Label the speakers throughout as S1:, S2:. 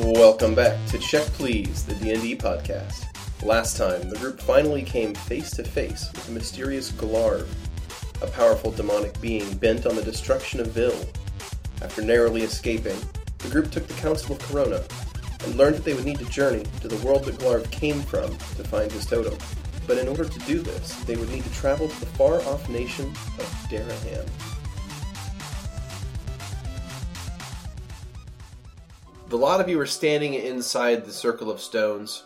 S1: Welcome back to Check Please, the D&D podcast. Last time, the group finally came face to face with the mysterious Glarv, a powerful demonic being bent on the destruction of Vil. After narrowly escaping, the group took the Council of Corona and learned that they would need to journey to the world that Glarv came from to find his totem. But in order to do this, they would need to travel to the far-off nation of Darahan. The lot of you are standing inside the circle of stones.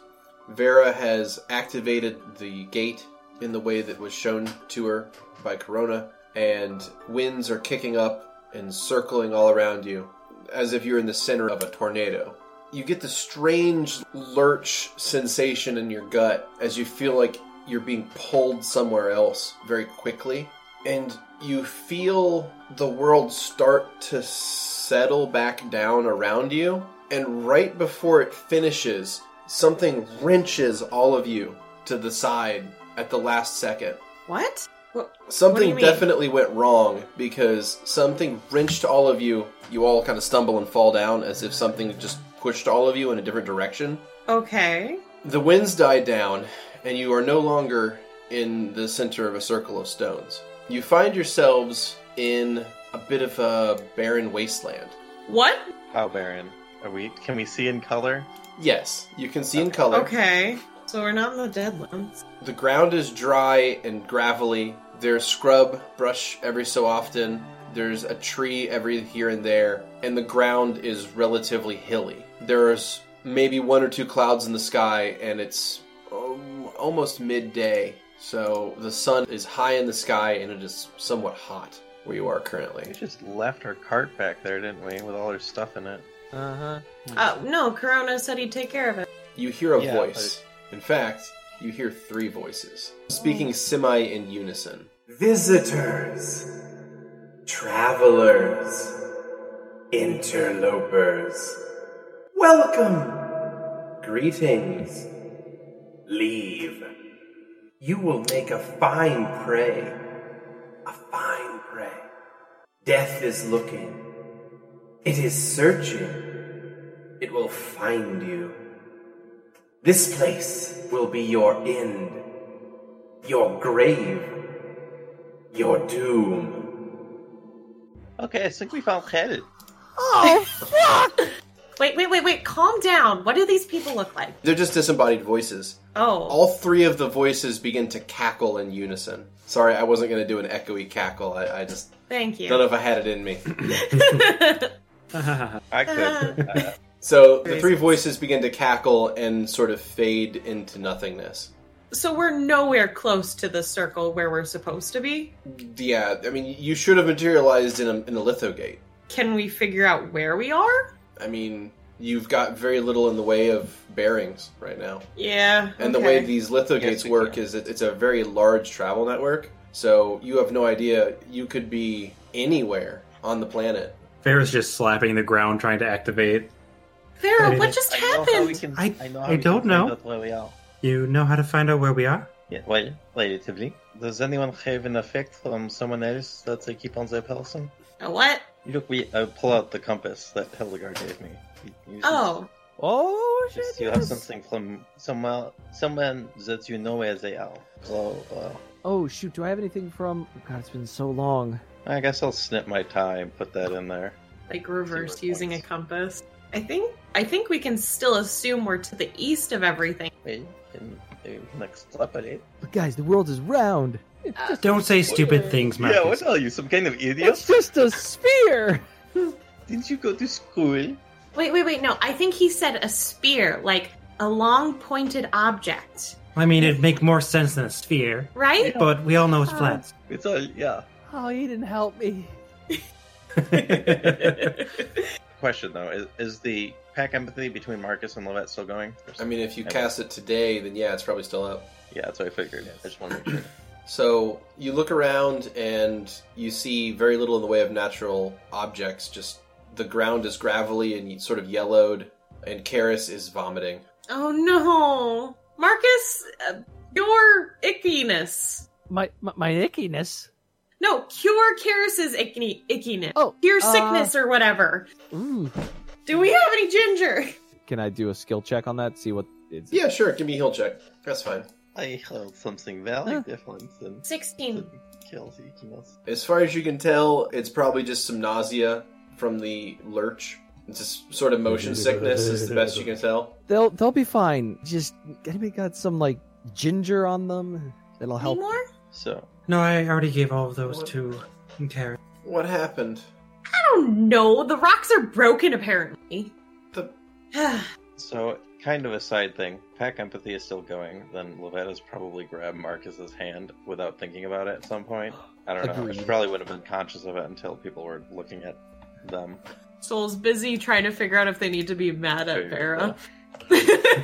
S1: Vera has activated the gate in the way that was shown to her by Corona, and winds are kicking up and circling all around you as if you're in the center of a tornado. You get the strange lurch sensation in your gut as you feel like you're being pulled somewhere else very quickly, and you feel the world start to settle back down around you, and right before it finishes, something wrenches all of you to the side at the last second.
S2: What? What?
S1: Something
S2: you mean?
S1: definitely went wrong because something wrenched all of you. You all kind of stumble and fall down as if something just pushed all of you in a different direction.
S2: Okay.
S1: The winds die down, and you are no longer in the center of a circle of stones. You find yourselves in a bit of a barren wasteland.
S2: What?
S3: How barren are we? Can we see in color?
S1: Yes, you can see in color.
S2: Okay. So we're not in the Deadlands.
S1: The ground is dry and gravelly. There's scrub, brush every so often. There's a tree every here and there, and the ground is relatively hilly. There's maybe one or two clouds in the sky, and it's um, almost midday, so the sun is high in the sky and it is somewhat hot where you are currently.
S3: We just left our cart back there, didn't we? With all our stuff in it. Uh
S2: Oh no, Corona said he'd take care of it.
S1: You hear a
S3: Yeah,
S1: voice. In fact, you hear three voices speaking semi in unison.
S4: visitors, travelers, interlopers. Welcome! Greetings. Leave. You will make a fine prey. A fine prey. Death is looking. It is searching. It will find you. This place will be your end, your grave, your doom.
S3: huh. Okay, I think we found Hel.
S2: Oh fuck! wait, wait, wait, wait. Calm down. What do these people look like?
S1: They're just disembodied voices.
S2: Oh.
S1: All three of the voices begin to cackle in unison. Sorry, I wasn't going to do an echoey cackle. I, I just
S2: Thank you.
S1: don't know if I had it in me.
S3: I could. uh,
S1: So the three
S2: Crazy.
S1: voices begin to cackle and sort of fade into nothingness.
S2: so we're nowhere close to the circle where we're supposed to be.
S1: Yeah, I mean, you should have materialized in a, in a lithogate.
S2: Can we figure out where we are?
S1: I mean, you've got very little in the way of bearings right now.
S2: Yeah.
S1: And the
S2: okay.
S1: way these lithogates
S3: Yes, we
S1: work
S3: can.
S1: is it, it's a very large travel network. So you have no idea. You could be anywhere on the planet.
S5: Farrah's just slapping the ground trying to activate.
S2: Vera, what just
S3: I know how we
S2: happened?
S3: can.
S5: I-
S3: know how
S5: I
S3: we can
S5: don't
S3: find
S5: know.
S3: out where we are.
S5: You know how to find out where we are?
S3: Yeah, well, relatively. Does anyone have an effect from someone else that they keep on their person?
S2: A what?
S3: Look, we I pull out the compass that Hildegard gave me. You- you
S2: Oh.
S6: Oh
S3: just- Just you have something from somewhere, someone that you know where they are. So uh,
S6: Oh shoot, do I have anything from oh, God, it's been so long.
S3: I guess I'll snip my tie and put that in there.
S2: like reverse
S3: points.
S2: using a compass. I think I think we can still assume we're to the east of everything.
S3: Wait, can you can extrapolate.
S6: But guys, the world is round.
S7: Uh,
S5: Don't say stupid things,
S3: Yeah,
S5: Marcus.
S3: what are you, some kind of
S6: It's
S3: idiot?
S6: just a sphere.
S3: Didn't you go to school?
S2: Wait, wait, wait. No, I think he said a spear, like a long pointed object,
S5: I mean, it'd make more sense than a sphere,
S2: right?
S5: but we all know it's
S6: Oh.
S5: flat.
S3: It's all, yeah.
S6: Oh, he didn't help me.
S3: Question though, is, is the pack empathy between Marcus and Levette still going?
S1: I mean, if you cast it today, then yeah, it's probably still up.
S3: yeah, that's what I figured. I just wanted to make sure.
S1: So you look around and you see very little in the way of natural objects. Just the ground is gravelly and sort of yellowed, and Karis is vomiting.
S2: oh no, Marcus, uh, your ickiness.
S6: My my, my ickiness.
S2: No, cure Karis's icky ickiness.
S6: Oh,
S2: Cure
S6: uh,
S2: sickness or whatever.
S6: Ooh.
S2: Do we have any ginger?
S7: Can I do a skill check on that? See what it's
S1: Yeah, sure. Give me a heal check. That's fine.
S3: I held something very
S6: Huh.
S3: different than
S2: 16.
S3: kills Ikimas.
S1: As far as you can tell, it's probably just some nausea from the lurch. It's just sort of motion sickness is the best you can tell.
S6: They'll they'll be
S7: fine. Just anybody got some like ginger on them that'll help.
S2: Anymore?
S3: So,
S5: No, I already gave all of those to Karen.
S1: What happened?
S2: I don't know. The rocks are broken, apparently.
S1: The-
S3: so kind of a side thing. Pack empathy is still going. Then Lovetta's probably grabbed Marcus's hand without thinking about it at some point. I don't know. She
S7: Agreed.
S3: probably would have been conscious of it until people were looking at them.
S2: Soul's busy trying to figure out if they need to be mad at Vera.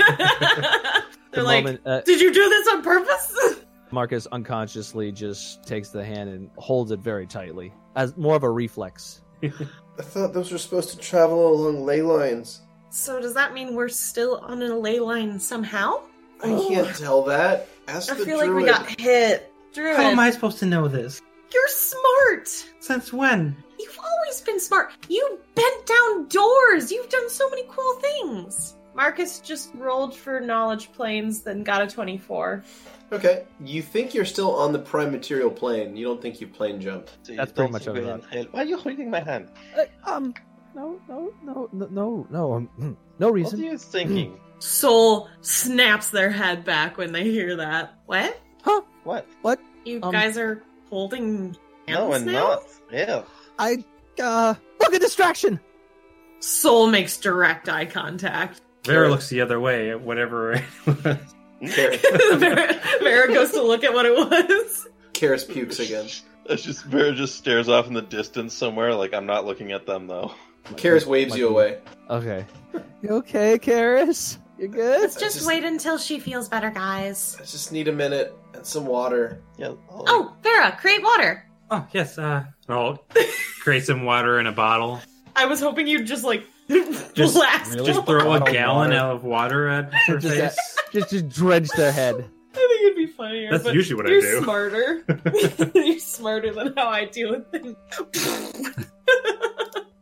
S7: The
S2: They're like,
S7: moment, uh,
S2: did you do this on purpose?
S7: Marcus unconsciously just takes the hand and holds it very tightly as more of a reflex.
S1: I thought those were supposed to travel along ley lines.
S2: so does that mean we're still on a ley line somehow?
S1: I can't tell that. Ask
S2: I
S1: the
S2: feel like
S1: druid.
S2: we got hit. Druid,
S5: How am I supposed to know this?
S2: you're smart.
S5: Since when?
S2: You've always been smart. You bent down doors. You've done so many cool things. Marcus just rolled for knowledge planes, then got a 24.
S1: Okay. You think you're still on the prime material plane. You don't think you plane jumped.
S3: So
S7: That's
S3: you
S7: pretty
S3: don't
S7: much
S3: think
S7: what I
S3: we're in hell. Why are you holding my hand?
S7: Uh, um, no, no, no, no, no, no, um, no
S3: What are
S7: reason.
S3: you thinking?
S7: Hmm.
S2: Soul snaps their head back when they hear that. What?
S3: what?
S2: You
S7: Um,
S2: guys are holding hands
S3: No, and
S2: now?
S3: not. Yeah.
S7: I uh, look a distraction.
S2: Soul makes direct eye contact.
S5: Vera looks the other way at whatever it was.
S1: Karis,
S2: Vera, Vera goes to look at what it was.
S1: Karis pukes again.
S3: That's just Vera just stares off in the distance somewhere. Like I'm not looking at them though.
S1: Karis waves you away.
S7: Okay. You okay, Karis? You good?
S2: Let's
S1: just
S2: just
S1: just-
S2: wait
S1: wait
S2: until she feels better, guys.
S1: I just need a minute and some water.
S3: Yeah.
S2: Oh, Vera, create water.
S5: Oh, yes, uh, I'll create some water in a bottle.
S2: I was hoping you'd just like
S5: Just-
S2: blast.
S7: really?
S5: Just throw a
S7: Bottle
S5: gallon
S7: water.
S5: of water at her
S7: Just
S5: face.
S7: Just, just dredge their head.
S2: I think it'd be funnier.
S5: That's
S2: but
S5: usually what I
S2: you're
S5: do.
S2: Smarter. you're smarter than how I deal with things.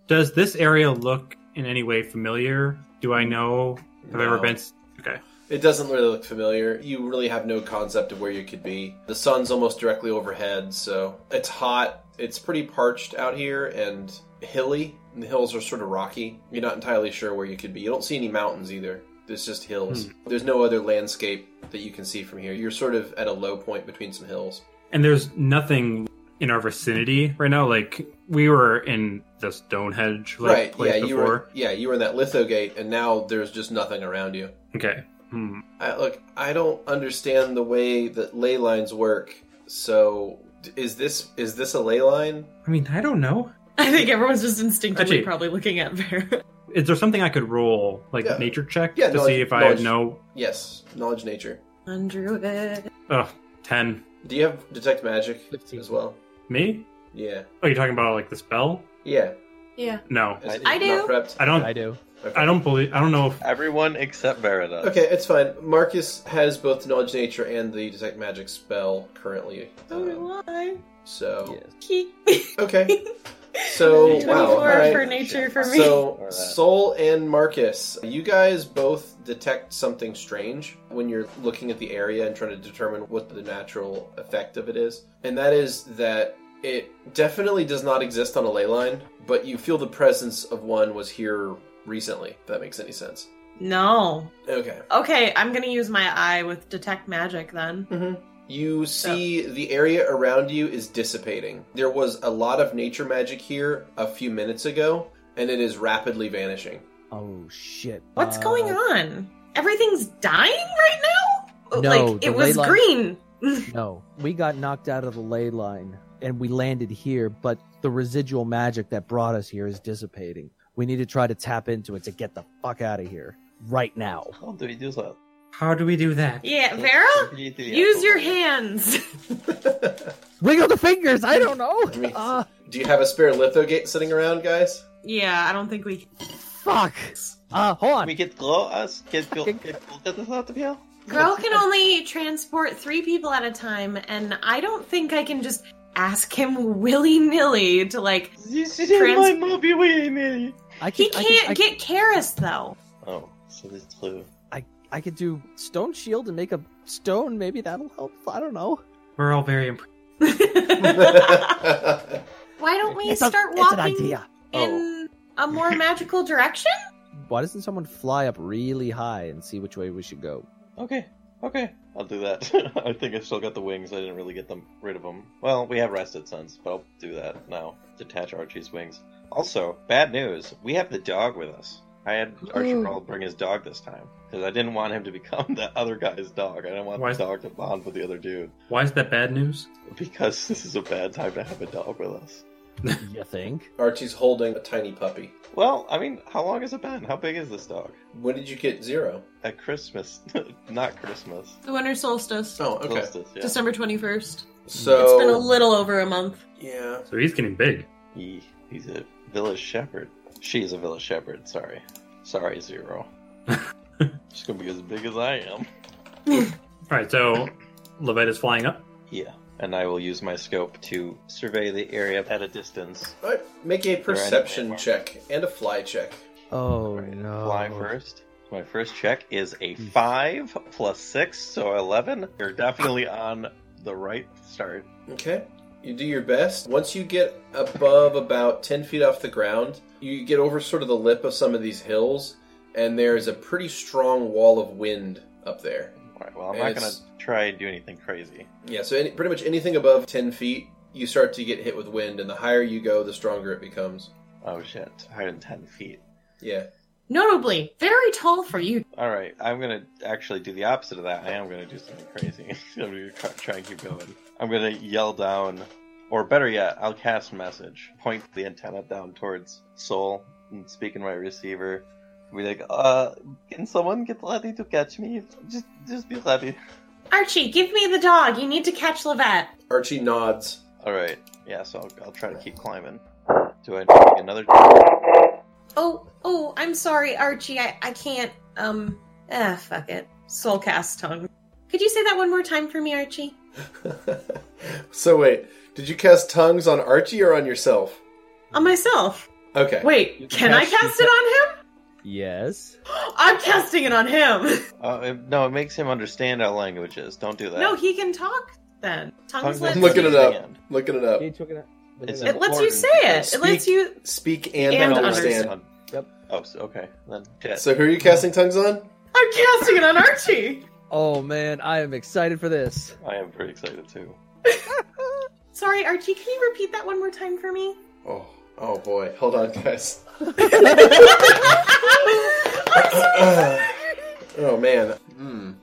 S5: Does this area look in any way familiar? Do I know? Have I ever
S1: No.
S5: been? s- Okay.
S1: It doesn't really look familiar. You really have no concept of where you could be. The sun's almost directly overhead, so it's hot. It's pretty parched out here and hilly. The hills are sort of rocky. You're not entirely sure where you could be. You don't see any mountains either. There's just hills.
S5: Hmm.
S1: There's no other landscape that you can see from here. You're sort of at a low point between some hills.
S5: And there's nothing in our vicinity right now. Like we were in the Stonehenge like,
S1: right?
S5: place
S1: yeah, you
S5: before.
S1: were. Yeah, you were in that litho gate, and now there's just nothing around you.
S5: Okay. Hmm.
S1: I, look, I don't understand the way that ley lines work. So, d- is this is this a ley line?
S5: I mean, I don't know.
S2: I think everyone's just instinctively
S5: Actually-
S2: probably looking at Vera.
S5: Is there something I could roll, like
S1: Yeah.
S5: nature check,
S1: Yeah,
S5: to
S1: knowledge-
S5: see if I
S1: knowledge.
S5: know?
S1: Yes, knowledge nature.
S2: Undruid.
S5: Oh, 10.
S1: Do you have detect magic
S7: 15.
S1: as well?
S5: Me?
S1: Yeah,
S5: Oh, you're talking about like the spell?
S1: yeah.
S2: Yeah.
S5: No,
S1: Is it
S2: I
S1: not prepped?
S5: I don't.
S7: I do.
S5: I don't believe. I don't know if
S3: Everyone except Vera does.
S1: Okay, it's fine. Marcus has both the knowledge nature and the detect magic spell currently.
S2: Oh,
S1: Um,
S2: why?
S1: so
S7: Yes.
S1: okay, so
S2: Twenty-four
S1: wow. All right.
S2: for nature for me.
S1: So,
S3: Or that.
S1: Soul and Marcus, you guys both detect something strange when you're looking at the area and trying to determine what the natural effect of it is. And that is that it definitely does not exist on a ley line, but you feel the presence of one was here recently, if that makes any sense.
S2: no.
S1: Okay.
S2: Okay, I'm gonna use my eye with detect magic then.
S1: You see
S3: Oh.
S1: the area around you is dissipating. There was a lot of nature magic here a few minutes ago, and it is rapidly vanishing.
S7: Oh shit!
S2: What's
S7: Uh,
S2: going on? Everything's dying right now?
S7: No,
S2: like
S7: the
S2: it was
S7: ley line-
S2: green.
S7: No, we got knocked out of the ley line and we landed here, but the residual magic that brought us here is dissipating. We need to try to tap into it to get the fuck out of here right now.
S3: How do we do that?
S5: how do we do that.
S2: Yeah, Vera? Use your hands.
S7: Wiggle the fingers. I don't know.
S1: I mean,
S7: Uh,
S1: Do you have a spare litho gate sitting around, guys?
S2: yeah, I don't think we can
S7: fuck. Uh, hold on.
S3: We can grow us. Can grow.
S7: Fucking-
S3: Can grow us out of here.
S2: Grow can only transport three people at a time, and I don't think I can just ask him willy nilly to like
S3: This is
S2: Trans-
S3: my movie, we need.
S7: I can,
S2: he
S7: I
S2: can't
S7: can- I-
S2: get Karis though.
S3: Oh, So this clue.
S7: I could do stone shield and make a stone. Maybe that'll help. I don't know.
S5: We're all very impressed.
S2: Why don't we
S7: It's a-
S2: start
S7: it's
S2: walking
S7: an idea.
S2: in a more magical direction?
S7: Why doesn't someone fly up really high and see which way we should go?
S3: Okay, okay, I'll do that. I think I still got the wings. I didn't really get them rid of them. Well, we have rested since, but I'll do that now. Detach Archie's wings. Also, bad news. We have the dog with us. I had Archibald bring his dog this time because I didn't want him to become the other guy's dog. I didn't want
S5: Why?
S3: the dog to bond with the other dude
S5: Why is that bad news?
S3: because this is a bad time to have a dog with us.
S7: you think?
S1: Archie's holding a tiny puppy.
S3: Well, I mean, how long has it been? How big is this dog?
S1: When did you get zero?
S3: At Christmas, not Christmas.
S2: The winter solstice,
S1: Oh, okay.
S3: Solstice, yeah.
S2: December 21st.
S1: So
S2: It's been a little over a month.
S1: yeah.
S5: So he's getting big.
S3: He, he's a village shepherd. She's a village shepherd, sorry. Sorry, Zero. She's gonna be as big as I am.
S5: All right, so Levette is flying up.
S3: Yeah. And I will use my scope to survey the area at a distance.
S1: All right, make a perception
S3: landmark.
S1: check and a fly check.
S7: Oh no!
S3: Fly first. My first check is a 5 plus 6, so 11. You're definitely on the right start.
S1: Okay. You do your best. Once you get above about 10 feet off the ground, you get over sort of the lip of some of these hills, and there is a pretty strong wall of wind up there.
S3: Alright, well, I'm
S1: And
S3: not
S1: it's-
S3: gonna try and do anything crazy.
S1: Yeah, so any, pretty much anything above 10 feet, you start to get hit with wind, and the higher you go, the stronger it becomes.
S3: Oh shit, 110 feet.
S1: Yeah.
S2: Notably, very tall for you.
S3: All right, I'm gonna actually do the opposite of that. I am gonna do something crazy. I'm gonna try, try and keep going. I'm gonna yell down, or better yet, I'll cast message. Point the antenna down towards Soul and speak in my receiver. Be like, uh, can someone get ready to catch me? Just, just be ready.
S2: Archie, give me the dog. You need to catch Levette.
S1: Archie nods.
S3: All right, yeah. So I'll, I'll try to keep climbing. Do I take another? All
S2: Oh, oh, I'm sorry, Archie. I, I can't. Um, ah, fuck it. Soul cast tongue. Could you say that one more time for me, Archie?
S1: so, wait, did you cast tongues on Archie or on yourself?
S2: On myself.
S1: Okay.
S2: Wait, can I cast it on him?
S7: Yes.
S2: I'm casting it on him.
S3: Uh, it- no, it makes him understand our languages. Don't do that.
S2: No, he can talk then. Tongues
S3: Tongues
S2: lets
S1: I'm looking
S2: you-
S1: it up. Looking it up.
S3: It's
S2: It lets you
S3: important
S2: say it. It
S1: Speak.
S2: lets you.
S1: Speak and,
S2: And
S1: understand.
S2: understand.
S7: Yep.
S3: Oh, so- okay. Then yeah.
S1: So, who are you casting tongues on?
S2: I'm casting it on Archie.
S7: Oh man, I am excited for this.
S3: I am pretty excited too.
S2: Sorry, Archie. Can you repeat that one more time for me?
S1: Oh, oh boy. Hold on, guys.
S2: I'm so
S1: Oh man. Mm.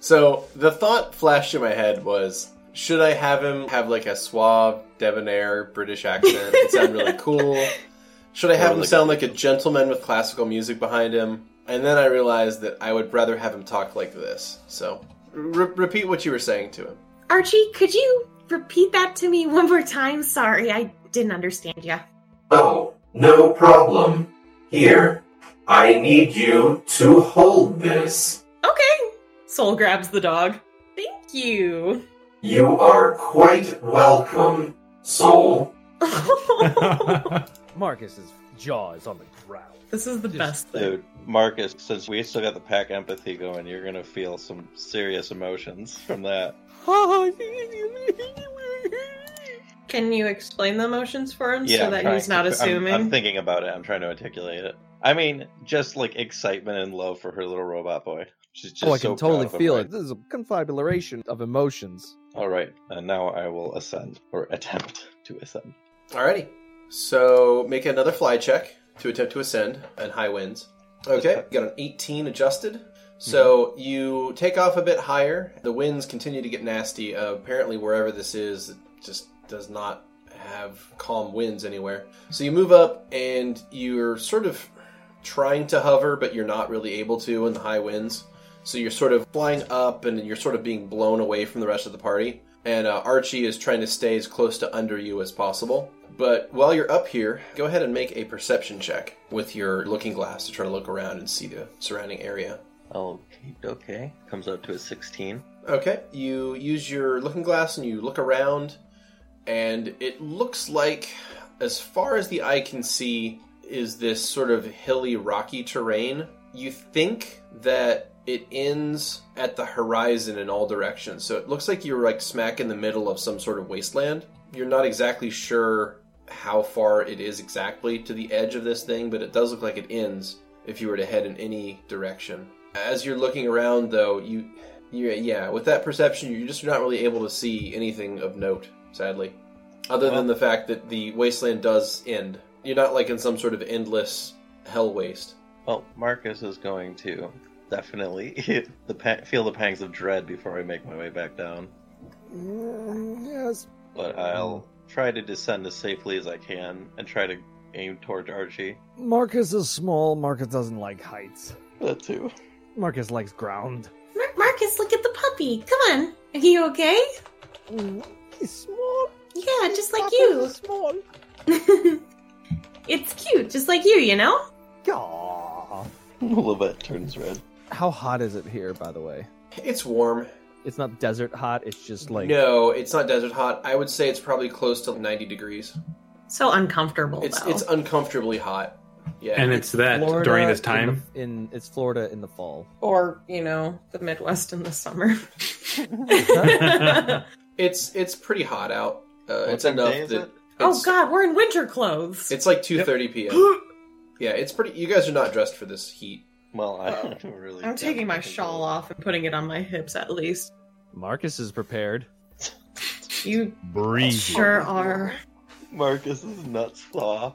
S1: So the thought flashed in my head was, should I have him have like a suave, debonair British accent and sound really cool? Should I have
S3: Or
S1: him
S3: like
S1: sound
S3: a-
S1: like a gentleman with classical music behind him? And then I realized that I would rather have him talk like this. So re- repeat what you were saying to him.
S2: Archie, could you repeat that to me one more time? Sorry, I didn't understand you.
S4: Oh, no problem. Here, I need you to hold this.
S2: Okay. Soul grabs the dog. Thank you.
S4: You are quite welcome, soul.
S7: Marcus's jaw is on the ground.
S2: this is the best
S3: Dude, Marcus, since we still got the pack empathy going, you're gonna feel some serious emotions from that.
S2: Can you explain the emotions for him so
S3: I'm
S2: that
S3: trying
S2: he's
S3: to-
S2: not
S3: I'm-
S2: assuming?
S3: I'm, thinking about it. I'm trying to articulate it. I mean, just like excitement and love for her little robot boy. She's just
S7: Oh, I
S3: so
S7: can
S3: proud
S7: totally
S3: of him,
S7: feel
S3: right?
S7: it. This is a confabulation of emotions.
S3: All right, and now I will ascend or attempt to ascend.
S1: Alrighty. So make another fly check to attempt to ascend and high winds. Okay, got an 18 adjusted. So you take off a bit higher. The winds continue to get nasty. Uh, apparently, wherever this is, it just does not have calm winds anywhere. So you move up and you're sort of trying to hover, but you're not really able to in the high winds. So you're sort of flying up and you're sort of being blown away from the rest of the party. And uh, Archie is trying to stay as close to under you as possible. But while you're up here, go ahead and make a perception check with your looking glass to try to look around and see the surrounding area.
S3: Okay, okay. Comes out to a 16.
S1: Okay, you use your looking glass and you look around, and it looks like, as far as the eye can see, is this sort of hilly, rocky terrain you think that it ends at the horizon in all directions. So it looks like you're like smack in the middle of some sort of wasteland. You're not exactly sure how far it is exactly to the edge of this thing, but it does look like it ends if you were to head in any direction. As you're looking around though, you you yeah, with that perception you're just not really able to see anything of note, sadly. Other than the fact that the wasteland does end. You're not like in some sort of endless hell waste.
S3: Well, Marcus is going to definitely the pa- feel the pangs of dread before I make my way back down.
S7: Yes.
S3: But I'll try to descend as safely as I can and try to aim towards Archie.
S7: Marcus is small. Marcus doesn't like heights.
S3: That too.
S7: Marcus likes ground.
S2: Mar- Marcus, look at the puppy. Come on. Are you okay?
S7: He's small.
S2: Yeah, just like you.
S7: Small.
S2: it's cute, just like you, you know?
S7: Aw.
S3: Levette turns red.
S7: How hot is it here, by the way?
S1: It's warm.
S7: It's not desert hot. It's just like
S1: no, it's not desert hot. I would say it's probably close to 90 degrees.
S2: So uncomfortable,
S1: It's
S2: though.
S1: it's uncomfortably hot. Yeah.
S5: And it's that
S7: Florida
S5: during this
S7: in
S5: time.
S7: the- in it's Florida in the fall.
S2: or, you know, the Midwest in the summer. Oh,
S1: it's it's pretty hot out. Uh, it's
S3: What
S1: enough
S3: day is
S1: that
S3: it?
S2: oh,
S1: it's,
S2: God, we're in winter clothes.
S1: it's like 2:30 p.m. yeah, it's pretty. You guys are not dressed for this heat.
S3: Well, I don't really.
S2: I'm taking my shawl off and putting it on my hips at least.
S7: Marcus is prepared.
S2: You
S8: Breezy.
S2: sure are.
S3: Marcus is nuts flaw.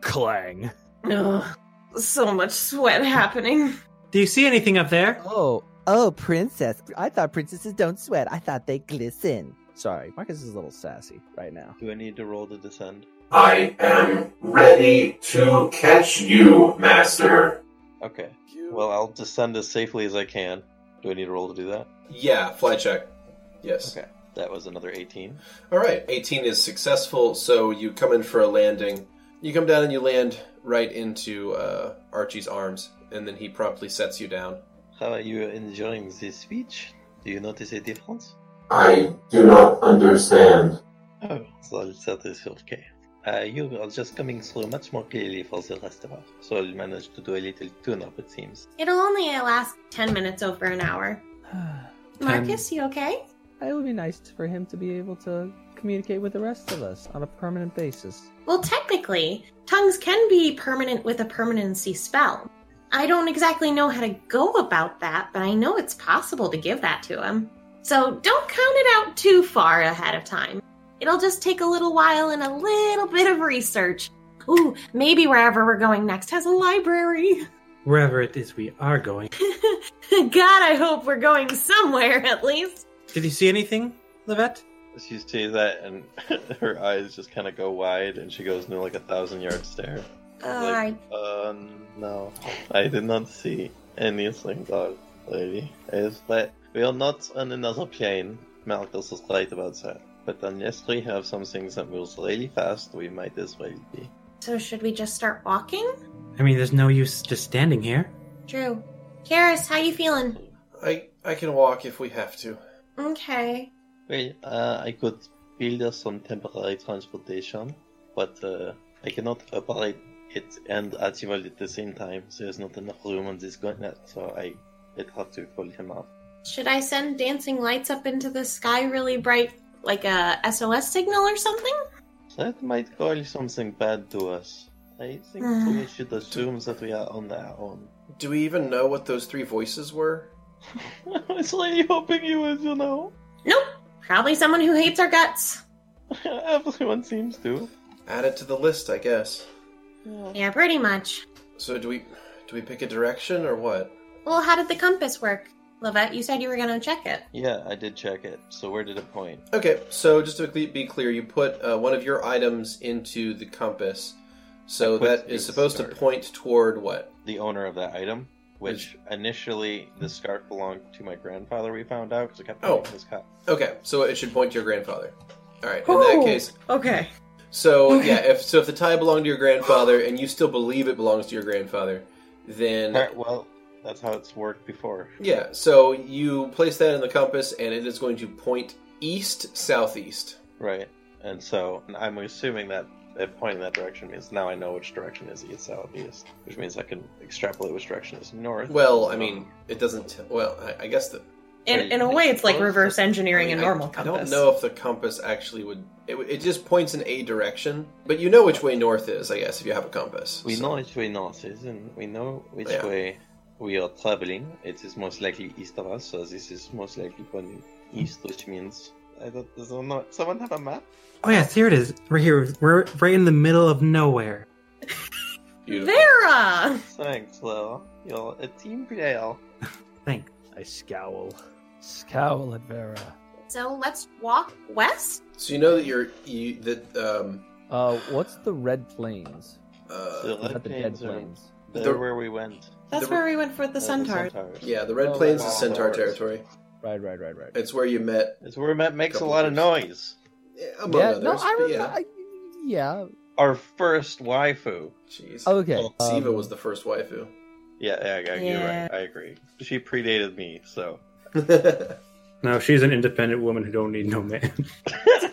S7: Clang.
S2: Ugh, so much sweat happening.
S5: Do you see anything up there?
S7: Oh, oh, princess. I thought princesses don't sweat. I thought they glisten. Sorry, Marcus is a little sassy right now.
S3: Do I need to roll to descend?
S4: I am ready to catch you, Master.
S3: Okay. Well, I'll descend as safely as I can. Do I need to roll to do that?
S1: Yeah, fly check. Yes.
S3: Okay. That was another 18.
S1: All right. 18 is successful, so you come in for a landing. You come down and you land right into uh, Archie's arms, and then he promptly sets you down.
S3: How are you enjoying this speech? Do you notice a difference?
S4: I do not understand.
S3: Oh, so that is okay. Uh, you are just coming through much more clearly for the rest of us, so I'll manage to do a little tune-up, it seems.
S2: It'll only last 10 minutes over an hour. Marcus, you okay?
S7: It would be nice for him to be able to communicate with the rest of us on a permanent basis.
S2: Well, technically, tongues can be permanent with a permanency spell. I don't exactly know how to go about that, but I know it's possible to give that to him. So don't count it out too far ahead of time. It'll just take a little while and a little bit of research. Ooh, maybe wherever we're going next has a library.
S5: Wherever it is we are going.
S2: God, I hope we're going somewhere at least.
S5: Did you see anything, Levette?
S3: She says that, and her eyes just kind of go wide, and she goes into like a thousand-yard stare.
S2: Uh,
S3: like, uh, no, I did not see anything, dog lady. It's that we are not on another plane. Malchus is right about that. But unless we have some things that moves really fast, we might as well be.
S2: so should we just start walking?
S5: I mean, there's no use just standing here.
S2: Drew. Karis, how you feeling?
S1: I I can walk if we have to.
S2: Okay.
S3: Well, uh, I could build us some temporary transportation, but uh, I cannot operate it and Archibald at the same time. There's not enough room on this continent, so I would have to pull him off.
S2: Should I send dancing lights up into the sky really bright, like a SOS signal or something?
S3: That might call something bad to us. I think
S2: Hmm.
S3: we should assume that we are on our own.
S1: Do we even know what those three voices were?
S3: I was really hoping you would, you know.
S2: Nope. Probably someone who hates our guts.
S3: Everyone seems to.
S1: Add it to the list, I guess.
S2: Yeah, pretty much.
S1: So do we do we pick a direction or what?
S2: Well, how did the compass work? Lovette, you said you were gonna check it.
S3: Yeah, I did check it. So where did it point?
S1: Okay, so just to cle- be clear, you put uh, one of your items into the compass, so
S3: I put
S1: that
S3: the
S1: is supposed to
S3: scarf.
S1: point toward what?
S3: The owner of that item, which initially the scarf belonged to my grandfather, we found out because I kept
S1: Oh.
S3: putting his cup.
S1: Okay, so it should point to your grandfather. All right, in that
S2: Oh.
S1: case,
S2: Okay.
S1: so yeah, if so, if the tie belonged to your grandfather and you still believe it belongs to your grandfather, then
S3: Alright, well, that's how it's worked before.
S1: yeah, so you place that in the compass and it is going to point east southeast.
S3: Right. And so I'm assuming that It pointing that direction means now I know which direction is east, south, east, which means I can extrapolate which direction is north.
S1: Well, I mean, it doesn't. T- well, I, I guess the
S2: In, in a way, it's like reverse engineering a normal
S1: I, I
S2: compass.
S1: don't know if the compass actually would. It, would- it just points in a direction, but you know which way north is, I guess, if you have a compass.
S3: we
S1: So-
S3: know which way north is, and we know which
S1: Yeah.
S3: way we are traveling. It is most likely east of us, so this is most likely going east, which means I don't, does someone, someone have a map?
S5: Oh yes, here it is. We're here. We're right in the middle of nowhere.
S1: Beautiful.
S2: Vera!
S3: Thanks, Lil. You're a team player.
S5: Thanks.
S7: I scowl.
S6: Scowl at Vera.
S2: So let's walk west?
S1: So you know that you're you that um
S7: Uh, what's the red plains?
S1: uh,
S3: So-
S7: Is that the dead
S3: plains are-
S7: plains?
S3: There
S1: The-
S3: where we went.
S2: That's
S1: The-
S2: where we went for the
S3: Uh,
S2: centaur.
S3: centaurs.
S1: yeah, the Red
S7: Oh,
S1: Plains
S7: wow.
S1: is Centaur territory.
S7: Right, right, right, right.
S1: It's where you met
S3: It's where Matt makes a
S1: Couple
S3: lot of
S1: years.
S3: noise.
S1: eh, among
S7: yeah,
S1: others.
S7: no, I
S1: but
S7: remember.
S1: yeah.
S7: I, yeah.
S3: Our first waifu.
S1: Jeez.
S7: Okay.
S3: Oh,
S1: Siva
S7: um,
S1: was the first waifu.
S3: Yeah, yeah, yeah,
S2: Yeah.
S3: you're right. I agree. She predated me, so
S5: No, she's an independent woman who don't need no man.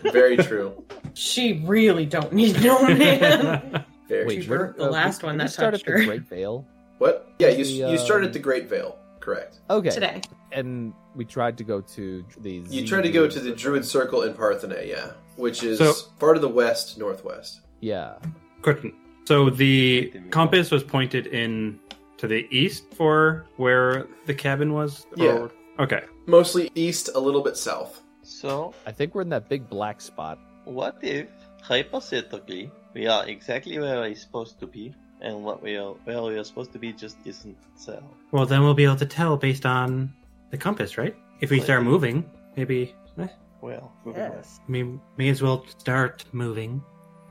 S1: Very true.
S2: She really don't need no
S1: Very
S2: Wait,
S1: true.
S2: where- the last
S7: did
S2: one
S7: uh, we
S2: that
S7: start at
S2: touched
S7: the
S2: her.
S7: Great Vale.
S1: What? Yeah, you
S7: The,
S1: you started
S7: um,
S1: the Great Vale, correct?
S7: Okay,
S2: Today.
S7: and we tried to go to the.
S1: You
S7: Z-
S1: tried to go to the Druid Circle in Parthenay, yeah, which is
S5: So-
S1: far to the west, northwest.
S7: Yeah.
S5: Question. So the compass was pointed in to the east for where the cabin was.
S1: Yeah.
S5: okay.
S1: Mostly east, a little bit south.
S3: so
S7: I think we're in that big black spot.
S3: what if hypothetically we are exactly where we're supposed to be, and what we are where we are supposed to be just isn't so.
S5: Well, then we'll be able to tell based on the compass, right? If we start moving, maybe. eh,
S3: Well, moving
S6: Yes.
S5: I mean, may as well start moving.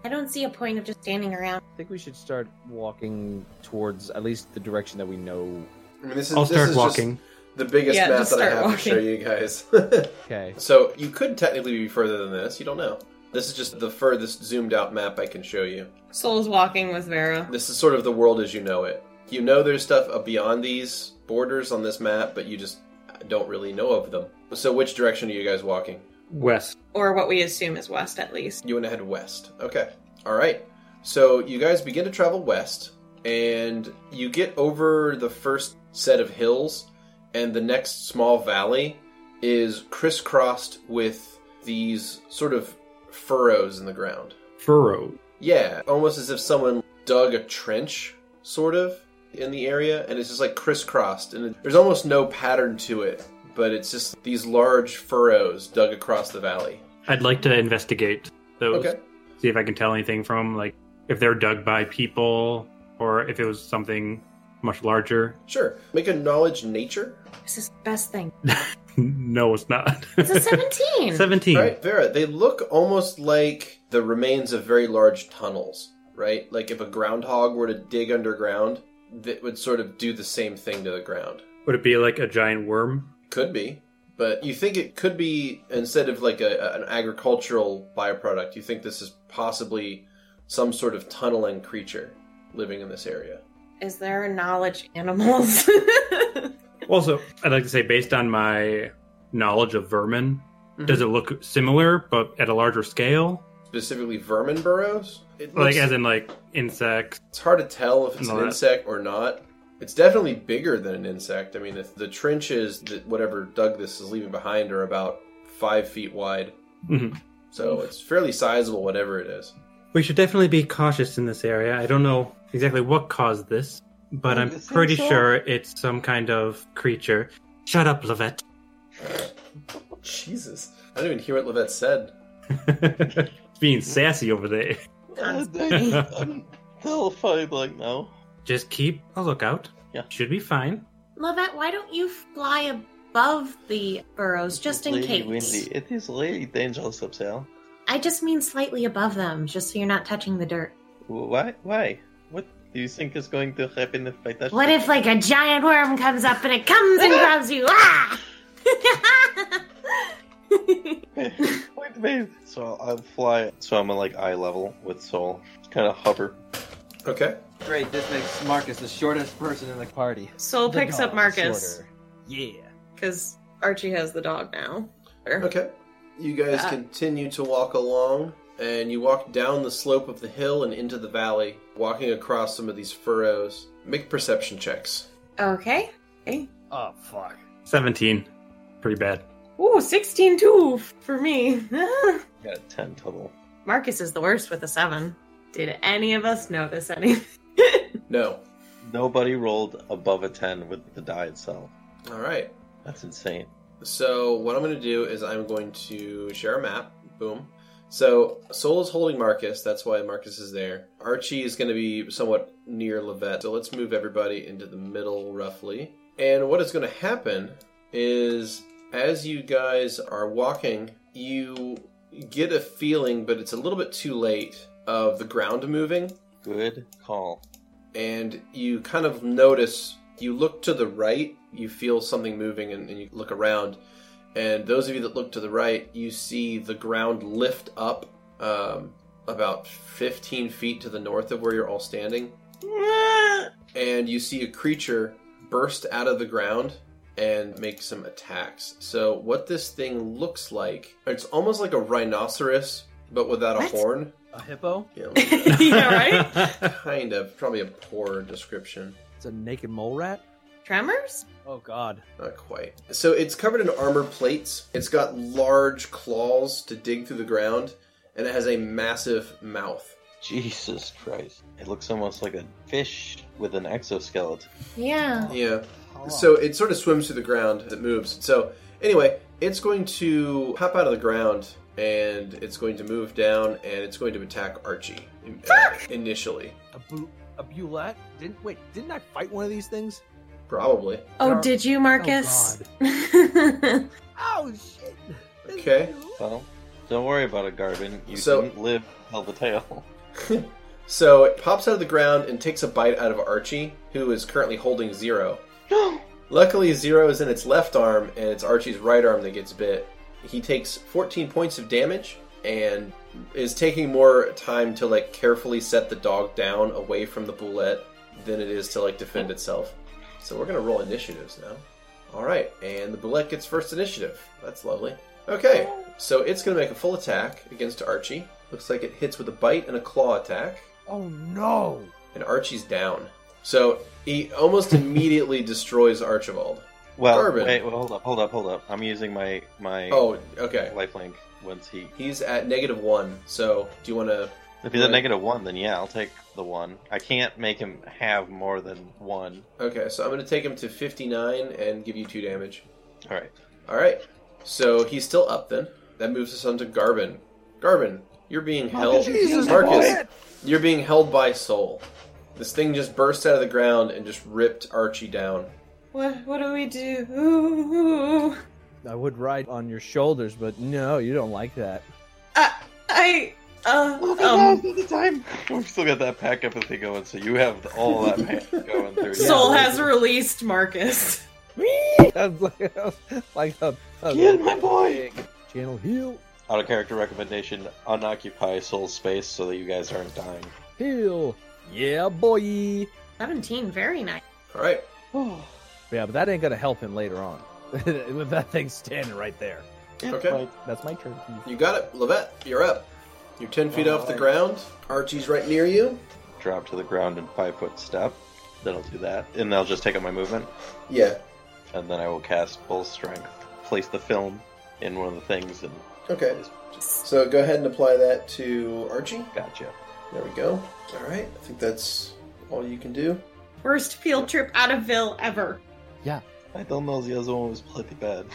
S2: I don't see a point of just standing around.
S7: I think we should start walking towards at least the direction that we know.
S1: I mean, this is
S5: I'll
S1: this
S5: start
S1: is just
S5: walking.
S1: the biggest
S2: Yeah,
S1: map
S2: just
S1: that I
S2: start
S1: have to show
S2: walking.
S1: you guys.
S7: Okay.
S1: so you could technically be further than this. You don't know. This is just the furthest zoomed out map I can show you.
S2: Soul's walking with Vera.
S1: This is sort of the world as you know it. You know there's stuff up beyond these borders on this map, but you just don't really know of them. So which direction are you guys walking?
S5: West.
S2: Or what we assume is west, at least.
S1: You want to head west. Okay. All right. So you guys begin to travel west, and you get over the first set of hills, and the next small valley is crisscrossed with these sort of furrows in the ground.
S5: Furrow.
S1: Yeah, almost as if someone dug a trench, sort of, in the area, and it's just like crisscrossed, and it, there's almost no pattern to it, but it's just these large furrows dug across the valley.
S5: I'd like to investigate those.
S1: Okay.
S5: See if I can tell anything from like if they're dug by people or if it was something much larger.
S1: Sure. Make a knowledge nature
S2: This is the best thing.
S5: no, it's not.
S2: It's a 17.
S5: 17.
S1: Right, Vera, they look almost like the remains of very large tunnels, right? Like if a groundhog were to dig underground, that would sort of do the same thing to the ground.
S5: Would it be like a giant worm?
S1: Could be. But you think it could be, instead of like a, a- an agricultural byproduct, you think this is possibly some sort of tunneling creature living in this area.
S2: Is there knowledge animals?
S5: Also, I'd like to say, based on my knowledge of vermin,
S1: Mhm.
S5: does it look similar but at a larger scale?
S1: Specifically, vermin burrows? It
S5: Like,
S1: looks,
S5: as in, like insects?
S1: it's hard to tell if it's
S5: No,
S1: an
S5: that-
S1: insect or not. It's definitely bigger than an insect. I mean, if the trenches that whatever dug this is leaving behind are about five feet wide,
S5: Mhm.
S1: so it's fairly sizable, whatever it is.
S5: We should definitely be cautious in this area. I don't know exactly what caused this, but
S3: Oh,
S5: I'm
S3: you think
S5: pretty
S3: so?
S5: sure it's some kind of creature. Shut up, Levette.
S1: Jesus, I didn't even hear what Levette said.
S5: Being sassy over there.
S3: west. I'm terrified right now.
S5: Just keep a lookout.
S3: Yeah.
S5: Should be fine.
S2: Lovette, why don't you fly above the burrows just in
S3: It's really
S2: case?
S3: Windy. It is really dangerous up there.
S2: I just mean slightly above them, just so you're not touching the dirt.
S3: Why? Why? What do you think is going to happen if I touch?
S2: What
S3: it?
S2: if, like, a giant worm comes up and it comes and grabs you? Ah!
S3: Wait, wait. So I'll fly. So I'm at like eye level with Soul. Kind of hover.
S1: Okay,
S8: Great, this makes Marcus the shortest person in the party.
S2: Soul
S8: The
S2: picks
S8: dog
S2: up
S8: is
S2: Marcus
S8: shorter.
S7: Yeah.
S2: because Archie has the dog now.
S1: okay. You guys
S2: Ah.
S1: continue to walk along, and you walk down the slope of the hill and into the valley, walking across some of these furrows. Make perception checks.
S2: Okay. Okay.
S6: Oh fuck.
S5: 17. Pretty bad.
S2: Ooh, 16 too for me.
S3: Got a 10 total.
S2: Marcus is the worst with a seven. Did any of us notice anything?
S1: No.
S3: Nobody rolled above a 10 with the die itself.
S1: All right.
S3: That's insane.
S1: So what I'm going to do is I'm going to share a map. Boom. So Sol is holding Marcus. That's why Marcus is there. Archie is going to be somewhat near Levette. So let's move everybody into the middle roughly. And what is going to happen is as you guys are walking, you get a feeling, but it's a little bit too late, of the ground moving
S3: Good call.
S1: and you kind of notice you look to the right you feel something moving and, and you look around and those of you that look to the right you see the ground lift up um, about 15 feet to the north of where you're all standing and you see a creature burst out of the ground and make some attacks so what this thing looks like it's almost like a rhinoceros but without a
S2: What?
S1: horn
S6: A hippo?
S1: yeah,
S2: yeah, right?
S1: kind of probably a poor description
S7: It's a naked mole rat.
S2: Tremors?
S6: Oh god.
S1: Not quite. So it's covered in armor plates. It's got large claws to dig through the ground, and it has a massive mouth.
S3: Jesus Christ. It looks almost like a fish with an exoskeleton.
S2: Yeah.
S1: Yeah. So it sort of swims through the ground as it moves. So anyway, it's going to hop out of the ground and it's going to move down and it's going to attack Archie uh, initially,
S7: A bu- a bulette? Didn't wait? Didn't I fight one of these things?
S1: probably.
S2: Oh,
S6: Oh,
S2: did you, Marcus?
S7: Oh shit!
S1: Okay.
S3: Well, don't worry about it, Garvin. You
S1: So-
S3: didn't live to tell the tale.
S1: So it pops out of the ground and takes a bite out of Archie, who is currently holding Zero.
S3: No!
S1: Luckily, Zero is in its left arm, and it's Archie's right arm that gets bit. He takes 14 points of damage and is taking more time to like carefully set the dog down away from the bullet than it is to like defend itself. So we're gonna roll initiatives now. All right, and the bullet gets first initiative. That's lovely. Okay, so it's gonna make a full attack against Archie. Looks like it hits with a bite and a claw attack
S7: Oh no!
S1: and Archie's down. So he almost immediately destroys Archibald.
S3: Well,
S1: Garvin.
S3: wait, well, hold up, hold up, hold up. I'm using my, my
S1: Oh, okay.
S3: lifelink once he.
S1: He's at negative one. So do you want to?
S3: If he's at
S1: Right.
S3: negative one, then yeah, I'll take the one. I can't make him have more than one.
S1: Okay, so I'm going to take him to 59 and give you two damage.
S3: Alright.
S1: All right. So he's still up then. That moves us on to Garbin. Garbin, you're being
S3: Oh,
S1: held.
S7: Jesus
S1: Marcus,
S7: Christ.
S1: you're being held by Soul. This thing just burst out of the ground and just ripped Archie down.
S2: what what do we do?
S7: I would ride on your shoulders, but no, you don't like that.
S2: I uh
S3: Oh,
S2: um,
S3: the time. We've still got that pack empathy going, so you have all that pack going through. you.
S2: Soul has released Marcus.
S7: That's like, like a, a
S3: Get my boy.
S7: channel heal,
S3: Out of character recommendation: unoccupy soul space so that you guys aren't dying.
S7: heal. Yeah, boy. Yeah,
S2: 17, very nice.
S1: All right.
S7: but that ain't gonna help him later on. With that thing standing right there.
S1: Okay.
S7: That's my turn.
S1: You got it, Levette. You're up. You're 10 feet off the ground. Archie's right near you.
S3: Drop to the ground in five foot step. Then I'll do that, and I'll just take up my movement,
S1: Yeah.
S3: and then I will cast full strength. Place the film in one of the things, and
S1: Okay. So go ahead and apply that to Archie.
S3: gotcha.
S1: There we go. All right. I think that's all you can do.
S2: Worst field trip out of Ville ever.
S3: I don't know. The other one was pretty bad.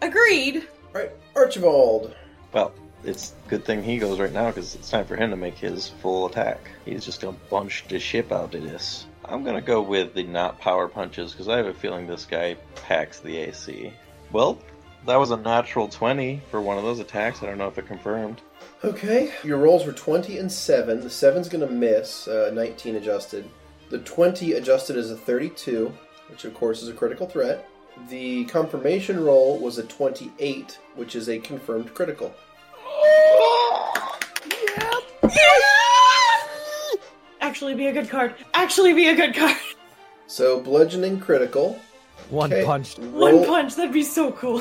S2: Agreed.
S1: All right, Archibald.
S3: Well, it's a good thing he goes right now because it's time for him to make his full attack. He's just gonna bunch the ship out of this. I'm gonna go with the not power punches because I have a feeling this guy packs the AC. Well, that was a natural 20 for one of those attacks. I don't know if it confirmed.
S1: Okay. Your rolls were 20 and 7. The 7's going to miss, uh, 19 adjusted. The 20 adjusted is a 32, which of course is a critical threat. The confirmation roll was a 28, which is a confirmed critical.
S2: Actually be a good card. Actually be a good card.
S1: So bludgeoning critical.
S7: One
S1: Okay.
S7: punch.
S1: Oh.
S2: One
S1: Roll-
S2: punch, that'd be so cool.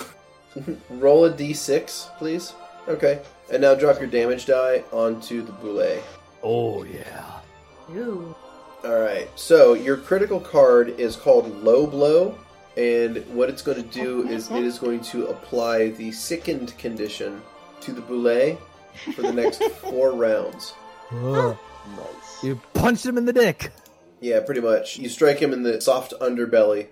S1: Roll a d6, please. Okay. And now drop your damage die onto the boule.
S6: Oh yeah.
S2: Ooh.
S1: All right. So your critical card is called Low Blow, and what it's going to do is it is going to apply the sickened condition to the boule for the next four rounds.
S7: Ugh.
S3: Nice.
S7: You punched him in the dick.
S1: Yeah, pretty much. You strike him in the soft underbelly,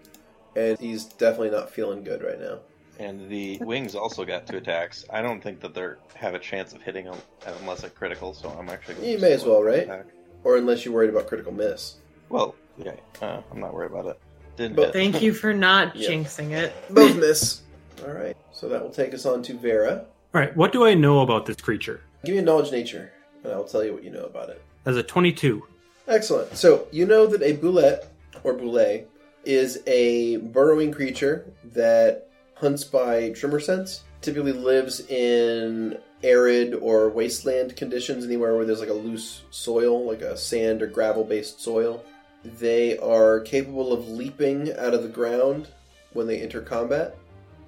S1: and he's definitely not feeling good right now.
S3: And the wings also got two attacks. I don't think that they are have a chance of hitting un- unless a critical, so I'm actually. gonna
S1: You
S3: just
S1: may as
S3: roll
S1: well,
S3: an
S1: right?
S3: attack.
S1: Or unless you're worried about critical miss.
S3: Well, okay. Uh, I'm not worried about it. Didn't
S1: But-
S3: hit.
S2: Thank you for not
S1: Yeah.
S2: jinxing it.
S1: Both miss. All right. So that will take us on to Vera.
S5: All right, what do I know about this creature?
S1: Give me a knowledge nature, and I'll tell you what you know about it.
S5: As a 22.
S1: Excellent. So you know that a boulette or boulet is a burrowing creature that hunts by tremor sense. Typically lives in arid or wasteland conditions, anywhere where there's like a loose soil, like a sand or gravel based soil. They are capable of leaping out of the ground when they enter combat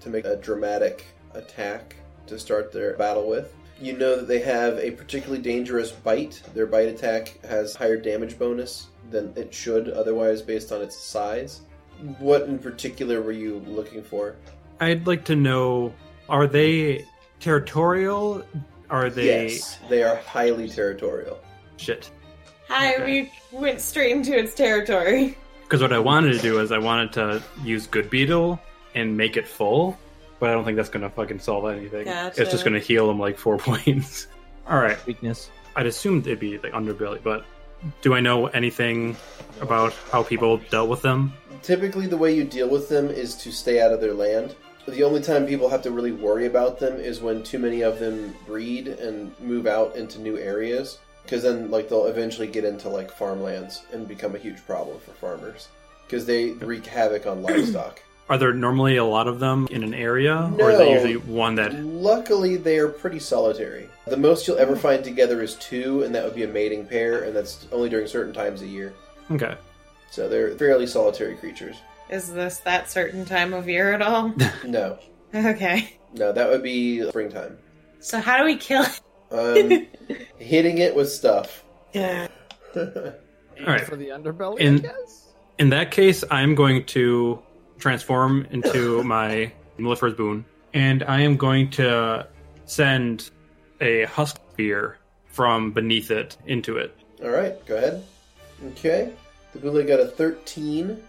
S1: to make a dramatic attack to start their battle with. You know that they have a particularly dangerous bite. Their bite attack has higher damage bonus than it should otherwise based on its size. What in particular were you looking for?
S5: I'd like to know are they territorial? Are they.
S1: Yes, they are highly territorial.
S5: Shit.
S2: Hi, we went straight into its territory.
S5: Because what I wanted to do is I wanted to use Good Beetle and make it full, but I don't think that's going to fucking solve anything. It's
S2: Gotcha.
S5: just going to heal him like four points. All right.
S7: Weakness.
S5: I'd assumed it'd be like underbelly, but do I know anything about how people dealt with them?
S1: Typically, the way you deal with them is to stay out of their land. The only time people have to really worry about them is when too many of them breed and move out into new areas, because then like they'll eventually get into like farmlands and become a huge problem for farmers, because they wreak havoc on livestock.
S5: Are there normally a lot of them in an area, or is it
S1: No.
S5: usually one that?
S1: Luckily, they are pretty solitary. The most you'll ever find together is two, and that would be a mating pair, and that's only during certain times a year.
S5: Okay,
S1: So they're fairly solitary creatures.
S2: Is this that certain time of year at all?
S1: No,
S2: okay.
S1: no, that would be springtime.
S2: So how do we kill it?
S1: Um, hitting it with stuff.
S2: Yeah.
S5: all right.
S6: For the underbelly,
S5: In-
S6: I guess.
S5: In that case, I'm going to transform into my Mellifera's Boon, and I am going to send a husk spear from beneath it into it.
S1: All right, go ahead. Okay, the bullet got a thirteen,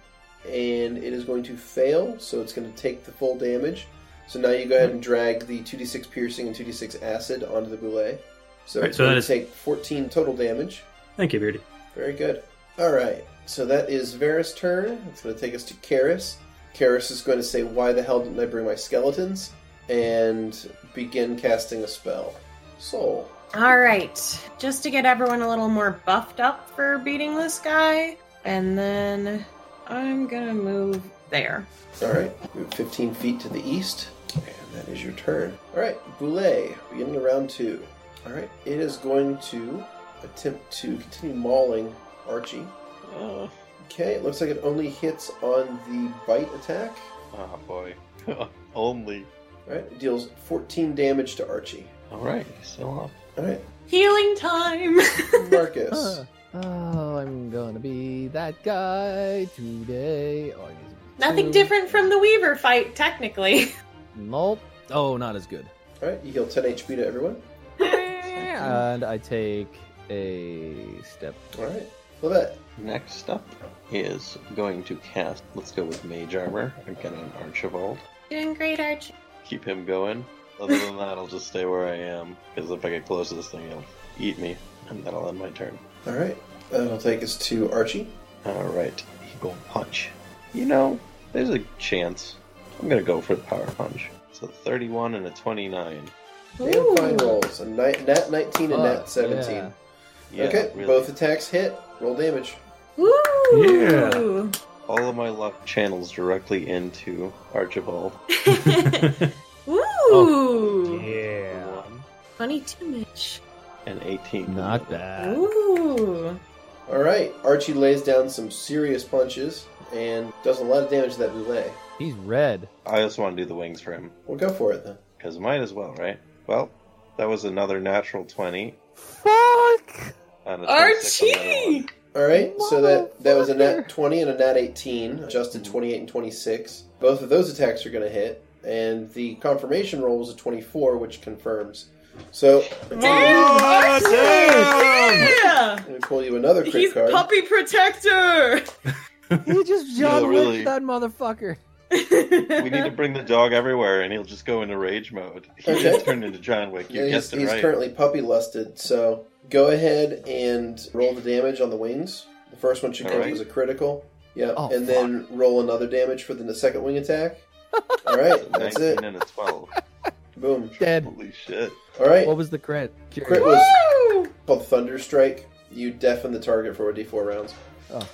S1: and it is going to fail, so it's going to take the full damage. So now you go ahead and drag the two d six piercing and two d six acid onto the bullet. So
S5: Right,
S1: it's
S5: so that
S1: going
S5: is-
S1: to take fourteen total damage.
S5: Thank you, Beardy.
S1: Very good. All right, so that is Vera's turn. It's going to take us to Karis. Karis is going to say, "Why the hell didn't I bring my skeletons?" and begin casting a spell. Soul.
S2: All right. Just to get everyone a little more buffed up for beating this guy, and then I'm gonna move there.
S1: All right, move 15 feet to the east, and that is your turn. All right, Boulet, beginning of round two. All right, it is going to attempt to continue mauling Archie.
S3: Oh,
S1: Okay, it looks like it only hits on the bite attack.
S3: oh, boy. Only.
S1: All right, it deals 14 damage to Archie.
S3: All right, uh, still up.
S1: All right,
S2: Healing time.
S1: Marcus.
S6: Oh, I'm gonna be that guy today. Oh, I need to-
S2: Nothing different from the Weaver fight, technically.
S7: Nope. Oh, not as good.
S1: All right, you heal 10 HP to everyone.
S7: And I take a step.
S1: All right, Levette.
S3: Next up is going to cast. Let's go with Mage Armor. I'm getting Archibald.
S2: Doing great, Arch.
S3: Keep him going. Other than that, I'll just stay where I am. Because if I get close to this thing, it'll eat me. And that'll end my turn.
S1: All right, that'll take us to Archie.
S3: Alright, Eagle Punch. You know, there's a chance. I'm gonna go for the Power Punch. So 31 and a 29.
S1: Damn fine rolls. A ni- nat 19 and
S6: Fuck,
S1: nat 17.
S6: yeah.
S3: Yeah,
S1: okay,
S3: really.
S1: both attacks hit. Roll damage.
S2: Ooh.
S3: All of my luck channels directly into Archibald.
S2: Ooh.
S5: Yeah.
S2: 22 Mitch.
S3: And 18.
S7: Not
S6: Uh,
S7: bad.
S2: Ooh.
S1: All right, Archie lays down some serious punches and does a lot of damage to that boule.
S7: He's red.
S3: I also want to do the wings for him.
S1: Well, go for it then.
S3: Because might as well, right? Well, That was another natural 20.
S7: Fuck!
S3: On a 26 on the other one.
S2: Archie!
S1: All right, so that that was a
S7: Motherfucker.
S1: nat twenty and a nat eighteen, adjusted twenty eight and twenty six. Both of those attacks are going to hit, and the confirmation roll was a twenty four, which confirms. So
S2: Damn, Archie! Yeah!
S1: I'm going to pull you another crit
S2: He's
S1: card.
S2: puppy protector!
S7: He just
S3: No,
S7: John no,
S3: really.
S7: that motherfucker.
S3: We need to bring the dog everywhere, and he'll just go into rage mode. He
S1: Okay.
S3: just turned into John Wick. You
S1: Yeah, he's
S3: guessed it
S1: he's
S3: right.
S1: currently puppy lusted, so go ahead and roll the damage on the wings. The first one should
S3: All
S1: count
S3: right.
S1: as a critical. Yep,
S7: Oh,
S1: and then roll another damage for the second wing attack. All right, that's
S3: 19
S1: it.
S3: and a 12.
S1: Boom.
S7: Dead.
S3: Holy shit.
S1: All right,
S7: What was the crit?
S1: crit was called Thunder Strike. You deafen the target for a D4 rounds.
S7: Oh.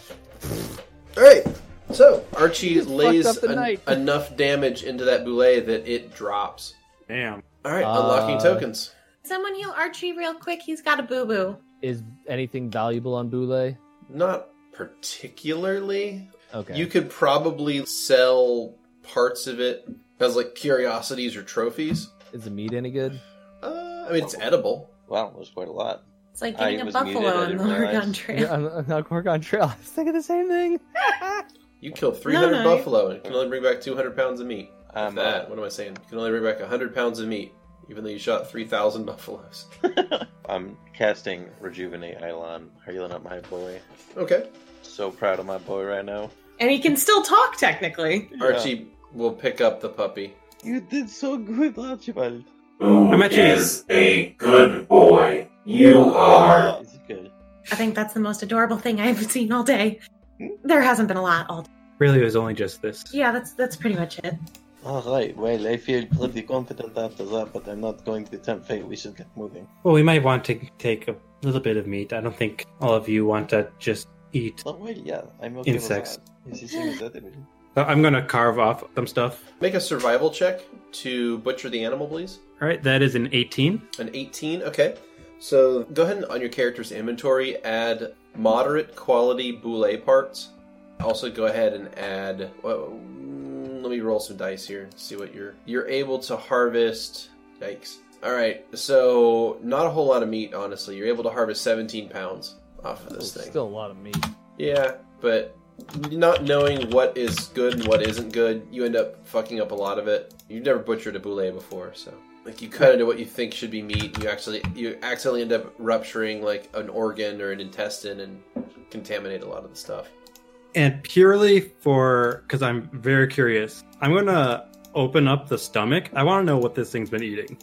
S1: All right. So Archie
S7: Just fucked
S1: lays
S7: up the
S1: en-
S7: night.
S1: enough damage into that boulet that it drops.
S5: Damn.
S1: All right,
S7: Uh,
S1: unlocking tokens.
S2: Someone heal Archie real quick. He's got a boo boo.
S6: Is anything valuable on Boule?
S1: Not particularly.
S6: Okay.
S1: You could probably sell parts of it as like curiosities or trophies.
S6: Is the meat any good?
S1: Uh, I mean, it's edible.
S3: Wow, that was quite a lot.
S2: It's like
S3: I
S2: getting a
S3: Ah, was
S2: buffalo
S3: muted, I
S2: on
S3: didn't
S2: the Oregon
S3: realize.
S2: Trail.
S7: Yeah, I'm, I'm not Gorgon Trail. I was thinking the same thing.
S1: You killed 300
S2: no, you-
S1: buffalo and can only bring back 200 pounds of meat.
S3: I'm,
S1: that, what am I saying? You can only bring back 100 pounds of meat, even though you shot 3,000 buffaloes.
S3: I'm casting Rejuvenate Eilon, healing up my boy.
S1: Okay.
S3: So proud of my boy right now.
S2: And he can still talk, technically.
S1: Archie will pick up the puppy.
S3: You did so good, Archibald.
S4: Who
S5: I'm actually-
S4: is a good boy? You are.
S3: It's good.
S2: I think that's the most adorable thing I've seen all day. There hasn't been a lot all day.
S5: Really, it was only just this.
S2: Yeah, that's that's pretty much it.
S3: All Oh, right. Well, I feel pretty confident after that, but I'm not going to tempt fate. We should get moving.
S5: Well, we might want to take a little bit of meat. I don't think all of you want to just eat.
S3: Oh, well, yeah, I'm okay
S5: Insects.
S3: with that. Is he saying that to me?
S5: So I'm going to carve off some stuff.
S1: Make a survival check to butcher the animal, please.
S5: All right, that is an 18.
S1: An 18. Okay. So go ahead and on your character's inventory, add moderate quality boule parts. Also, go ahead and add. Well, mm, let me roll some dice here. and See what you're you're able to harvest. Yikes! All right, so not a whole lot of meat, honestly. You're able to harvest 17 pounds off of this thing.
S6: Still a lot of meat.
S1: Yeah, but not knowing what is good and what isn't good, you end up fucking up a lot of it. You've never butchered a boulet before, so like you cut into what you think should be meat, and you actually you accidentally end up rupturing like an organ or an intestine and contaminate a lot of the stuff.
S5: And purely for, because I'm very curious, I'm going to open up the stomach. I want to know what this thing's been eating.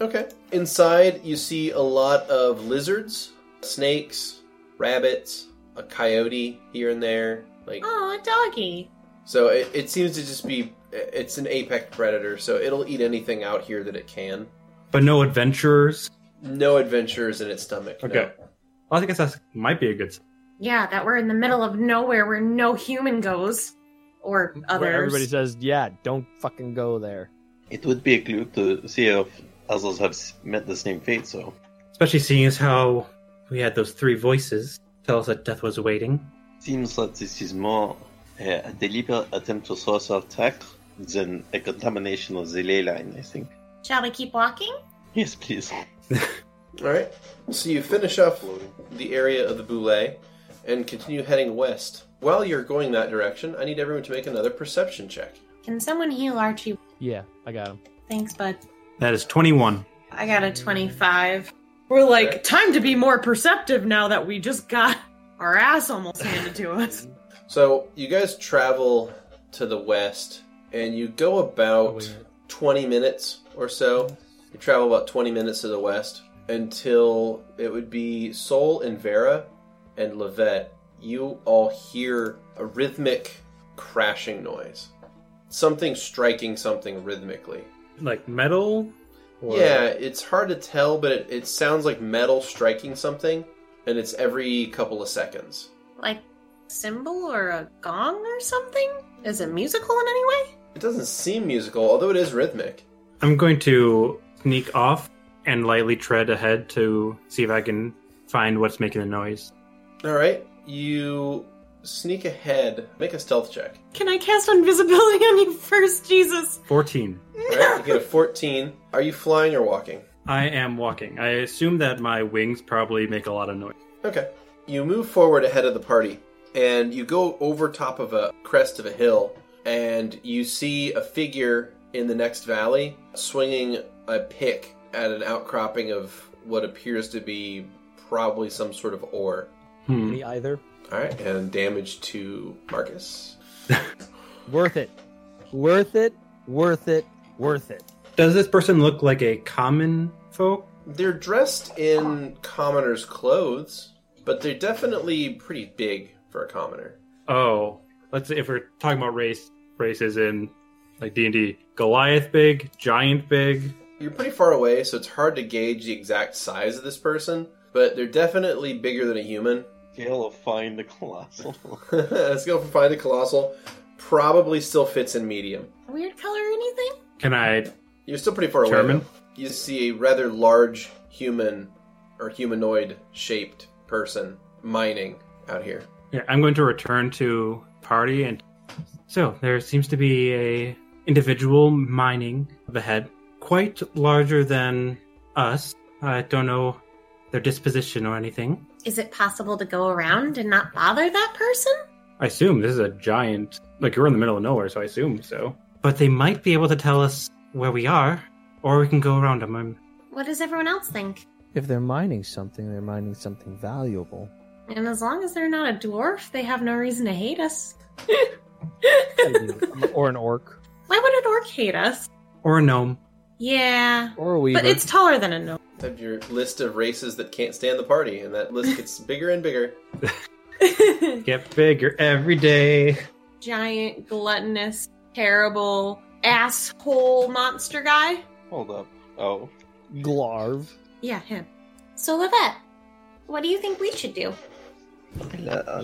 S1: Okay. Inside, you see a lot of lizards, snakes, rabbits, a coyote here and there. Like
S2: Oh, a doggy.
S1: so, it, it seems to just be it's an apex predator, so it'll eat anything out here that it can.
S5: But no adventurers.
S1: No adventures in its stomach. no.
S5: Okay. Well, I guess that might be a good.
S2: Yeah, that we're in the middle of nowhere where no human goes. Or
S6: Where everybody
S2: others.
S6: says, yeah, don't fucking go there.
S3: It would be a clue to see if others have s- met the same fate. So
S5: Especially seeing as how we had those three voices tell us that death was waiting.
S3: seems that this is more uh, a deliberate attempt to source our track than a contamination of the ley line. I think.
S2: Shall we keep walking?
S3: Yes, please.
S1: All right. So you finish up the area of the Boule and continue heading west. While you're going that direction, I need everyone to make another perception check.
S2: Can someone heal Archie?
S6: Yeah, I got him.
S2: Thanks, bud.
S5: That is 21.
S2: I got a 25. We're like, time to be more perceptive now that we just got our ass almost handed to us.
S1: So you guys travel to the west, and you go about 20 minutes or so. You travel about 20 minutes to the west until it would be Sol and Vera and Levette. You all hear a rhythmic crashing noise. Something striking something rhythmically.
S5: Like metal? Or-
S1: Yeah, it's hard to tell, but it, it sounds like metal striking something, and it's every couple of seconds.
S2: Like, cymbal or a gong or something? Is it musical in any way?
S1: It doesn't seem musical, although it is rhythmic.
S5: I'm going to sneak off and lightly tread ahead to see if I can find what's making the noise.
S1: All right, you sneak ahead, make a stealth check.
S2: Can I cast invisibility on you first, Jesus?
S5: 14.
S1: All right, you get a 14. Are you flying or walking?
S9: I am walking. I assume that my wings probably make a lot of noise.
S1: Okay. You move forward ahead of the party, and you go over top of a crest of a hill, and you see a figure in the next valley swinging a pick at an outcropping of what appears to be probably some sort of ore.
S9: Hmm.
S6: Me either.
S1: All right, and damage to Marcus.
S6: Worth it. Worth it. Worth it. Worth it.
S9: Does this person look like a common folk?
S1: They're dressed in commoners' clothes, but they're definitely pretty big for a commoner.
S9: Oh, let's if we're talking about race races in like D and D, Goliath big, giant big.
S1: You're pretty far away, so it's hard to gauge the exact size of this person, but they're definitely bigger than a human.
S3: Gale will find the colossal.
S1: Let's go for find a colossal. Probably still fits in medium.
S2: Weird color or anything?
S9: Can I?
S1: You're still pretty far away.
S9: Chairman?
S1: though. You see a rather large human or humanoid shaped person mining out here.
S9: Yeah, I'm going to return to party and so there seems to be a individual mining the head, quite larger than us. I don't know their disposition or anything.
S2: Is it possible to go around and not bother that person?
S9: I assume this is a giant. Like we're in the middle of nowhere, so I assume so. But they might be able to tell us where we are, or we can go around them. I'm,
S2: What does everyone else think?
S6: If they're mining something, they're mining something valuable.
S2: And as long as they're not a dwarf, they have no reason to hate us.
S6: or an orc.
S2: Why would an orc hate us?
S9: or a gnome.
S2: Yeah.
S6: Or a weaver.
S2: But it's taller than a gnome.
S1: You have your list of races that can't stand the party, and that list gets bigger and bigger.
S9: Get bigger every day.
S2: Giant, gluttonous, terrible, asshole monster guy.
S3: Hold up. Oh.
S6: Glarv.
S2: Yeah, him. So, Levette, what do you think we should do?
S3: Well, uh,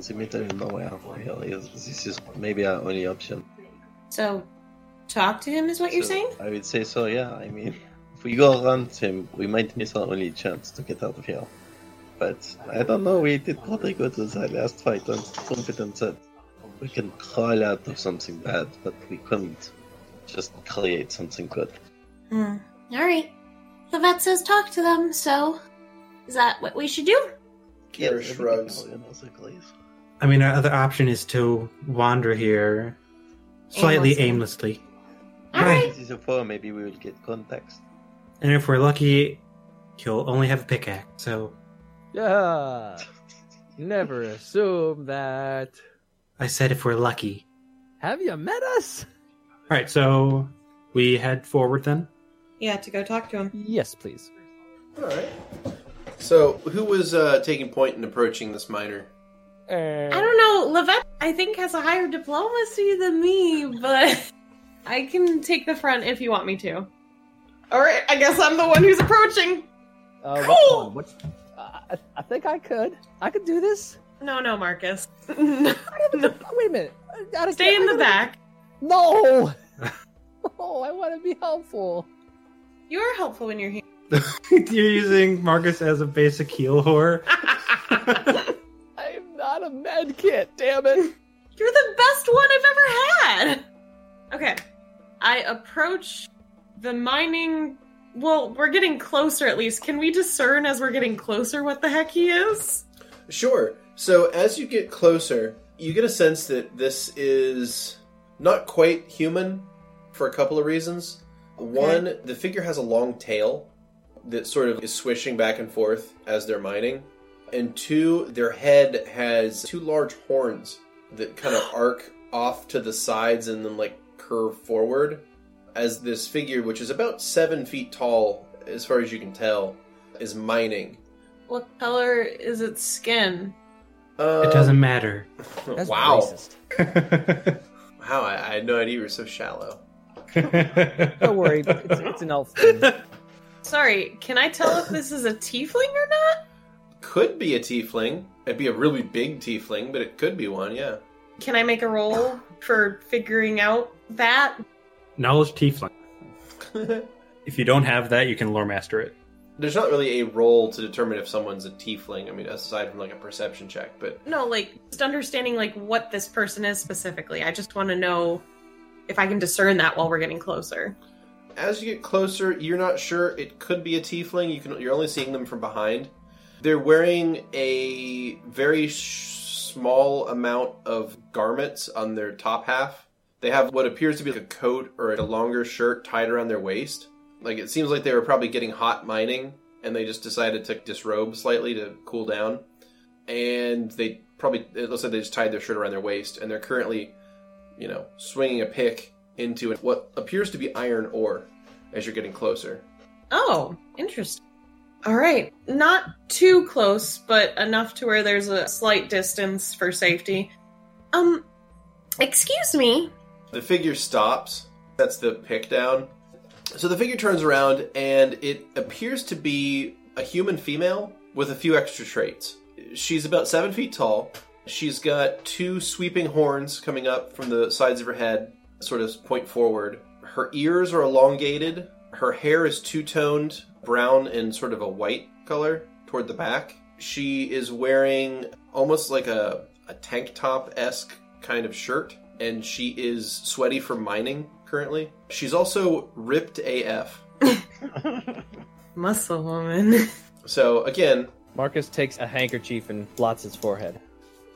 S3: Zimitar no well. This is maybe our only option.
S2: So, talk to him is what you're
S3: So,
S2: saying?
S3: I would say so, yeah. I mean, if we go around him, we might miss our only chance to get out of here. But I don't know, we did pretty good with that last fight. I'm confident that we can crawl out of something bad, but we couldn't just create something good.
S2: Hmm. All right. Levette says talk to them, so is that what we should do?
S1: Kira shrugs.
S3: You know, it's like, please.
S9: I mean, our other option is to wander here slightly aimlessly.
S2: All
S9: Right.
S2: right.
S3: This is a four, maybe we will get context.
S9: And if we're lucky, he'll only have a pickaxe. So
S6: Yeah. Never assume that.
S9: I said if we're lucky.
S6: Have you met us?
S9: All right, so we head forward then.
S2: Yeah, to go talk to him.
S6: Yes, please.
S1: All right. So, who was uh, taking point in approaching this miner?
S6: Uh,
S2: I don't know. Levette, I think, has a higher diplomacy than me, but I can take the front if you want me to. All right, I guess I'm the one who's approaching.
S6: Uh, what's
S2: Cool.
S6: on? What's- I, I- I think I could. I could do this.
S2: No, no, Marcus. No.
S6: I gotta do- Wait a minute. I gotta-
S2: Stay in the
S6: I gotta-
S2: back.
S6: No. oh, I want to be helpful.
S2: You are helpful when you're here.
S9: You're using Marcus as a basic heal whore.
S6: I'm not a med kit. Damn it.
S2: You're the best one I've ever had. Okay. I approach the mining. Well, we're getting closer at least. Can we discern as we're getting closer what the heck he is?
S1: Sure. So, as you get closer, you get a sense that this is not quite human for a couple of reasons. One, the figure has a long tail that sort of is swishing back and forth as they're mining. And two, their head has two large horns that kind of arc off to the sides and then like curve forward as this figure, which is about seven feet tall, as far as you can tell, is mining.
S2: What color is its skin?
S1: Um,
S9: it doesn't matter.
S6: That's
S1: wow.
S6: racist.
S1: Wow, I, I had no idea you were so shallow.
S6: Don't
S9: Don't
S6: worry. It's, it's an elf thing.
S2: Sorry, can I tell if this is a tiefling or not?
S1: Could be a tiefling. It'd be a really big tiefling, but it could be one, yeah.
S2: Can I make a roll for figuring out that?
S9: Knowledge tiefling. If you don't have that, you can lore master it.
S1: There's not really a role to determine if someone's a tiefling, I mean, aside from like a perception check, but
S2: No, like just understanding like what this person is specifically. I just want to know if I can discern that while we're getting closer.
S1: As you get closer, you're not sure. It could be a tiefling. You can. You're only seeing them from behind. They're wearing a very sh- small amount of garments on their top half. They have what appears to be like a coat or a longer shirt tied around their waist. Like it seems like they were probably getting hot mining, and they just decided to disrobe slightly to cool down. And they probably it looks like they just tied their shirt around their waist, and they're currently you know, swinging a pick into what appears to be iron ore as you're getting closer.
S2: Oh, interesting. All right. Not too close, but enough to where there's a slight distance for safety. Um, excuse me.
S1: The figure stops, sets the pick down. So the figure turns around, and it appears to be a human female with a few extra traits. She's about seven feet tall. She's got two sweeping horns coming up from the sides of her head, sort of point forward. Her ears are elongated. Her hair is two toned, brown and sort of a white color toward the back. She is wearing almost like a, a tank top esque kind of shirt, and she is sweaty from mining currently. She's also ripped AF.
S2: Muscle woman.
S1: So, again,
S10: Marcus takes a handkerchief and blots his forehead.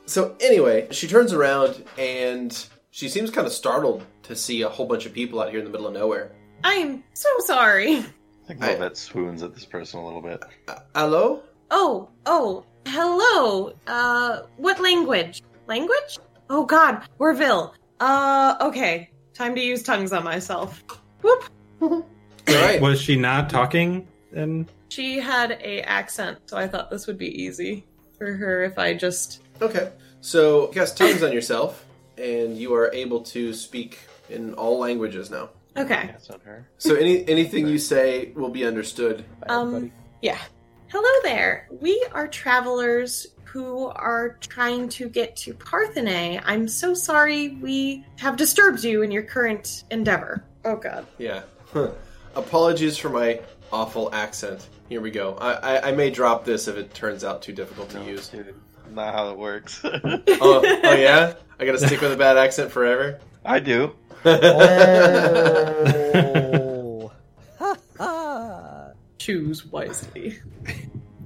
S1: So anyway, she turns around and she seems kind of startled to see a whole bunch of people out here in the middle of nowhere.
S2: I'm so sorry.
S3: I think Lovett swoons at this person a little bit.
S1: Uh, Hello?
S2: Oh, oh, hello. Uh, what language? Language? Oh god, we're Vil. Uh, okay. Time to use tongues on myself. Whoop.
S1: All right.
S5: Was she not talking? And
S2: She had a accent, so I thought this would be easy for her if I just
S1: Okay. So you cast tongues on yourself, and you are able to speak in all languages now.
S2: Okay.
S3: That's on her.
S1: So any anything you say will be understood.
S2: Um yeah. Hello there. We are travelers who are trying to get to Parthenay. I'm so sorry we have disturbed you in your current endeavor. Oh god.
S1: Yeah. Apologies for my awful accent. Here we go. I, I, I may drop this if it turns out too difficult to
S3: No,
S1: use.
S3: dude, not how it works.
S1: Oh, oh yeah? I gotta stick with a bad accent forever?
S3: I do.
S7: Oh. Ha,
S2: Ah.
S6: Ah.
S7: ha.
S2: Choose wisely.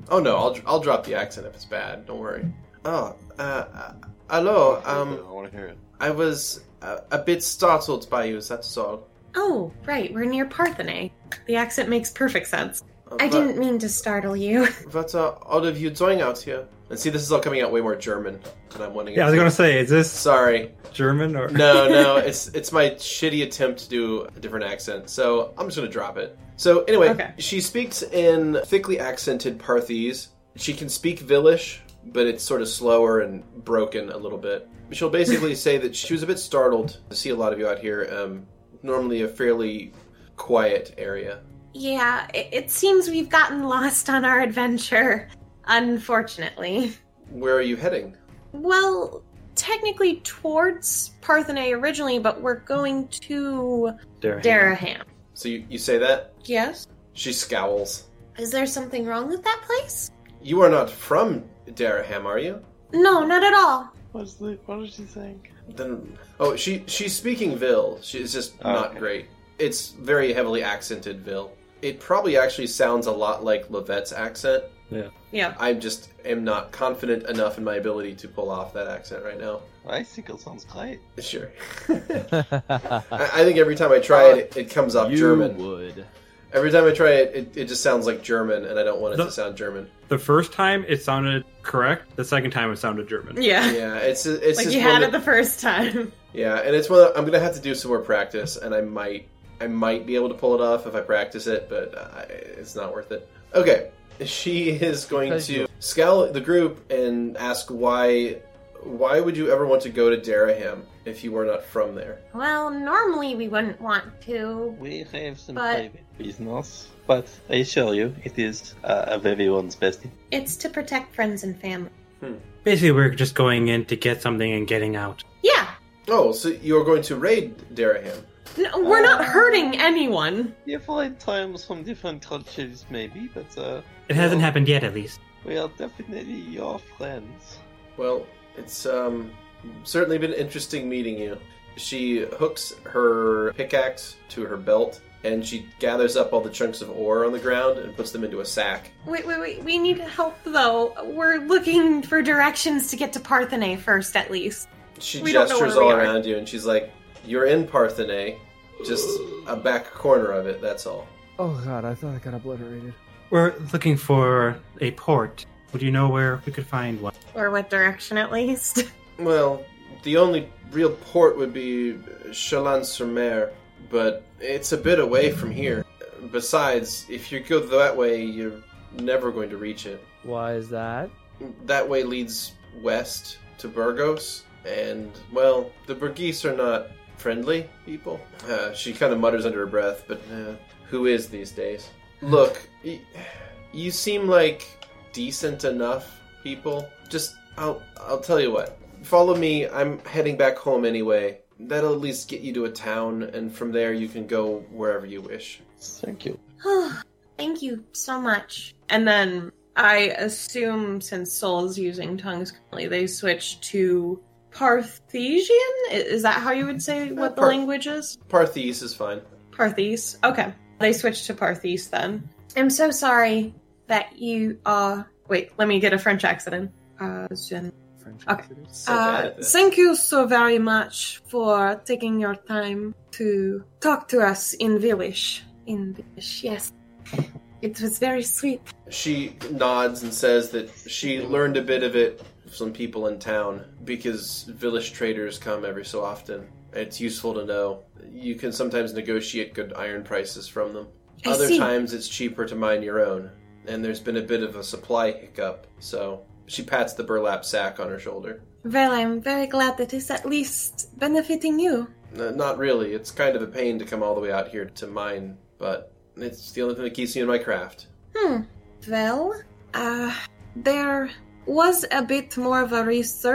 S1: Oh no, I'll I'll drop the accent if it's bad. Don't worry. Oh, uh, uh, hello.
S3: I
S1: Um,
S3: want to hear it.
S1: I was a, a bit startled by you. That's all.
S2: Oh, right, we're near Parthenay. The accent makes perfect sense.
S1: Uh,
S2: I
S1: but-
S2: didn't mean to startle you.
S1: What are all of you doing out here? And see, this is all coming out way more German than I'm wanting. it
S5: yeah, I was
S1: to.
S5: gonna say, is this
S1: Sorry.
S5: German or
S1: No, no. it's it's my shitty attempt to do a different accent. So I'm just gonna drop it. So anyway,
S2: Okay.
S1: she speaks in thickly accented Parthese. She can speak Villish, but it's sort of slower and broken a little bit. She'll basically say that she was a bit startled to see a lot of you out here. Um, normally a fairly quiet area.
S2: Yeah, it, it seems we've gotten lost on our adventure, unfortunately.
S1: Where are you heading?
S2: Well, technically towards Parthenay originally, but we're going to Daraham.
S1: So you, you say that?
S2: Yes?
S1: She scowls.
S2: Is there something wrong with that place?
S1: You are not from Daraham, are you?
S2: No, not at all.
S3: What's the, what is she saying?
S1: Then oh, she she's speaking Vil. She's just
S10: Ah,
S3: Oh,
S1: not
S3: okay.
S1: great. It's very heavily accented Vil. It probably actually sounds a lot like Levette's accent.
S2: Yeah.
S1: I just am not confident enough in my ability to pull off that accent right now.
S3: I think it sounds great.
S1: Sure. I, I think every time I try it, it comes off
S10: you
S1: German.
S10: would.
S1: Every time I try it, it, it just sounds like German, and I don't want it
S5: No.
S1: to sound German.
S5: the first time it sounded correct? The second time it sounded German.
S2: Yeah.
S1: Yeah, it's it's
S2: like
S1: just
S2: you
S1: one
S2: had
S1: that-
S2: it the first time.
S1: Yeah, and it's one that I'm gonna have to do some more practice, and I might I might be able to pull it off if I practice it, but I, it's not worth it. Okay, she is going
S6: Thank
S1: to scowl at the group and ask why why would you ever want to go to Daraham if you were not from there?
S2: Well, normally we wouldn't want to.
S3: We have some
S2: But-
S3: private business, but I assure you, it is uh, of everyone's best.
S2: It's to protect friends and family.
S5: Basically, we're just going in to get something and getting out.
S2: Yeah.
S1: Oh, so you're going to raid Daraham?
S2: No, we're not hurting anyone.
S3: You find times from different cultures, maybe, but uh,
S5: It hasn't happened yet, at least.
S3: we are definitely your friends.
S1: Well, it's um certainly been interesting meeting you. She hooks her pickaxe to her belt and she gathers up all the chunks of ore on the ground and puts them into a sack.
S2: Wait, wait, wait. We need help, though. We're looking for directions to get to Parthenay first, at least.
S1: She
S2: We don't know
S1: gestures
S2: where
S1: all
S2: we are.
S1: around you and she's like, You're in Parthenay, just a back corner of it, that's all.
S6: Oh god, I thought I got obliterated.
S5: We're looking for a port. Would you know where we could find one?
S2: Or what direction, at least?
S1: Well, the only real port would be Chalon sur Mer, but it's a bit away from here. Besides, if you go that way, you're never going to reach it.
S7: Why is that?
S1: That way leads west to Burgos, and, well, the Burgese are not friendly people. Uh, she kind of mutters under her breath, but uh, who is these days? Look, y- you seem like decent enough people. Just, I'll, I'll tell you what. Follow me. I'm heading back home anyway. That'll at least get you to a town, and from there you can go wherever you wish.
S3: Thank you.
S2: Thank you so much. And then I assume since Soul's using tongues currently, they switch to Parthesian? I- Is that how you would say what the
S1: Par-
S2: language is?
S1: Parthese is fine.
S2: Parthese. Okay. They switched to Parthese then. I'm so sorry that you are. Wait, let me get a French accent in. Uh, Jen-
S6: French
S2: Okay.
S6: accidents.
S1: So bad
S2: uh,
S1: at this.
S2: thank you so very much for taking your time to talk to us in Village. In Village, yes. It was very sweet.
S1: She nods and says that she learned a bit of it from people in town because village traders come every so often. It's useful to know. You can sometimes negotiate good iron prices from them.
S2: I
S1: Other
S2: see.
S1: times it's cheaper to mine your own, and there's been a bit of a supply hiccup, so she pats the burlap sack on her shoulder.
S2: Well, I'm very glad that it's at least benefiting you.
S1: N- Not really, it's kind of a pain to come all the way out here to mine, but it's the only thing that keeps me in my craft.
S2: Hmm. Well, uh, there was a bit more of a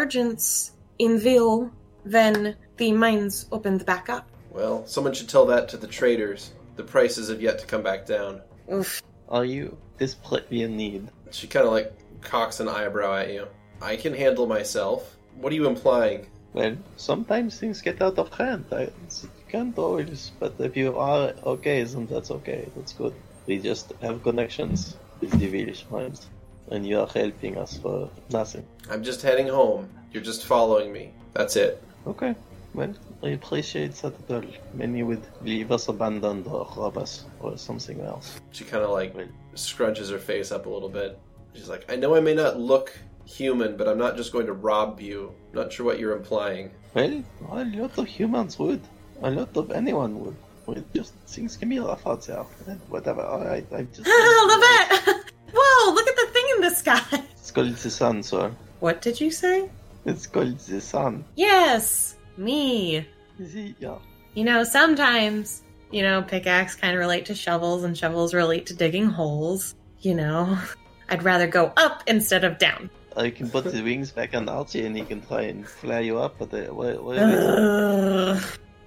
S2: resurgence in Ville when the mines opened back up.
S1: Well, someone should tell that to the traders. The prices have yet to come back down.
S2: Oof.
S3: All you this plit be in need.
S1: She kind of like cocks an eyebrow at you. I can handle myself. What are you implying?
S3: Well, sometimes things get out of hand. I, it's- you can't always, but if you are okay, then that's okay. That's good. We just have connections with the village minds, and you are helping us for nothing.
S1: I'm just heading home. You're just following me. That's it.
S3: Okay. Well, I appreciate that at all. Many would leave us abandoned or rob us or something else.
S1: She kind of like
S3: Wait.
S1: scrunches her face up a little bit. She's like, I know I may not look human, but I'm not just going to rob you. not sure what you're implying.
S3: Well, a lot of humans would. A lot of anyone would. Well, just things can be rough out there. Eh, Whatever. All right. I just
S2: Love it! Whoa, look at the thing in the sky!
S3: It's called the sun, sir.
S2: What did you say?
S3: It's called the sun.
S2: Yes, me.
S3: See, yeah.
S2: You know, sometimes, you know, pickaxe kind of relate to shovels and shovels relate to digging holes. You know, I'd rather go up instead of down.
S3: I can put the wings back on Archie and he can try and fly you up, but uh, why, why
S2: Ugh.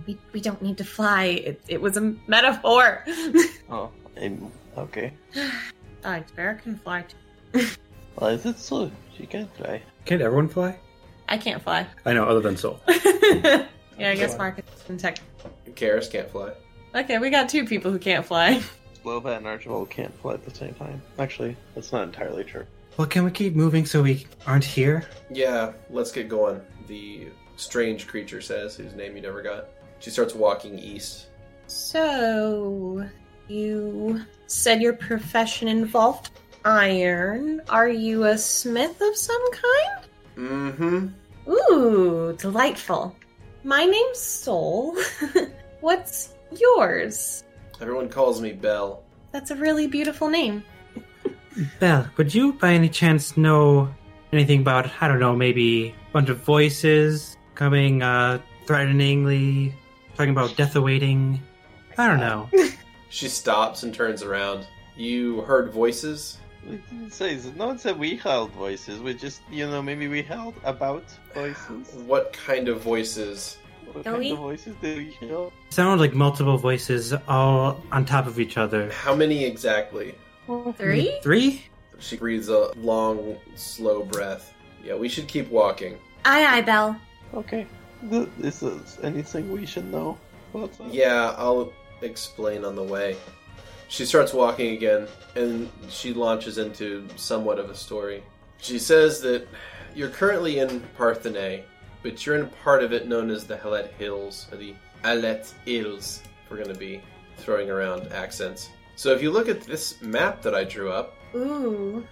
S2: we, we don't need to fly. It, it was a metaphor.
S3: Oh, I'm- okay.
S2: I bear can fly. too.
S3: Well, is it so? She can fly.
S5: Can't everyone fly?
S2: I can't fly.
S5: I know, other than Soul.
S2: yeah, I guess Marcus can tech.
S1: Karis can't fly.
S2: Okay, we got two people who can't fly.
S3: Slova and Archibald can't fly at the same time. Actually, that's not entirely true.
S5: Well, can we keep moving so we aren't here?
S1: Yeah, let's get going. The strange creature says, whose name you never got. She starts walking east.
S2: So, you said your profession involved iron. Are you a smith of some kind?
S1: Mm hmm.
S2: Ooh, delightful. My name's Soul. What's yours?
S1: Everyone calls me Belle.
S2: That's a really beautiful name.
S5: Belle, would you by any chance know anything about, I don't know, maybe a bunch of voices coming uh, threateningly, talking about death awaiting? I don't know.
S1: She stops and turns around. You heard voices?
S3: We didn't say no one said we held voices. We just, you know, maybe we held about voices.
S1: What kind of voices?
S3: What
S2: Are
S3: kind
S2: we?
S3: of voices do we hear?
S5: Sound like multiple voices all on top of each other.
S1: How many exactly?
S2: Three?
S5: Three?
S1: She breathes a long, slow breath. Yeah, we should keep walking.
S2: Aye, aye, Belle.
S3: Okay, Th- is there anything we should know? About that?
S1: Yeah, I'll explain on the way. She starts walking again, and she launches into somewhat of a story. She says that you're currently in Parthenay, but you're in part of it known as the Hellet Hills, or the Alet Hills, if we're going to be throwing around accents. So if you look at this map that I drew up,
S2: Ooh.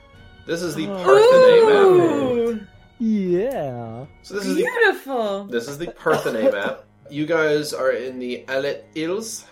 S1: this is the
S5: Oh.
S1: Parthenay map.
S7: Yeah.
S1: So this is the
S2: Beautiful.
S1: This is the Parthenay map. You guys are in the Alet Hills,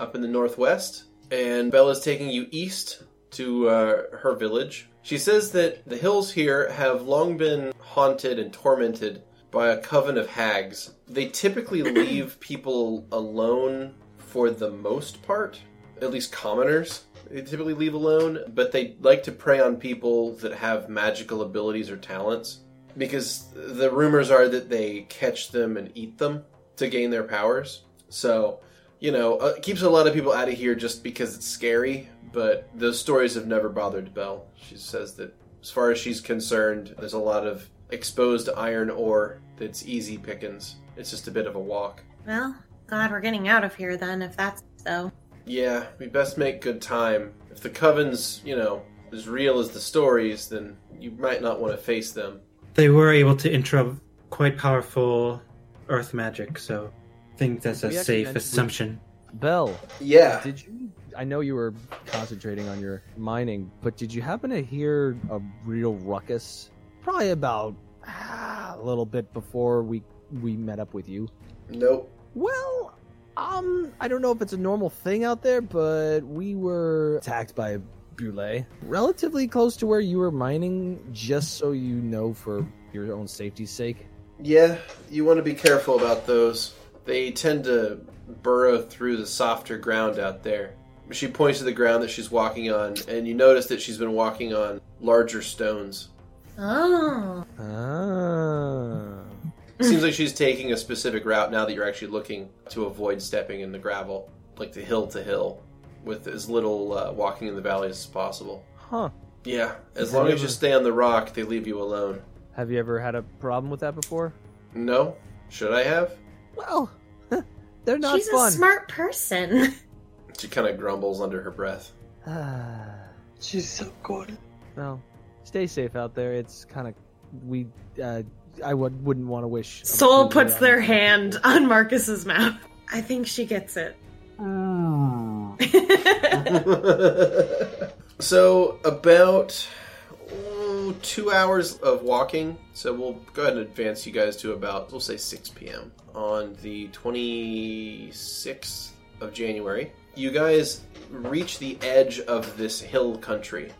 S1: up in the northwest, and Bella's taking you east to uh, her village. She says that the hills here have long been haunted and tormented by a coven of hags. They typically leave people alone for the most part, at least commoners. They typically leave alone, but they like to prey on people that have magical abilities or talents because the rumors are that they catch them and eat them to gain their powers. So, you know, uh, it keeps a lot of people out of here just because it's scary, but those stories have never bothered Belle. She says that as far as she's concerned, there's a lot of exposed iron ore that's easy pickings. It's just a bit of a walk.
S2: Well, glad we're getting out of here then, if that's so.
S1: Yeah, we best make good time. If the coven's, you know, as real as the stories, then you might not want to face them.
S9: They were able to interrupt quite powerful earth magic, so I think that's a
S7: We actually
S9: safe
S7: meant-
S9: assumption.
S7: Bell,
S1: Yeah.
S7: did you? I know you were concentrating on your mining, but did you happen to hear a real ruckus? Probably about ah, a little bit before we we met up with you.
S1: Nope.
S7: Well, um, I don't know if it's a normal thing out there, but we were attacked by Boulay relatively close to where you were mining, just so you know for your own safety's sake.
S1: Yeah, you want to be careful about those. They tend to burrow through the softer ground out there. She points to the ground that she's walking on, and you notice that she's been walking on larger stones.
S2: Oh.
S7: Ah.
S1: Seems like she's taking a specific route now that you're actually looking to avoid stepping in the gravel, like the hill to hill, with as little uh, walking in the valleys as possible.
S7: Huh.
S1: Yeah, as
S7: Have
S1: long
S7: you
S1: as you
S7: ever-
S1: stay on the rock, they leave you alone.
S7: Have you ever had a problem with that before?
S1: No? Should I have?
S7: Well, they're not
S2: She's
S7: fun.
S2: a smart person.
S1: She kind of grumbles under her breath.
S3: She's so good.
S7: well, stay safe out there. It's kind of we. Uh, I would, wouldn't want to wish. a
S2: Soul
S7: fool
S2: puts
S7: on-
S2: their hand on Marcus's mouth. I think she gets it. Ah.
S1: so about oh, two hours of walking. So we'll go ahead and advance you guys to about we'll say 6 p.m. on the 26th of January. You guys reach the edge of this hill country.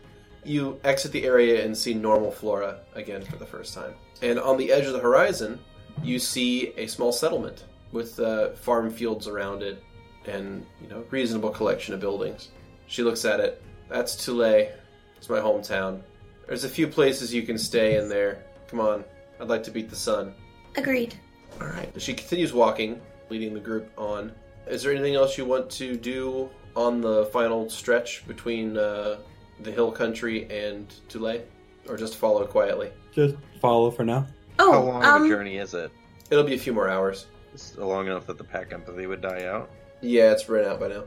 S1: You exit the area and see normal flora again for the first time. And on the edge of the horizon, you see a small settlement with uh, farm fields around it and you know reasonable collection of buildings. She looks at it. That's Tule. It's my hometown. There's a few places you can stay in there. Come on, I'd like to beat the sun.
S2: Agreed.
S1: All right. She continues walking, leading the group on. Is there anything else you want to do on the final stretch between uh, the hill country and Tule, or just follow quietly?
S5: Just follow for now.
S2: Oh,
S3: How long of
S2: um,
S3: a journey is it?
S1: It'll be a few more hours.
S3: It's long enough that the pack empathy would die out.
S1: Yeah, it's run out by now.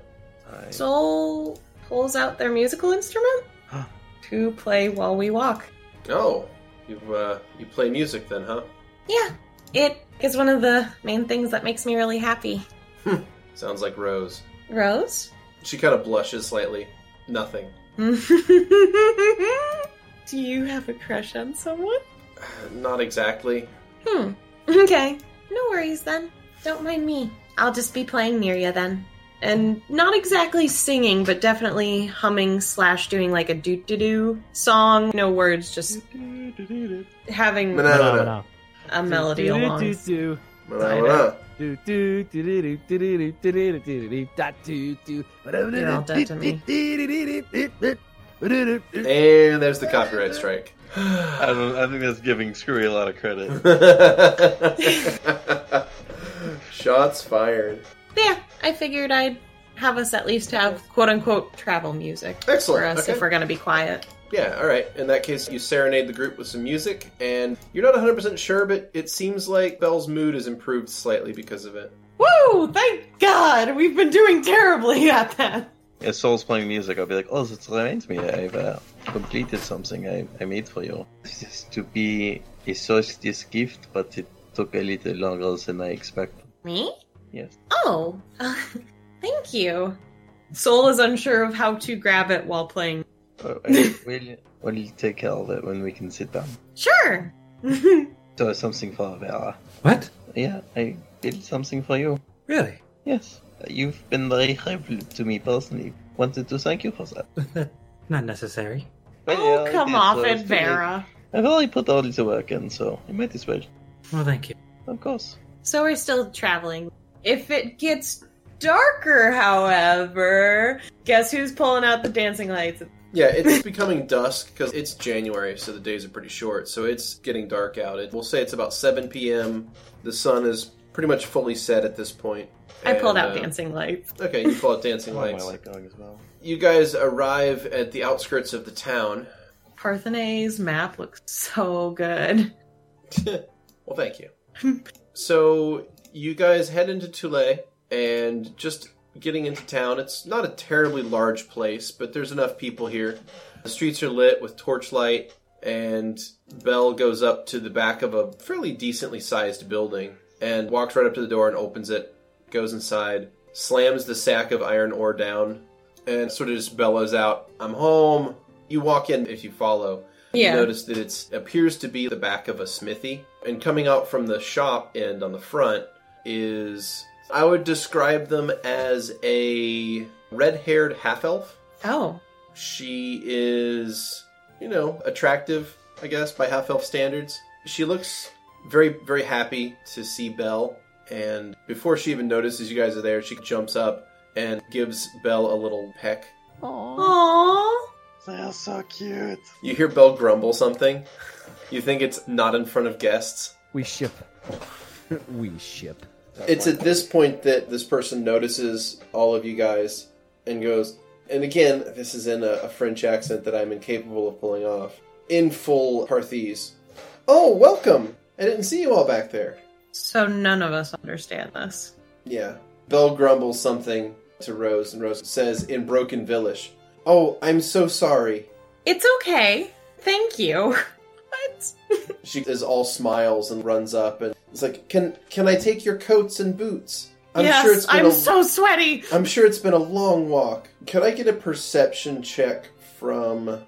S3: I...
S2: Soul pulls out their musical instrument to play while we walk.
S1: Oh, you uh, you play music then, huh?
S2: Yeah, it is one of the main things that makes me really happy.
S1: Sounds like Rose.
S2: Rose?
S1: She kind of blushes slightly. Nothing.
S2: Do you have a crush on someone?
S1: Not exactly.
S2: Hmm. Okay. No worries then. Don't mind me. I'll just be playing near you then. And not exactly singing, but definitely humming slash doing like a doo doo doo song. No words, just having
S1: No, no, no.
S2: a melody along.
S7: Do, do, do, do, do, do, do, do, do, do, do, do, do, da, do, do.
S2: You're all dead to me.
S1: And there's the copyright strike.
S3: I don't. I think that's giving Screwy a lot of credit.
S1: Shots fired.
S2: Yeah, I figured I'd have us at least have quote unquote travel music for
S1: Excellent.
S2: us
S1: Okay.
S2: if we're gonna be quiet.
S1: Yeah, all right. In that case, you serenade the group with some music, and you're not 100% sure, but it seems like Belle's mood has improved slightly because of it.
S2: Woo! Thank God! We've been doing terribly at that.
S3: If Soul's playing music, I'll be like, oh, this reminds me, I've uh, completed something I, I made for you. This is to be a solstice gift, but it took a little longer than I expected.
S2: Me?
S3: Yes.
S2: Oh, uh, thank you. Soul is unsure of how to grab it while playing.
S3: Oh, I- we'll, we'll take care of it when we can sit down.
S2: Sure. Oh,
S3: So it's something for Vera.
S9: What?
S3: Yeah, I did something for you.
S9: Really?
S3: Yes. You've been very helpful to me personally. Wanted to thank you for that.
S9: Not necessary.
S3: Well,
S2: Oh,
S3: yeah,
S2: come
S3: it
S2: off
S3: was
S2: it,
S3: to me.
S2: Vera.
S3: I've already put all this work in, so I might as well.
S9: Well, thank you.
S3: Of course.
S2: So we're still traveling. If it gets darker, however, guess who's pulling out the dancing lights?
S1: Yeah, it's becoming dusk because it's January, so the days are pretty short. So it's getting dark out. It, we'll say it's about 7 p.m. The sun is pretty much fully set at this point.
S2: I pulled
S1: and,
S2: out
S1: uh,
S2: dancing lights.
S1: Okay, you pull out dancing
S3: Oh, my
S1: lights.
S3: light going as well.
S1: You guys arrive at the outskirts of the town.
S2: Parthenay's map looks so good.
S1: well, thank you. so you guys head into Tule, and just getting into town. It's not a terribly large place, but there's enough people here. The streets are lit with torchlight, and Belle goes up to the back of a fairly decently sized building and walks right up to the door and opens it. Goes inside, slams the sack of iron ore down, and sort of just bellows out, "I'm home." You walk in if you follow.
S2: Yeah.
S1: You notice that it appears to be the back of a smithy. And coming out from the shop end on the front is. I would describe them as a red haired half elf.
S2: Oh,
S1: She is, you know, attractive, I guess, by half elf standards. She looks very, very happy to see Belle. And before she even notices you guys are there, she jumps up and gives Belle a little peck.
S2: aww,
S3: They're so cute.
S1: You hear Belle grumble something. You think it's not in front of guests.
S7: We ship. we ship.
S1: It's at this point that this person notices all of you guys and goes, and again, this is in a, a French accent that I'm incapable of pulling off, in full Parthese. Oh, welcome! I didn't see you all back there.
S2: so none of us understand this.
S1: Yeah. Belle grumbles something to Rose, and Rose says, in broken Villish, Oh, I'm so sorry.
S2: It's okay. Thank you. What?
S1: She is all smiles and runs up and it's like, Can can I take your coats and boots? I'm
S2: yes,
S1: sure it's been
S2: I'm
S1: a-
S2: so sweaty.
S1: I'm sure it's been a long walk. Could I get a perception check from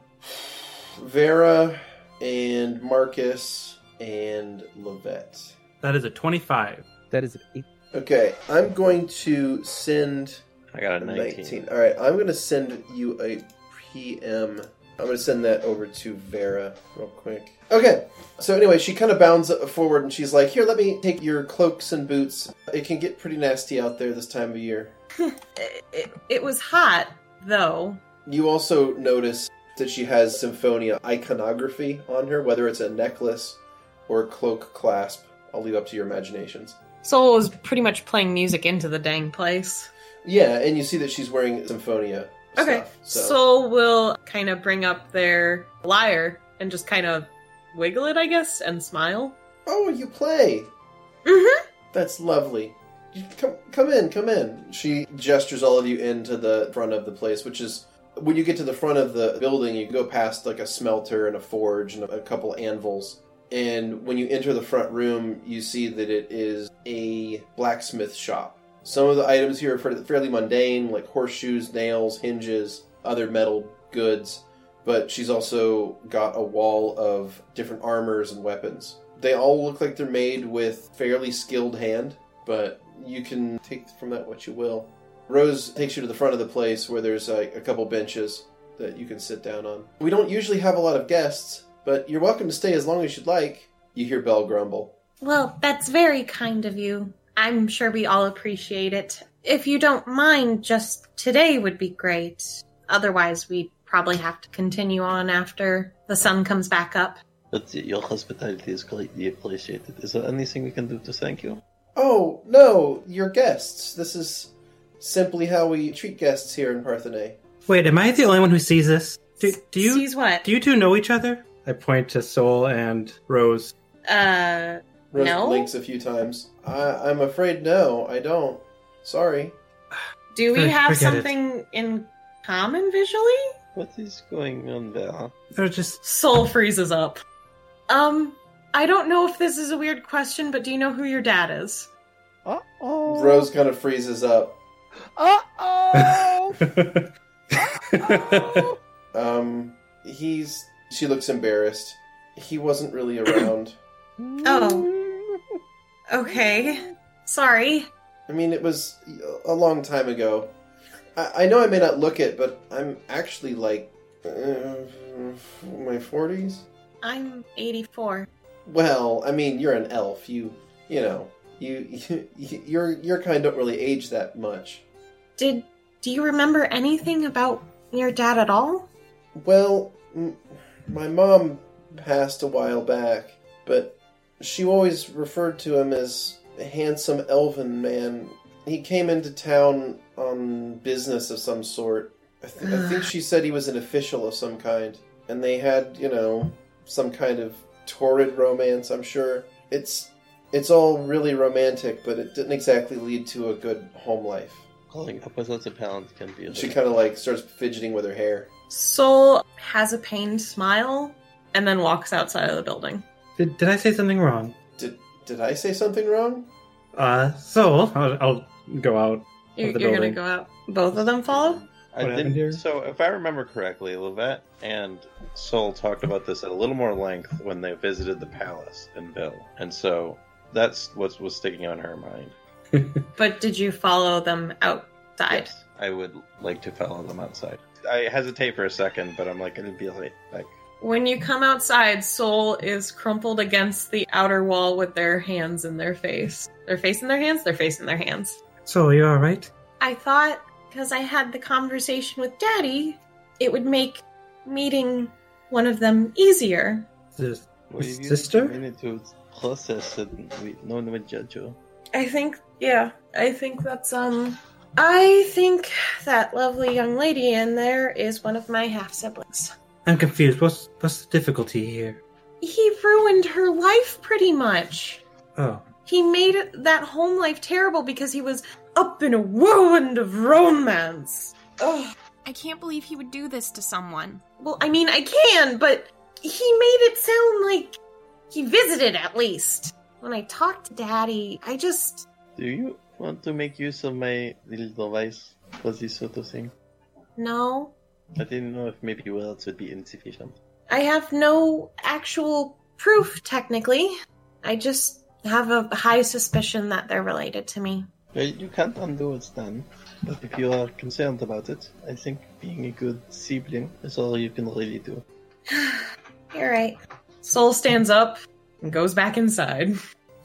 S1: Vera and Marcus and Levette?
S5: That is a 25.
S7: That is an eight.
S1: Okay, I'm going to send
S3: I got a 19.
S1: 19. All right, I'm going to send you a PM. I'm going to send that over to Vera real quick. Okay. So anyway, she kind of bounds forward and she's like, "Here, let me take your cloaks and boots. It can get pretty nasty out there this time of year."
S2: It, it, it was hot, though.
S1: You also notice that she has Symphonia iconography on her, whether it's a necklace or a cloak clasp. I'll leave up to your imaginations.
S2: Soul is pretty much playing music into the dang place.
S1: Yeah, and you see that she's wearing Symphonia.
S2: Okay.
S1: stuff, so.
S2: Soul will kind of bring up their lyre and just kind of wiggle it, I guess, and smile.
S1: Oh, you play.
S2: Mm-hmm.
S1: That's lovely. You- Come, come in, come in. She gestures all of you into the front of the place, which is when you get to the front of the building, you go past like a smelter and a forge and a couple anvils. And when you enter the front room, you see that it is a blacksmith shop. Some of the items here are fa- fairly mundane, like horseshoes, nails, hinges, other metal goods. But she's also got a wall of different armors and weapons. They all look like they're made with fairly skilled hand, but you can take from that what you will. Rose takes you to the front of the place where there's like a couple benches that you can sit down on. We don't usually have a lot of guests, but you're welcome to stay as long as you'd like. You hear Belle grumble.
S2: Well, that's very kind of you. I'm sure we all appreciate it. If you don't mind, just today would be great. Otherwise, we'd probably have to continue on after the sun comes back up.
S3: But your hospitality is greatly appreciated. Is there anything we can do to thank you?
S1: Oh, no, you're guests. This is simply how we treat guests here in Parthenay.
S9: Wait, am I the only one who sees this? Do, do you
S2: Sees what?
S9: do you two know each other? I point to Soul and Rose.
S2: Uh,
S1: Rose
S2: no.
S1: blinks a few times. I, I'm afraid no, I don't. Sorry.
S2: Do we
S9: Forget
S2: have
S9: it.
S2: something in common visually?
S3: What is going on there?
S9: They're just
S2: Soul freezes up. Um, I don't know if this is a weird question, but do you know who your dad is?
S7: Uh oh.
S1: Rose kind of freezes up.
S7: Uh oh.
S1: Um, he's. She looks embarrassed. He wasn't really around.
S2: Oh. Okay. Sorry.
S1: I mean, it was a long time ago. I, I know I may not look it, but I'm actually like. Uh, my 40s?
S2: I'm 84.
S1: Well, I mean, you're an elf. You, you know, you, you your your kind don't really age that much.
S2: Did do you remember anything about your dad at all?
S1: Well, m- my mom passed a while back, but she always referred to him as a handsome elven man. He came into town on business of some sort. I, th- I think she said he was an official of some kind, and they had, you know, some kind of torrid romance. I'm sure it's it's all really romantic, but it didn't exactly lead to a good home life.
S3: Calling up with lots of pounds can be a
S1: She
S3: little-
S1: kind of like starts fidgeting with her hair.
S2: Soul has a pained smile and then walks outside of the building.
S9: did, did I say something wrong?
S1: Did did I say something wrong?
S9: Uh, Soul, I'll, I'll go out.
S2: You're,
S9: Of the
S2: you're gonna
S9: building.
S2: go out. Both of them follow?
S3: I
S9: What happened
S3: didn't,
S9: here?
S3: So, if I remember correctly, Levette and Sol talked about this at a little more length when they visited the palace in Ville, and so that's what was sticking on her mind.
S2: But did you follow them outside?
S3: Yes, I would like to follow them outside. I hesitate for a second, but I'm like, it'd be like, like
S2: When you come outside, Soul is crumpled against the outer wall with their hands in their face. Their face in their hands? Their face in their hands.
S9: Soul, you all right?
S2: I thought because I had the conversation with Daddy, it would make meeting one of them easier.
S9: This-
S3: "Well,
S9: His
S3: you
S9: sister?
S3: need to process it. We, no one will judge oh? you.
S2: I think, yeah, I think that's, um, I think that lovely young lady in there is one of my half siblings.
S9: I'm confused. What's what's the difficulty here?
S2: He ruined her life pretty much.
S9: Oh,
S2: He made that home life terrible because he was up in a whirlwind of romance. Ugh.
S11: I can't believe he would do this to someone.
S2: Well, I mean, I can, but he made it sound like he visited at least. When I talked to Daddy, I just.
S3: Do you want to make use of my little device for this sort of thing?
S2: No.
S3: I didn't know if maybe words would be insufficient.
S2: I have no actual proof, technically. I just have a high suspicion that they're related to me.
S3: Well, you can't undo what's done, but if you are concerned about it, I think being a good sibling is all you can really do.
S2: You're right. Soul stands up and goes back inside.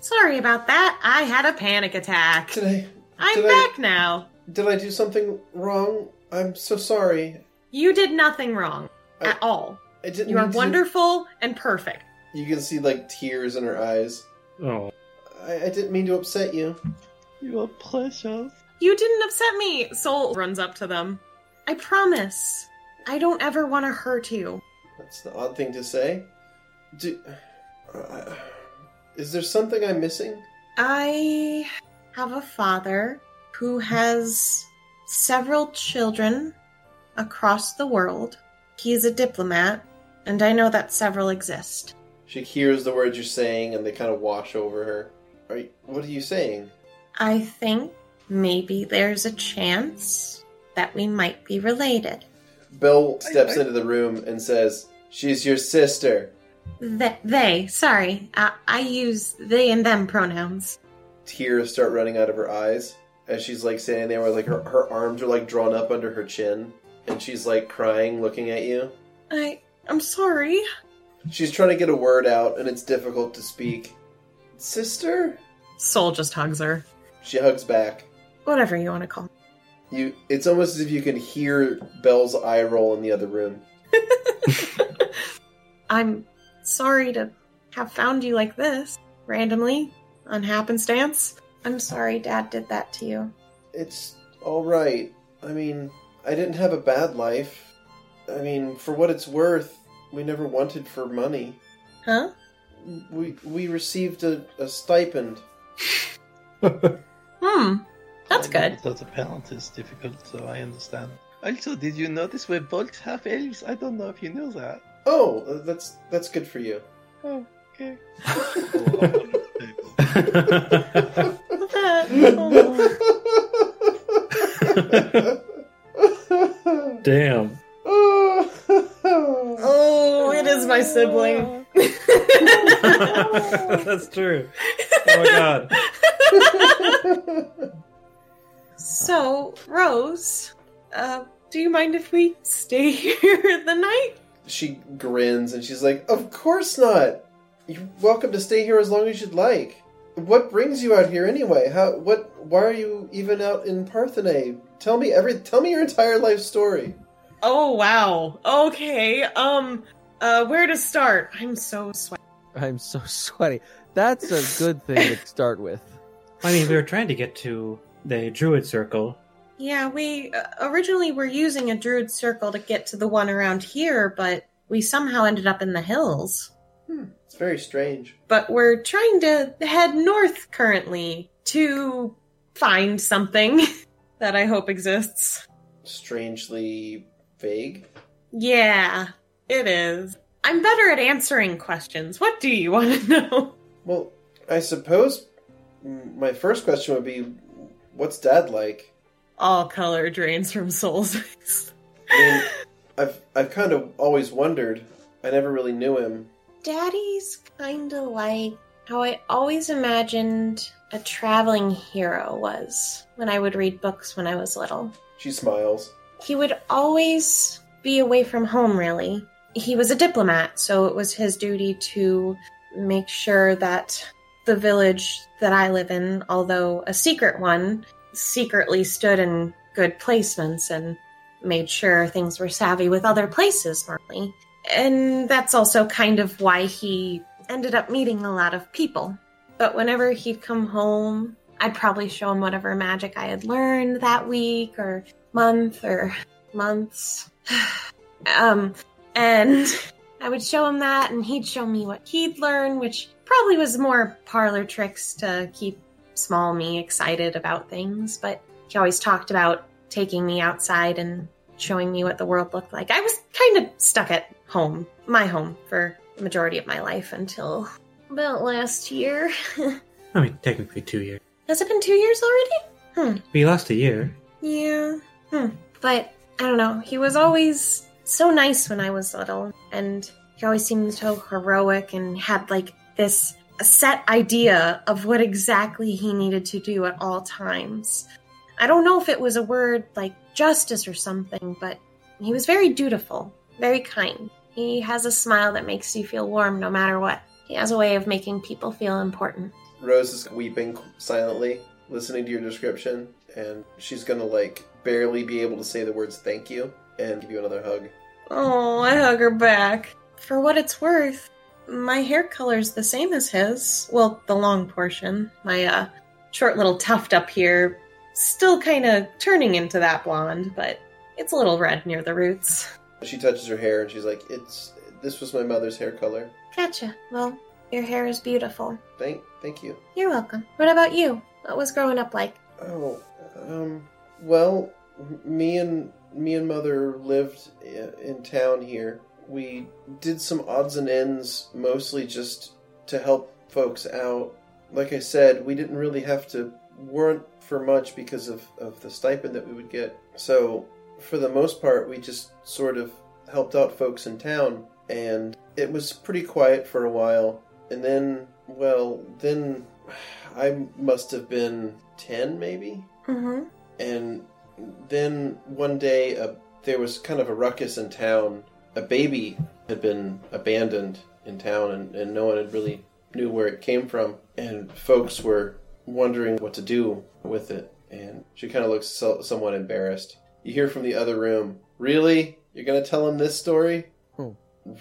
S2: Sorry about that. I had a panic attack.
S1: Did I
S2: I'm
S1: did I-
S2: back now.
S1: did I do something wrong? I'm so sorry.
S2: You did nothing wrong
S1: I-
S2: at all.
S1: I didn't.
S2: You are
S1: mean to-
S2: wonderful and perfect.
S1: You can see like tears in her eyes.
S5: Oh.
S1: I, I didn't mean to upset you.
S3: You are precious.
S2: You didn't upset me! Soul runs up to them. I promise. I don't ever want to hurt you.
S1: That's the odd thing to say. Do, uh, is there something I'm missing?
S2: I have a father who has several children across the world. He's a diplomat, and I know that several exist.
S1: She hears the words you're saying, and they kind of wash over her. Are you, what are you saying?
S2: I think maybe there's a chance that we might be related.
S1: Bill steps
S3: I-
S1: into the room and says, "She's your sister."
S2: Th- they, sorry, I-, I use they and them pronouns.
S1: Tears start running out of her eyes as she's like standing there, where like her, her arms are like drawn up under her chin, and she's like crying, looking at you.
S2: I. I'm sorry.
S1: She's trying to get a word out, and it's difficult to speak. Sister?
S2: Soul just hugs her.
S1: She hugs back.
S2: whatever you want to call.
S1: You. It's almost as if you can hear Belle's eye roll in the other room.
S2: it. I'm sorry to have found you like this randomly on happenstance. I'm sorry dad did that to you.
S1: It's all right. I mean, I didn't have a bad life. I mean, for what it's worth, we never wanted for money.
S2: Huh?
S1: We we received a, a stipend.
S2: Hmm. That's good.
S3: Though the balance is difficult, so I understand. Also, did you notice we're both half elves? I don't know if you knew that.
S1: Oh, uh, that's that's good for you.
S3: Oh, okay.
S5: Um,
S9: Damn.
S2: oh, it is my sibling.
S9: That's true. Oh my god.
S2: so, Rose, uh, do you mind if we stay here the night?
S1: She grins and she's like, "Of course not. You're welcome to stay here as long as you'd like. What brings you out here anyway? How? What? Why are you even out in Parthenay? Tell me every. Tell me your entire life story."
S2: Oh wow. Okay. Um uh where to start? I'm so sweaty.
S7: I'm so sweaty. That's a good thing to start with.
S9: I mean, we were trying to get to the druid circle.
S2: Yeah, we uh, originally were using a druid circle to get to the one around here, but we somehow ended up in the hills.
S1: It's very strange.
S2: But we're trying to head north currently to find something that I hope exists.
S1: Strangely vague.
S2: Yeah, it is. I'm better at answering questions. What do you want to know?
S1: Well, I suppose mm, my first question would be, what's Dad like?
S2: All color drains from souls.
S1: I mean, I've I've kind of always wondered. I never really knew him.
S2: Daddy's kind of like how I always imagined a traveling hero was when I would read books when I was little.
S1: She smiles.
S2: He would always be away from home, really. He was a diplomat, so it was his duty to make sure that the village that I live in, although a secret one, secretly stood in good placements and made sure things were savvy with other places normally. And that's also kind of why he ended up meeting a lot of people. But whenever he'd come home, I'd probably show him whatever magic I had learned that week or month or months. um, and I would show him that, and he'd show me what he'd learn, which probably was more parlor tricks to keep small me excited about things. But he always talked about taking me outside and showing me what the world looked like. I was kind of stuck at home, my home, for the majority of my life until about last year.
S9: I mean, technically two years.
S2: Has it been two years already?
S9: We lost a year.
S2: Hmm. Yeah. Hmm. But I don't know. He was always so nice when I was little, and he always seemed so heroic and had like this set idea of what exactly he needed to do at all times. I don't know if it was a word like justice or something, but he was very dutiful, very kind. He has a smile that makes you feel warm no matter what. He has a way of making people feel important.
S1: Rose is weeping silently, listening to your description, and she's gonna like barely be able to say the words "thank you" and give you another hug.
S2: Oh, I hug her back. For what it's worth, my hair color's the same as his. Well, the long portion. My uh, short little tuft up here, still kind of turning into that blonde, but it's a little red near the roots.
S1: She touches her hair and she's like, "It's this was my mother's hair color."
S2: Gotcha. Well, your hair is beautiful.
S1: Thank, thank you.
S2: You're welcome. What about you? What was growing up like?
S1: Oh, um, well, m- me and me and mother lived i- in town here. We did some odds and ends, mostly just to help folks out. Like I said, we didn't really have to warrant for much because of, of the stipend that we would get. So, for the most part, we just sort of helped out folks in town, and it was pretty quiet for a while. And then, well, then I must have been 10 maybe?
S2: Mm-hmm.
S1: And then one day, uh, there was kind of a ruckus in town. A baby had been abandoned in town, and, and no one had really knew where it came from. And folks were wondering what to do with it. And she kind of looks so, somewhat embarrassed. You hear from the other room, "Really? You're gonna tell him this story?"
S7: Hmm.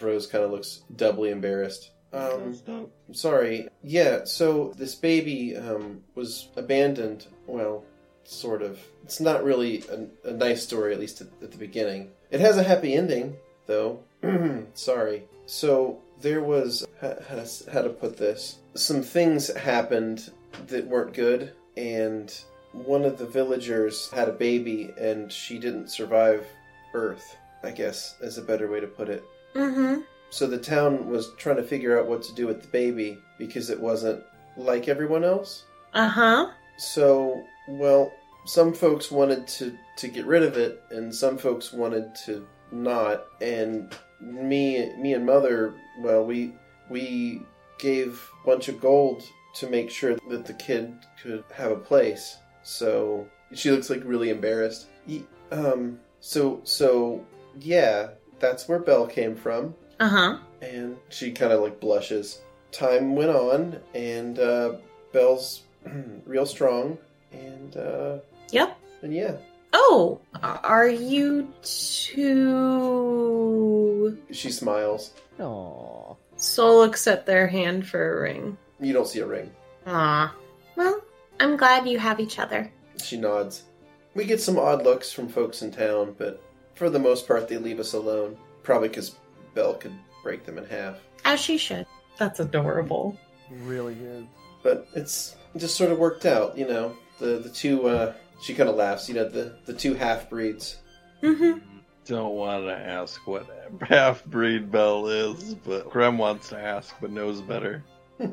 S1: Rose kind of looks doubly embarrassed. Um,
S3: Stop.
S1: Sorry. Yeah, so this baby um, was abandoned. Well, sort of. It's not really a, a nice story, at least at, at the beginning. It has a happy ending, though. Sorry. So there was how, how, to, s- how to put this. Some things happened that weren't good, and one of the villagers had a baby, and she didn't survive Earth. I guess is a better way to put it.
S2: Mm-hmm.
S1: So the town was trying to figure out what to do with the baby because it wasn't like everyone else.
S2: Uh huh.
S1: So, well, some folks wanted to to get rid of it, and some folks wanted to not. And me, me and mother, well, we we gave a bunch of gold to make sure that the kid could have a place. So she looks like really embarrassed. Y- Um. So so yeah, that's where Belle came from
S2: Uh huh.
S1: and she kind of like blushes. Time went on, and uh, Belle's real strong, and uh,
S2: Yep.
S1: and yeah,
S2: Oh, are you two?
S1: she smiles.
S7: Aww.
S2: Soul looks at their hand for a ring.
S1: You don't see a ring.
S2: Ah. Well, I'm glad you have each other.
S1: She nods. We get some odd looks from folks in town, but for the most part, they leave us alone. Probably because Belle could break them in half.
S2: As she should. That's adorable.
S6: Really good.
S1: But it's it just sort of worked out, you know. The the two. Uh, she kind of laughs. You know, the the two half breeds.
S2: Mm-hmm.
S3: Don't want to ask what half breed Bell is, but Grem wants to ask but knows better.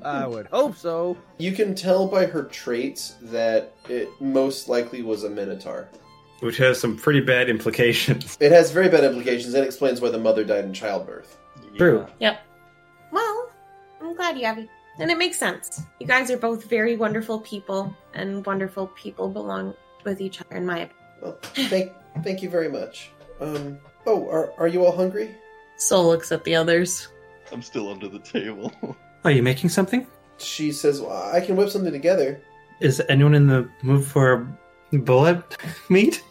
S7: I would hope so.
S1: You can tell by her traits that it most likely was a Minotaur.
S5: which has some pretty bad implications.
S1: It has very bad implications and explains why the mother died in childbirth.
S5: True.
S2: Yep. Well, I'm glad you have it. And it makes sense. You guys are both very wonderful people, and wonderful people belong with each other, in my opinion.
S1: Well, thank, thank you very much. Um, oh, are, are you all hungry?
S2: Soul looks at the others.
S3: I'm still under the table.
S9: Are you making something?
S1: She says, well, I can whip something together.
S9: Is anyone in the mood for bullet meat?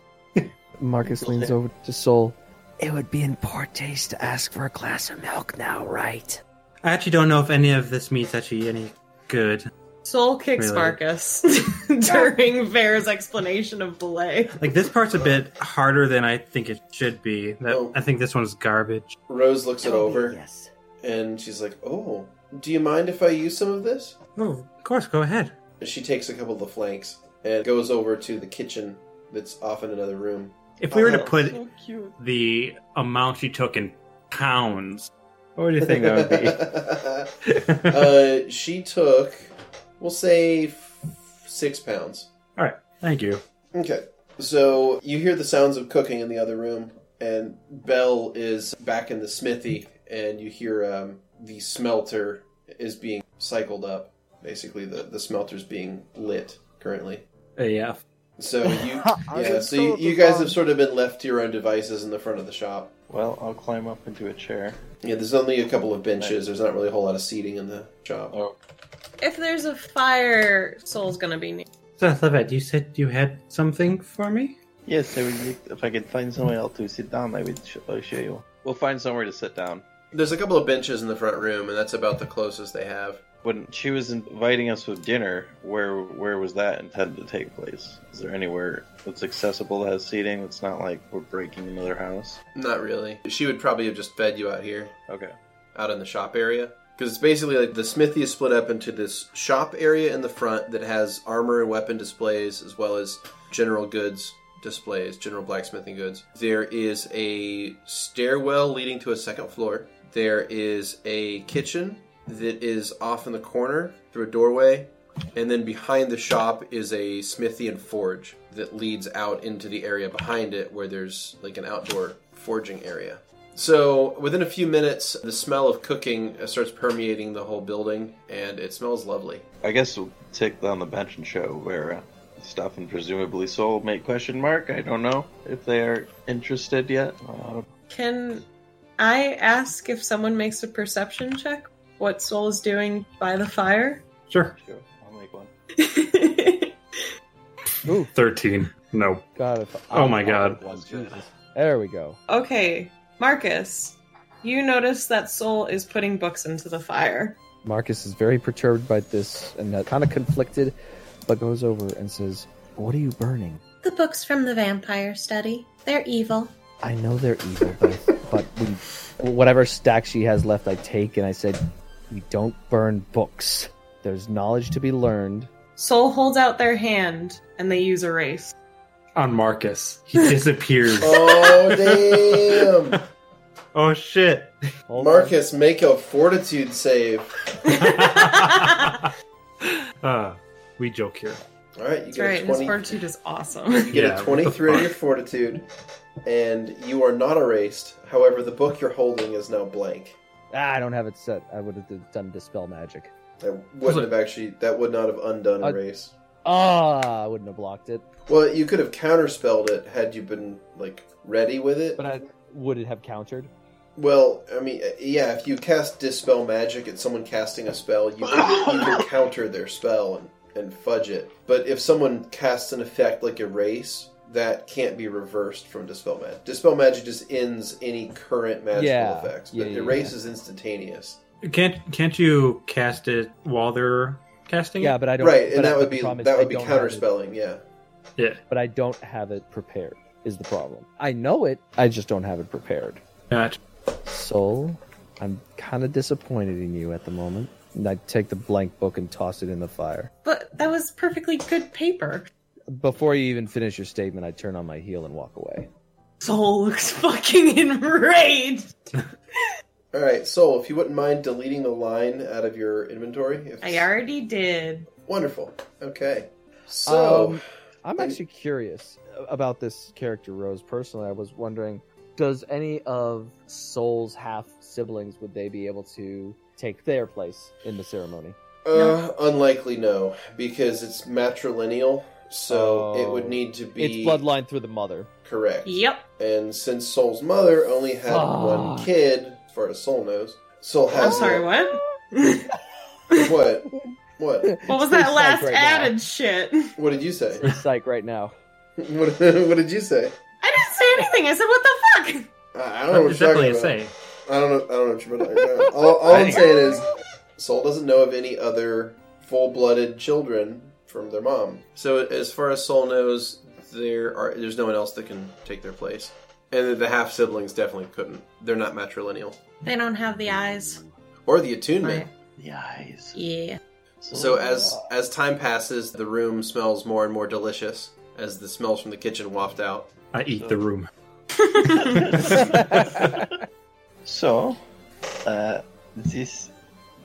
S7: Marcus leans over to Soul.
S10: It would be in poor taste to ask for a glass of milk now, right?
S9: I actually don't know if any of this meat's actually any good.
S2: Soul kicks
S9: Really?
S2: Marcus during Vera's explanation of Belay.
S9: Like this part's a bit harder than I think it should be. That I think this one's garbage.
S1: Rose looks
S6: Oh,
S1: it over and she's like, Oh, do you mind if I use some of this?
S9: Oh, of course, go ahead.
S1: She takes a couple of the flanks and goes over to the kitchen that's off in another room.
S5: If we were to
S1: Oh,
S5: put
S1: so cute.
S5: the amount she took in pounds,
S9: what would you
S5: think that would be?
S1: uh, she took, we'll say, f- six pounds.
S5: All right, thank you.
S1: Okay. So you hear the sounds of cooking in the other room, and Bell is back in the smithy, and you hear um, the smelter is being cycled up. Basically, the, the smelter's being lit currently.
S5: Uh, yeah.
S1: So you,
S3: I
S1: yeah,
S3: was
S1: so you,
S3: told
S1: you
S3: to
S1: guys
S3: run.
S1: have sort of been left to your own devices in the front of the shop.
S3: Well, I'll climb up into a chair.
S1: Yeah, there's only a couple of benches. There's not really a whole lot of seating in the shop.
S3: Oh,
S2: If there's a fire, Soul's gonna be near.
S9: So, Levet, you said you had something for me?
S3: Yes, I would, if I could find somewhere else to sit down, I would sh- I'll show you. We'll find somewhere to sit down.
S1: There's a couple of benches in the front room, and that's about the closest they have.
S3: When she was inviting us with dinner, where where was that intended to take place? Is there anywhere that's accessible that has seating? That's not like we're breaking another house.
S1: Not really. She would probably have just fed you out here.
S3: Okay.
S1: Out in the shop area. Because it's basically like the smithy is split up into this shop area in the front that has armor and weapon displays as well as general goods displays, general blacksmithing goods. There is a stairwell leading to a second floor. There is a kitchen that is off in the corner through a doorway. And then behind the shop is a smithy and forge that leads out into the area behind it where there's like an outdoor forging area. So within a few minutes, the smell of cooking uh, starts permeating the whole building, and it smells lovely.
S3: I guess we'll take on the bench and show where uh, stuff and presumably soul make question mark. I don't know if they are interested yet. Uh,
S2: Can I ask if someone makes a perception check? What Soul is doing by the fire?
S5: Sure.
S3: sure, I'll make one.
S7: Ooh,
S5: 13. No.
S7: God, if
S5: Oh my god.
S7: There we go.
S2: Okay, Marcus, you notice that Soul is putting books into the fire.
S7: Marcus is very perturbed by this and that kind of conflicted, but goes over and says, What are you burning?
S2: The books from the vampire study. They're evil.
S7: I know they're evil, but, I- but we, whatever stack she has left, I take and I said, we don't burn books. There's knowledge to be learned.
S12: Soul holds out their hand and they use erase.
S5: On Marcus. He disappears.
S1: Oh damn!
S5: oh shit.
S1: Marcus, make a fortitude save.
S5: Uh, we joke here.
S1: All right, you
S12: That's
S1: get
S12: right.
S1: a
S12: His
S1: twenty.
S12: fortitude is
S1: You
S12: awesome.
S1: get
S5: Yeah,
S1: a
S5: what the
S1: 23 on
S5: fuck?
S1: your fortitude, and you are not erased. However, the book you're holding is now blank.
S7: Ah, I don't have it set. I would have done dispel magic.
S1: That wouldn't have actually. That would not have undone
S7: I-
S1: erase.
S7: Ah, I wouldn't have blocked it.
S1: Well, you could have counterspelled it had you been like ready with it.
S7: But I would it have countered?
S1: Well, I mean, uh, yeah. If you cast dispel magic at someone casting a spell, you can, you can counter their spell and, and fudge it. But if someone casts an effect like erase, that can't be reversed from dispel magic. Dispel magic just ends any current magical
S5: Yeah.
S1: effects,
S5: Yeah,
S1: but
S5: yeah,
S1: erase is instantaneous.
S5: Can't can't you cast it while they're casting?
S7: Yeah,
S5: it?
S7: but I don't.
S1: right,
S7: but
S1: and
S7: I-
S1: that
S7: but
S1: would
S7: the
S1: be
S7: problem is
S1: that
S7: I
S1: would be
S7: don't have it-
S1: counterspelling. Yeah.
S5: Yeah.
S7: But I don't have it prepared. Is the problem? I know it. I just don't have it prepared.
S5: Gotcha.
S7: Soul, I'm kind of disappointed in you at the moment. And I take the blank book and toss it in the fire.
S12: but that was perfectly good paper.
S7: Before you even finish your statement, I turn on my heel and walk away.
S12: Soul looks fucking enraged.
S1: All right, Soul, if you wouldn't mind deleting the line out of your inventory. If...
S12: I already did.
S1: Wonderful. Okay. So,
S7: Um, I'm actually curious about this character Rose. Personally, I was wondering, does any of Soul's half siblings would they be able to take their place in the ceremony?
S1: uh, unlikely no, because it's matrilineal, so it
S5: Oh.
S1: would need to be
S7: It's bloodline through the mother.
S1: Correct.
S12: Yep.
S1: And since Soul's mother only had one
S5: Ah.
S7: Fuck.
S1: kid, as far as Soul knows, Soul
S7: Oh.
S1: has.
S12: I'm sorry, what?
S1: What? What?
S12: What was that last
S7: right now.
S12: added shit? I
S1: What did you say?
S7: Psych right now.
S1: What, what did you say?
S12: didn't say anything. I said, what the fuck?
S1: I I don't know what
S5: It's
S1: you're talking
S5: definitely a
S1: about.
S5: say.
S1: I don't know. I don't know what you're talking about. All, all I'm saying is, Soul doesn't know of any other full-blooded children from their mom. So as far as Soul knows, there are there's no one else that can take their place, and the half siblings definitely couldn't. They're not matrilineal
S2: They don't have the eyes.
S1: or the attunement.
S3: The eyes.
S2: Yeah.
S1: So as as time passes, the room smells more and more delicious as the smells from the kitchen waft out.
S5: I eat the room.
S3: So, uh, this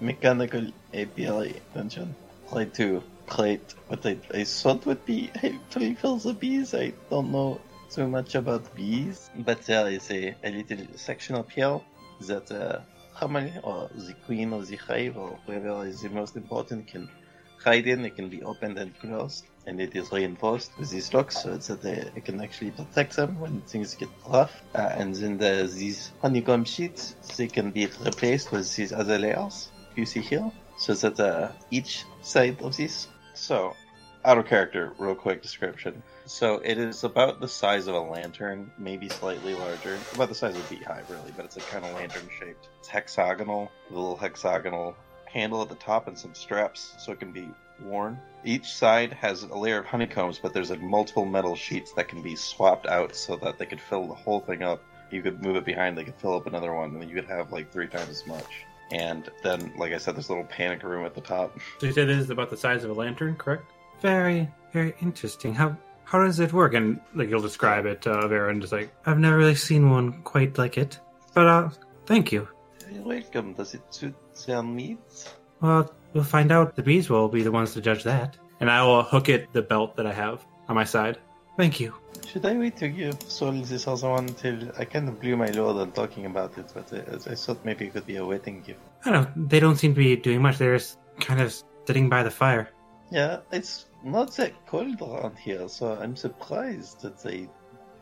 S3: mechanical API dungeon. Play two. Play it, but I, I thought would be I play bees. I don't know so much about bees, but there is a, a little section up here that uh, Hamel or the queen of the hive or whoever is the most important can hide in. It can be opened and closed, and it is reinforced with these locks so it's that they, it can actually protect them when things get rough. Uh, and then the, these honeycomb sheets they can be replaced with these other layers you see here, so that uh, each side of this. So, out of character, real quick description. So it is about the size of a lantern, maybe slightly larger. About the size of a beehive, really, but it's a kind of lantern shaped. It's hexagonal, with a little hexagonal handle at the top and some straps so it can be worn. Each side has a layer of honeycombs, but there's like multiple metal sheets that can be swapped out so that they could fill the whole thing up. You could move it behind, they could fill up another one, and then you could have like three times as much. And then, like I said, there's a little panic room at the top.
S5: So you said this is about the size of a lantern, correct?
S9: Very, very interesting. How
S5: How does it work? And like you'll describe it, uh, Vera, and just like
S9: I've never really seen one quite like it. But uh, thank you.
S3: You're welcome. Does it suit their needs?
S9: Well, we'll find out. The bees will be the ones to judge that.
S5: and I will hook it the belt that I have on my side.
S9: Thank you.
S3: Should I wait to give Sol this other one till I kind of blew my load on talking about it, but uh, I, I thought maybe it could be a wedding gift.
S9: I don't know. They don't seem to be doing much. They're just kind of sitting by the fire.
S3: Yeah, it's not that cold around here, so I'm surprised that they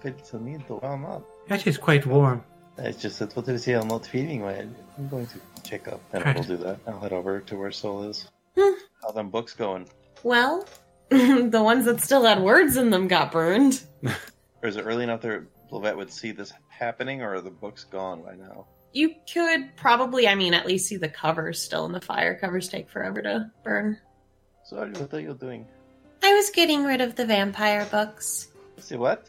S3: felt the need to warm up.
S9: It is quite warm.
S3: It's just that what if they are not feeling well? I'm going to check up, and
S9: Right.
S3: we'll do that. I'll head over to where Sol is.
S12: Hmm.
S3: How them books going?
S12: Well, the ones that still had words in them got burned.
S3: Or is it early enough that Blevette would see this happening, or are the books gone by now?
S12: You could probably, I mean, at least see the covers still in the fire. Covers take forever to burn.
S3: Sol, what are you doing?
S2: I was getting rid of the vampire books.
S3: See what?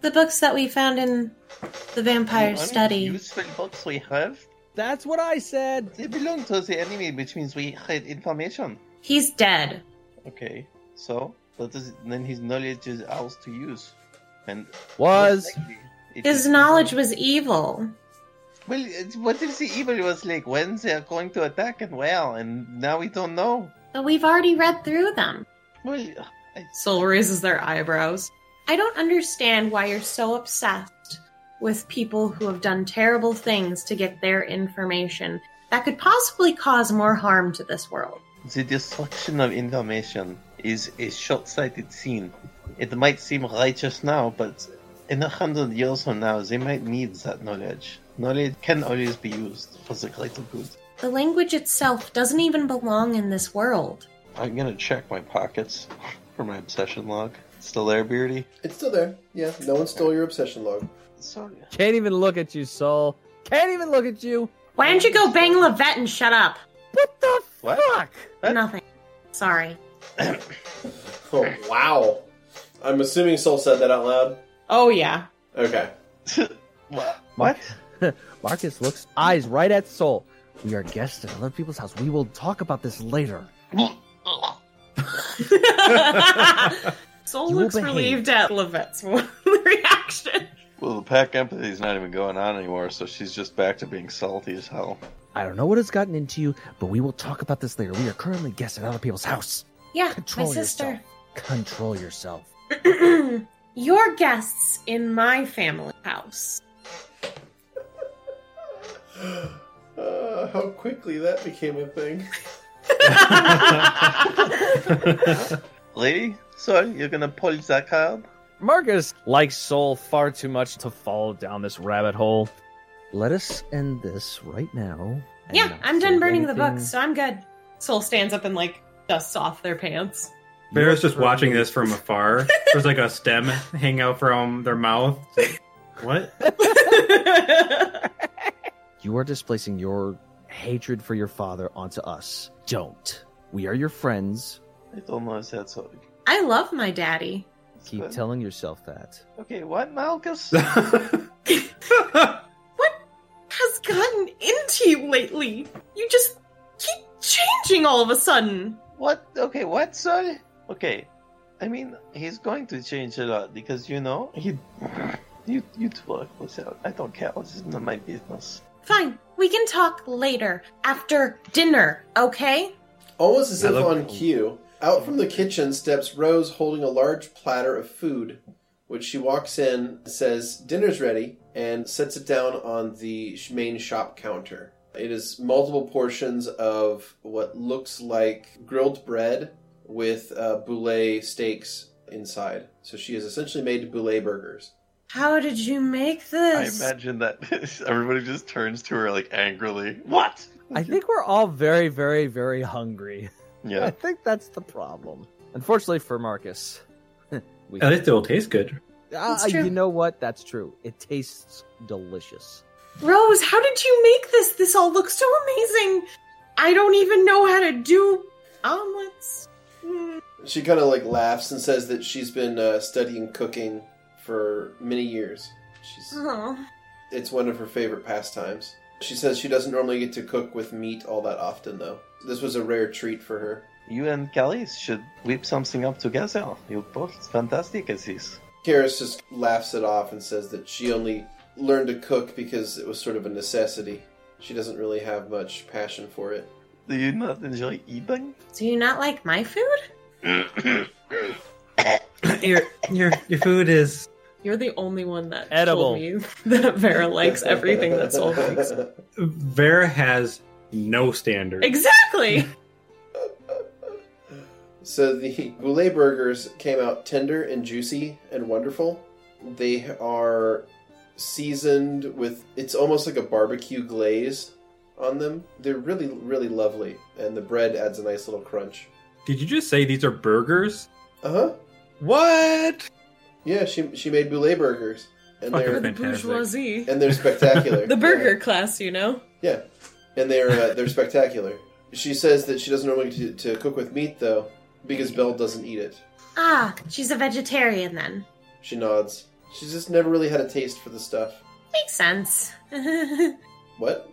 S2: The books that we found in the vampire
S3: The
S2: study.
S3: Useful books we have.
S7: That's what I said.
S3: They belong to the enemy, which means we hide information.
S2: He's dead.
S3: Okay, so that is, then his knowledge is ours to use, and
S7: was
S3: it
S2: His
S3: is-
S2: knowledge was evil.
S3: Well, it's- what if the evil was like when they are going to attack and well, and now we don't know.
S2: But we've already read through them.
S12: Soul raises their eyebrows.
S2: I don't understand why you're so obsessed with people who have done terrible things to get their information that could possibly cause more harm to this world.
S3: The destruction of information is a short-sighted scene. It might seem righteous now, but in a hundred years from now, they might need that knowledge. Knowledge can always be used for the greater good.
S2: The language itself doesn't even belong in this world.
S3: I'm gonna check my pockets for my obsession log. Still there, Beardy?
S1: It's still there. Yeah, no one stole your obsession log.
S3: Sorry.
S7: Can't even look at you, Soul. Can't even look at you.
S2: Why don't you go bang Levette and shut up?
S3: What?
S7: Fuck!
S2: Nothing. Sorry.
S1: Oh, wow. I'm assuming Soul said that out loud.
S12: Oh yeah.
S1: Okay.
S3: What?
S7: Marcus looks eyes right at Soul. We are guests at other people's house. We will talk about this later.
S12: Soul
S7: You
S12: looks
S7: obey.
S12: relieved at Levette's reaction.
S3: Well, the pack empathy's not even going on anymore, so she's just back to being salty as hell.
S7: I don't know what has gotten into you, but we will talk about this later. We are currently guests at other people's house.
S2: Yeah,
S7: Control
S2: my sister.
S7: Control yourself.
S2: Your guests in my family house.
S1: Uh, how quickly that became a thing.
S3: Lady, so you're gonna pull that card?
S13: Marcus likes Soul far too much to fall down this rabbit hole.
S7: Let us end this right now.
S12: yeah,
S2: I'm done burning the books,
S7: anything.
S2: so I'm good.
S12: Soul stands up and like dusts off their pants.
S5: Vera's just watching this from afar. There's like a stem hang out from their mouth. What?
S7: You are displacing your hatred for your father onto us. Don't. We are your friends.
S3: I don't know if that's so.
S2: I love my daddy.
S7: Keep telling yourself that.
S3: Okay, what, Malchus?
S12: Has gotten into you lately. You just keep changing all of a sudden.
S3: What? Okay, what, son? Okay, I mean, he's going to change a lot because, you know, he. You, you two work this out. I don't care. This is not my business.
S2: Fine, we can talk later after dinner, okay?
S1: Almost as if
S3: Hello.
S1: on cue, out from the kitchen steps Rose holding a large platter of food, which she walks in, says, Dinner's ready, and sets it down on the sh- main shop counter. It is multiple portions of what looks like grilled bread with uh, boulet steaks inside. So she has essentially made boulet burgers.
S2: How did you make
S3: I
S2: this?
S3: imagine that everybody just turns to her, like, angrily. What?
S7: I think we're all very, very, very hungry.
S3: Yeah.
S7: I think that's the problem. Unfortunately for Marcus. we
S9: At least it will taste good.
S7: Ah,
S12: true.
S7: you know what? That's true. It tastes delicious.
S12: Rose, how did you make this? This all looks so amazing. I don't even know how to do omelets.
S2: Hmm.
S12: Mm.
S1: She kind of like laughs and says that she's been uh, studying cooking for many years. She's
S2: Oh.
S1: It's one of her favorite pastimes. She says she doesn't normally get to cook with meat all that often, though. This was a rare treat for her.
S3: You and Callis should whip something up together. You're both fantastic at this.
S1: Karis just laughs it off and says that she only learned to cook because it was sort of a necessity. She doesn't really have much passion for it.
S3: Do you not enjoy eating?
S2: Do you not like my food?
S9: your your your food is
S12: You're the only one that
S9: Edible.
S12: told me that Vera likes everything that Soul likes.
S5: Vera has no standards.
S12: Exactly.
S1: So the boulet burgers came out tender and juicy and wonderful. They are seasoned with it's almost like a barbecue glaze on them. They're really really lovely and the bread adds a nice little crunch.
S5: Did you just say these are burgers?
S1: Uh-huh.
S5: What?
S1: Yeah, she she made boulet burgers and
S5: Fucking
S1: they're
S5: The fantastic.
S12: bourgeoisie.
S1: and they're spectacular.
S12: The burger class, you know?
S1: Yeah, and they're uh, they're spectacular. She says that she doesn't normally get to, to cook with meat though because Belle doesn't eat it.
S2: Ah, she's a vegetarian then.
S1: She nods. She's just never really had a taste for the stuff.
S2: Makes sense. I
S1: What?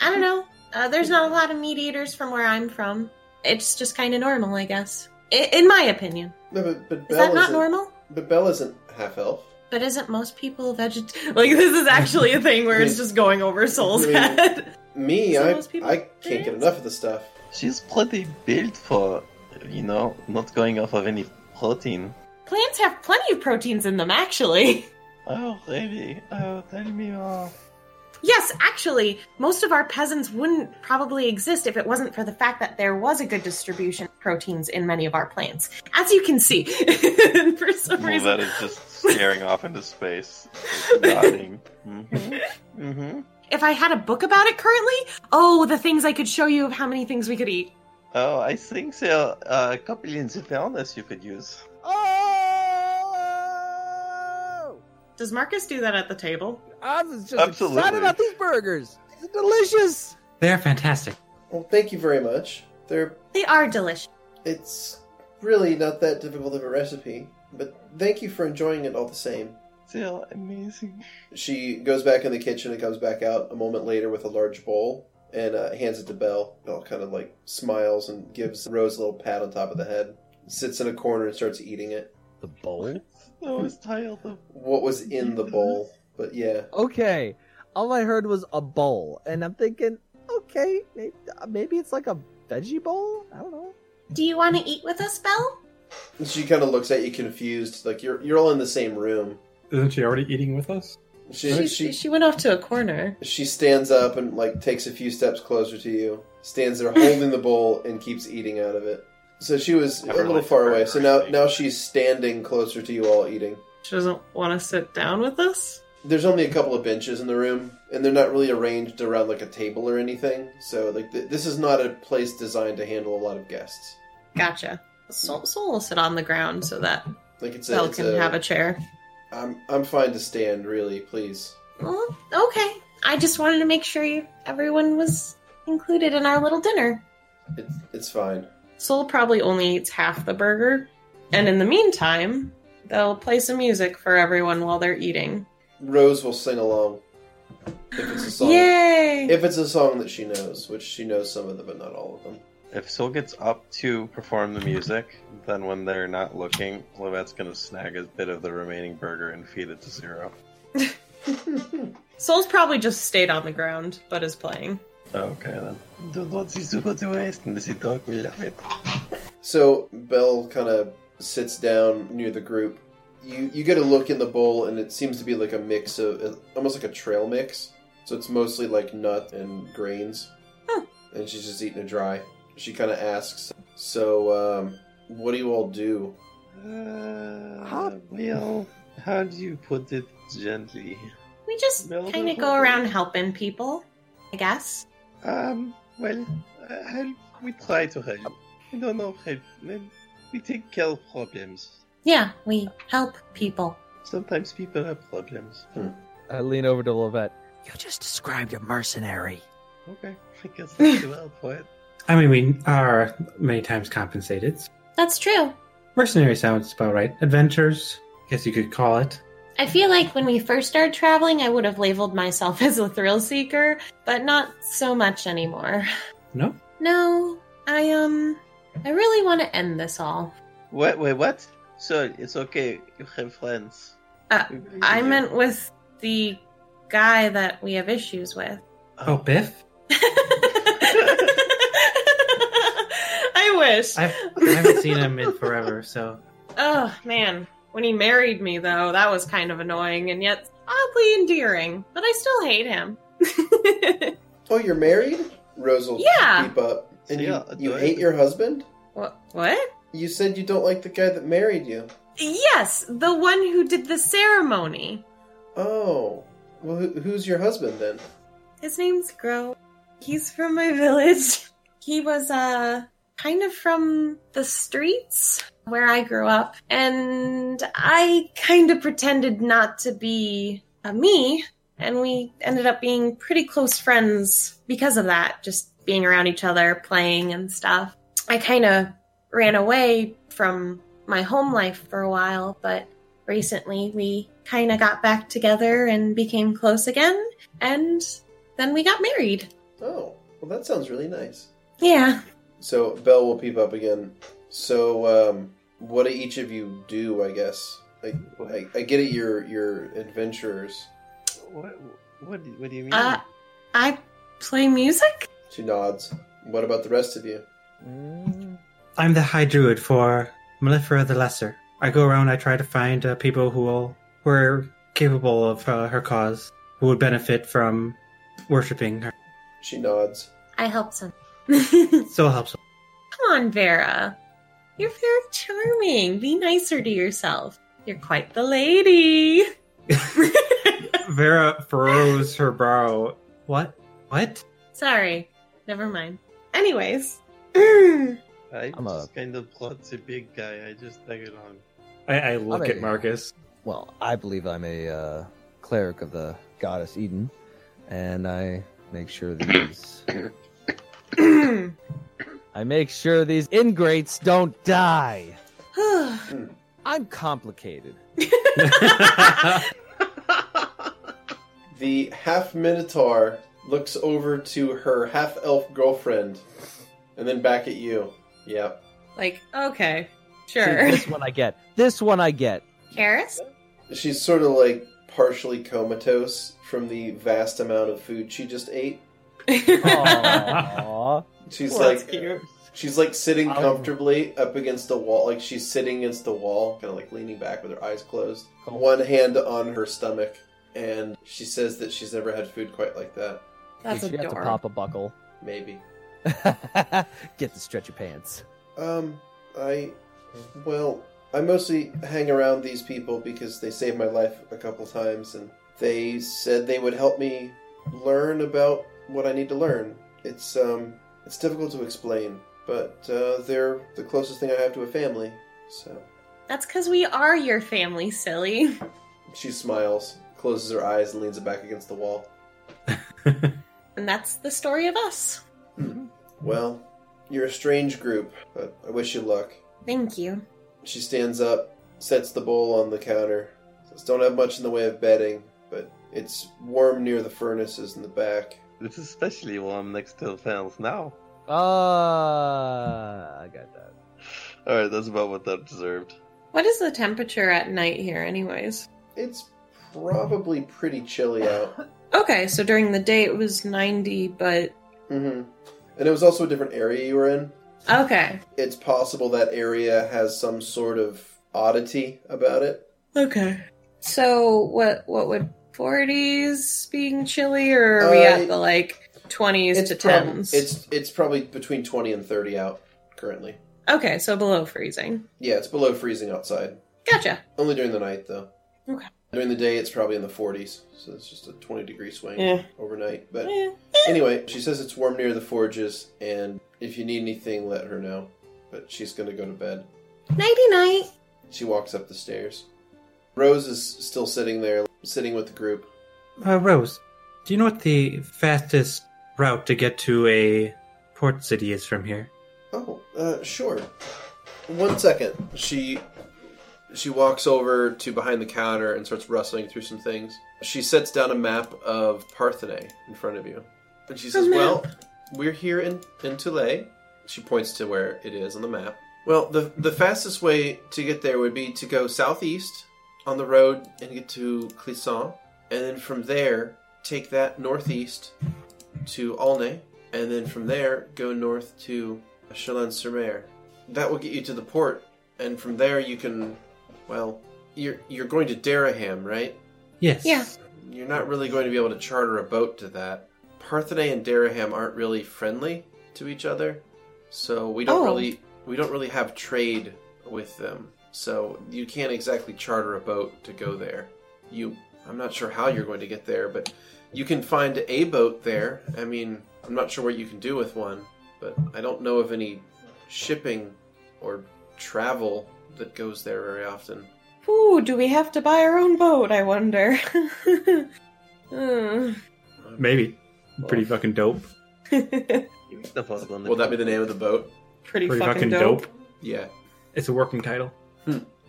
S2: don't know. Uh, there's not a lot of meat eaters from where I'm from. It's just kind of normal, I guess. I- in my opinion.
S1: No, but, but
S2: Is
S1: Belle
S2: that not
S1: isn't-
S2: normal?
S1: But Belle isn't half elf.
S2: But isn't most people veget? Like this is actually a thing where it's just going over Soul's head.
S1: Me,
S2: So
S1: I,
S2: most people
S1: I can't get enough of the stuff.
S3: She's plenty built for, you know, not going off of any protein.
S2: Plants have plenty of proteins in them, actually.
S3: Oh, really? Oh, tell me more.
S2: Yes, actually, most of our peasants wouldn't probably exist if it wasn't for the fact that there was a good distribution of proteins in many of our plants. As you can see, for some
S3: Well,
S2: reason,
S3: that is just staring off into space, nodding. Mhm.
S2: if I had a book about it currently, oh, the things I could show you of how many things we could eat.
S3: Oh, I think there are a couple in the furnace you could use.
S2: Does Marcus do that at the table?
S7: I'm just
S3: Absolutely. excited about
S7: these burgers. Delicious.
S9: They're fantastic.
S1: Well, thank you very much. They're
S2: they are delicious.
S1: It's really not that difficult of a recipe, but thank you for enjoying it all the same.
S3: Still amazing.
S1: She goes back in the kitchen and comes back out a moment later with a large bowl and uh, hands it to Belle. Belle kind of like smiles and gives Rose a little pat on top of the head. Sits in a corner and starts eating it.
S7: The bowl?
S3: I was tired of.
S1: What was in the bowl? But yeah,
S7: Okay. All I heard was a bowl, and I'm thinking, okay, maybe, maybe it's like a veggie bowl. I don't know.
S2: Do you want to eat with us, Belle?
S1: she kind of looks at you confused, like you're you're all in the same room.
S5: Isn't she already eating with us?
S1: She she
S2: she went off to a corner.
S1: she stands up and like takes a few steps closer to you. Stands there holding the bowl and keeps eating out of it. So she was a little far away. So now now she's standing closer to you all eating.
S2: She doesn't want to sit down with us.
S1: There's only a couple of benches in the room, and they're not really arranged around like a table or anything. So like th- this is not a place designed to handle a lot of guests.
S2: Gotcha. Soul, Soul will sit on the ground so that
S1: Like it's a,
S2: Belle
S1: it's
S2: can have a chair.
S1: I'm I'm fine to stand, really. Please.
S2: Well, okay. I just wanted to make sure you, everyone was included in our little dinner.
S1: It's it's fine.
S2: Soul probably only eats half the burger. And in the meantime, they'll play some music for everyone while they're eating.
S1: Rose will sing along if it's a song.
S2: Yay!
S1: If it's a song that she knows, which she knows some of them, but not all of them.
S3: If Soul gets up to perform the music, then when they're not looking, Levette's gonna snag a bit of the remaining burger and feed it to Zero.
S2: Soul's probably just stayed on the ground, but is playing.
S3: Okay then. Don't want this to go to waste, and this dog will love it.
S1: So Belle kind of sits down near the group. You you get a look in the bowl, and it seems to be like a mix of almost like a trail mix. So it's mostly like nut and grains, and she's just eating it dry. She kind of asks, "So, um, what do you all do?"
S3: Uh, well, how do you put it gently?
S2: We just kind of go around helping people, I guess.
S3: Um, well, uh, help. We try to help. We don't know help. Well, We take care of problems.
S2: Yeah, we help people.
S3: Sometimes people have problems.
S7: I lean over to Lovette.
S10: You just described a mercenary.
S3: Okay, I guess that's well put.
S9: I mean, we are many times compensated.
S2: That's true.
S9: Mercenary sounds about right. Adventures, I guess you could call it.
S2: I feel like when we first started traveling, I would have labeled myself as a thrill seeker, but not so much anymore.
S9: No?
S2: No, I um, I really want to end this all.
S3: What? Wait, what? So it's okay. You have friends.
S2: Uh, I meant with the guy that we have issues with.
S9: Oh, Biff?
S2: I wish.
S9: I've, I haven't seen him in forever, so.
S2: Oh man, when he married me though, that was kind of annoying and yet oddly endearing. But I still hate him.
S1: Oh, you're married? Rose will
S2: Yeah.
S1: keep up. And
S2: See,
S1: you,
S2: I'll do
S1: you
S2: it.
S1: hate your husband?
S2: What? What?
S1: You said you don't like the guy that married you.
S2: Yes, the one who did the ceremony.
S1: Oh, well, who, who's your husband then?
S2: His name's Gro. He's from my village. He was uh kind of from the streets where I grew up, and I kind of pretended not to be a me, and we ended up being pretty close friends because of that, just being around each other, playing and stuff. I kind of ran away from my home life for a while, but recently we kind of got back together and became close again, and then we got married.
S1: Oh, well, that sounds really nice.
S2: Yeah.
S1: So Belle will peep up again. So, um, what do each of you do? I guess I, I, I get it. You're you're adventurers.
S3: What, what, do- what do you mean?
S2: Uh, I play music?
S1: She nods. What about the rest of you?
S7: Mm.
S9: I'm the High Druid for Mellifera the Lesser. I go around, I try to find uh, people who will, who are capable of uh, her cause, who would benefit from worshipping her.
S1: She nods.
S2: I help some.
S9: Still helps.
S2: Come on, Vera. You're very charming. Be nicer to yourself. You're quite the lady.
S9: Vera furrows her brow. What? What?
S2: Sorry. Never mind. Anyways,
S3: I
S9: I'm
S3: am
S9: a-
S3: just kind of plot's a big guy. I just tag it on.
S5: I, I look
S7: I'm
S5: at
S7: a-
S5: Marcus.
S7: Well, I believe I'm a uh, cleric of the goddess Eden, and I make sure these. I make sure these ingrates don't die. I'm complicated.
S1: The half minotaur looks over to her half elf girlfriend, and then back at you. Yep.
S2: like, okay,
S7: See,
S2: sure.
S7: this one I get. This one I get.
S2: Karis?
S1: She's sort of like partially comatose from the vast amount of food she just ate.
S7: Aww.
S1: She's
S3: Well, that's Um,
S1: like she's like sitting comfortably up against the wall, like she's sitting against the wall, kind of like leaning back with her eyes closed, one hand on her stomach, and she says that she's never had food quite like that.
S2: That's
S7: you should have to
S2: adorable.
S7: pop a buckle.
S1: Maybe.
S7: Get the stretchy pants.
S1: Um, I, well, I mostly hang around these people because they saved my life a couple times, and they said they would help me learn about what I need to learn. It's um, it's difficult to explain, but uh, they're the closest thing I have to a family. So
S2: That's because we are your family, silly.
S1: she smiles, closes her eyes, and leans it back against the wall.
S2: And that's the story of us.
S1: Well, you're a strange group, but I wish you luck.
S2: Thank you.
S1: She stands up, sets the bowl on the counter. Says, Don't have much in the way of bedding, but it's warm near the furnaces in the back.
S3: It's especially warm next to the fans now.
S7: Ah, I got that.
S3: All right, that's about what that deserved.
S2: What is the temperature at night here, anyways?
S1: It's probably pretty chilly out.
S2: Okay, so during the day it was 90, but.
S1: Mm-hmm. And it was also a different area you were in.
S2: Okay.
S1: It's possible that area has some sort of oddity about it.
S2: Okay. So what what would 40s being chilly, or are we
S1: Uh,
S2: at the like 20s to
S1: prob-
S2: 10s?
S1: it's it's probably between twenty and thirty out currently.
S2: Okay, so below freezing.
S1: Yeah, it's below freezing outside.
S2: Gotcha.
S1: Only during the night though.
S2: Okay.
S1: During the day, it's probably in the 40s, so it's just a 20 degree swing
S2: Yeah.
S1: overnight. But anyway, she says it's warm near the forges, and if you need anything, let her know. But she's going to go to bed.
S2: Nighty night.
S1: She walks up the stairs. Rose is still sitting there, sitting with the group.
S9: Uh, Rose, do you know what the fastest route to get to a port city is from here?
S1: Oh, uh, sure. One second. She she walks over to behind the counter and starts rustling through some things. She sets down a map of Parthenay in front of you, and she says,
S14: map.
S1: "Well, we're here in in Tulay." She points to where it is on the map. Well, the the fastest way to get there would be to go southeast on the road and get to Clisson, and then from there take that northeast to Aulnay, and then from there go north to Chalon-sur-Mer. That will get you to the port, and from there you can, well, you're you're going to Dereham, right?
S9: Yes.
S2: Yeah.
S1: You're not really going to be able to charter a boat to that. Parthenay and Dereham aren't really friendly to each other, so we don't
S2: Oh.
S1: really we don't really have trade with them. So you can't exactly charter a boat to go there. You, I'm not sure how you're going to get there, but you can find a boat there. I mean, I'm not sure what you can do with one, but I don't know of any shipping or travel that goes there very often.
S2: Ooh, do we have to buy our own boat? I wonder. Hmm.
S5: Maybe. Pretty fucking dope.
S1: Will that be the name of the boat?
S2: Pretty,
S5: Pretty fucking fucking dope.
S1: Yeah.
S5: It's a working title.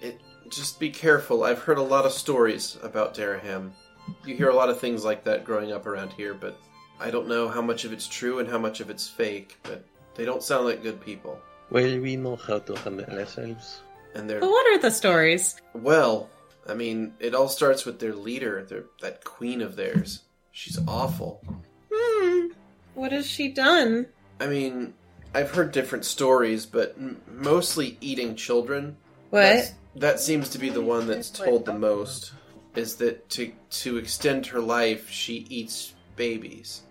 S1: It, just be careful. I've heard a lot of stories about Dereham. You hear a lot of things like that growing up around here, but I don't know how much of it's true and how much of it's fake, but they don't sound like good people.
S3: Well, we know how to handle ourselves.
S1: And they're
S2: But what are the stories?
S1: Well, I mean, it all starts with their leader, their, that queen of theirs. She's awful.
S2: Hmm. What has she done?
S1: I mean, I've heard different stories, but m- mostly eating children.
S2: What?
S1: That's- that seems to be the one that's told the most. Is that to to extend her life, she eats babies.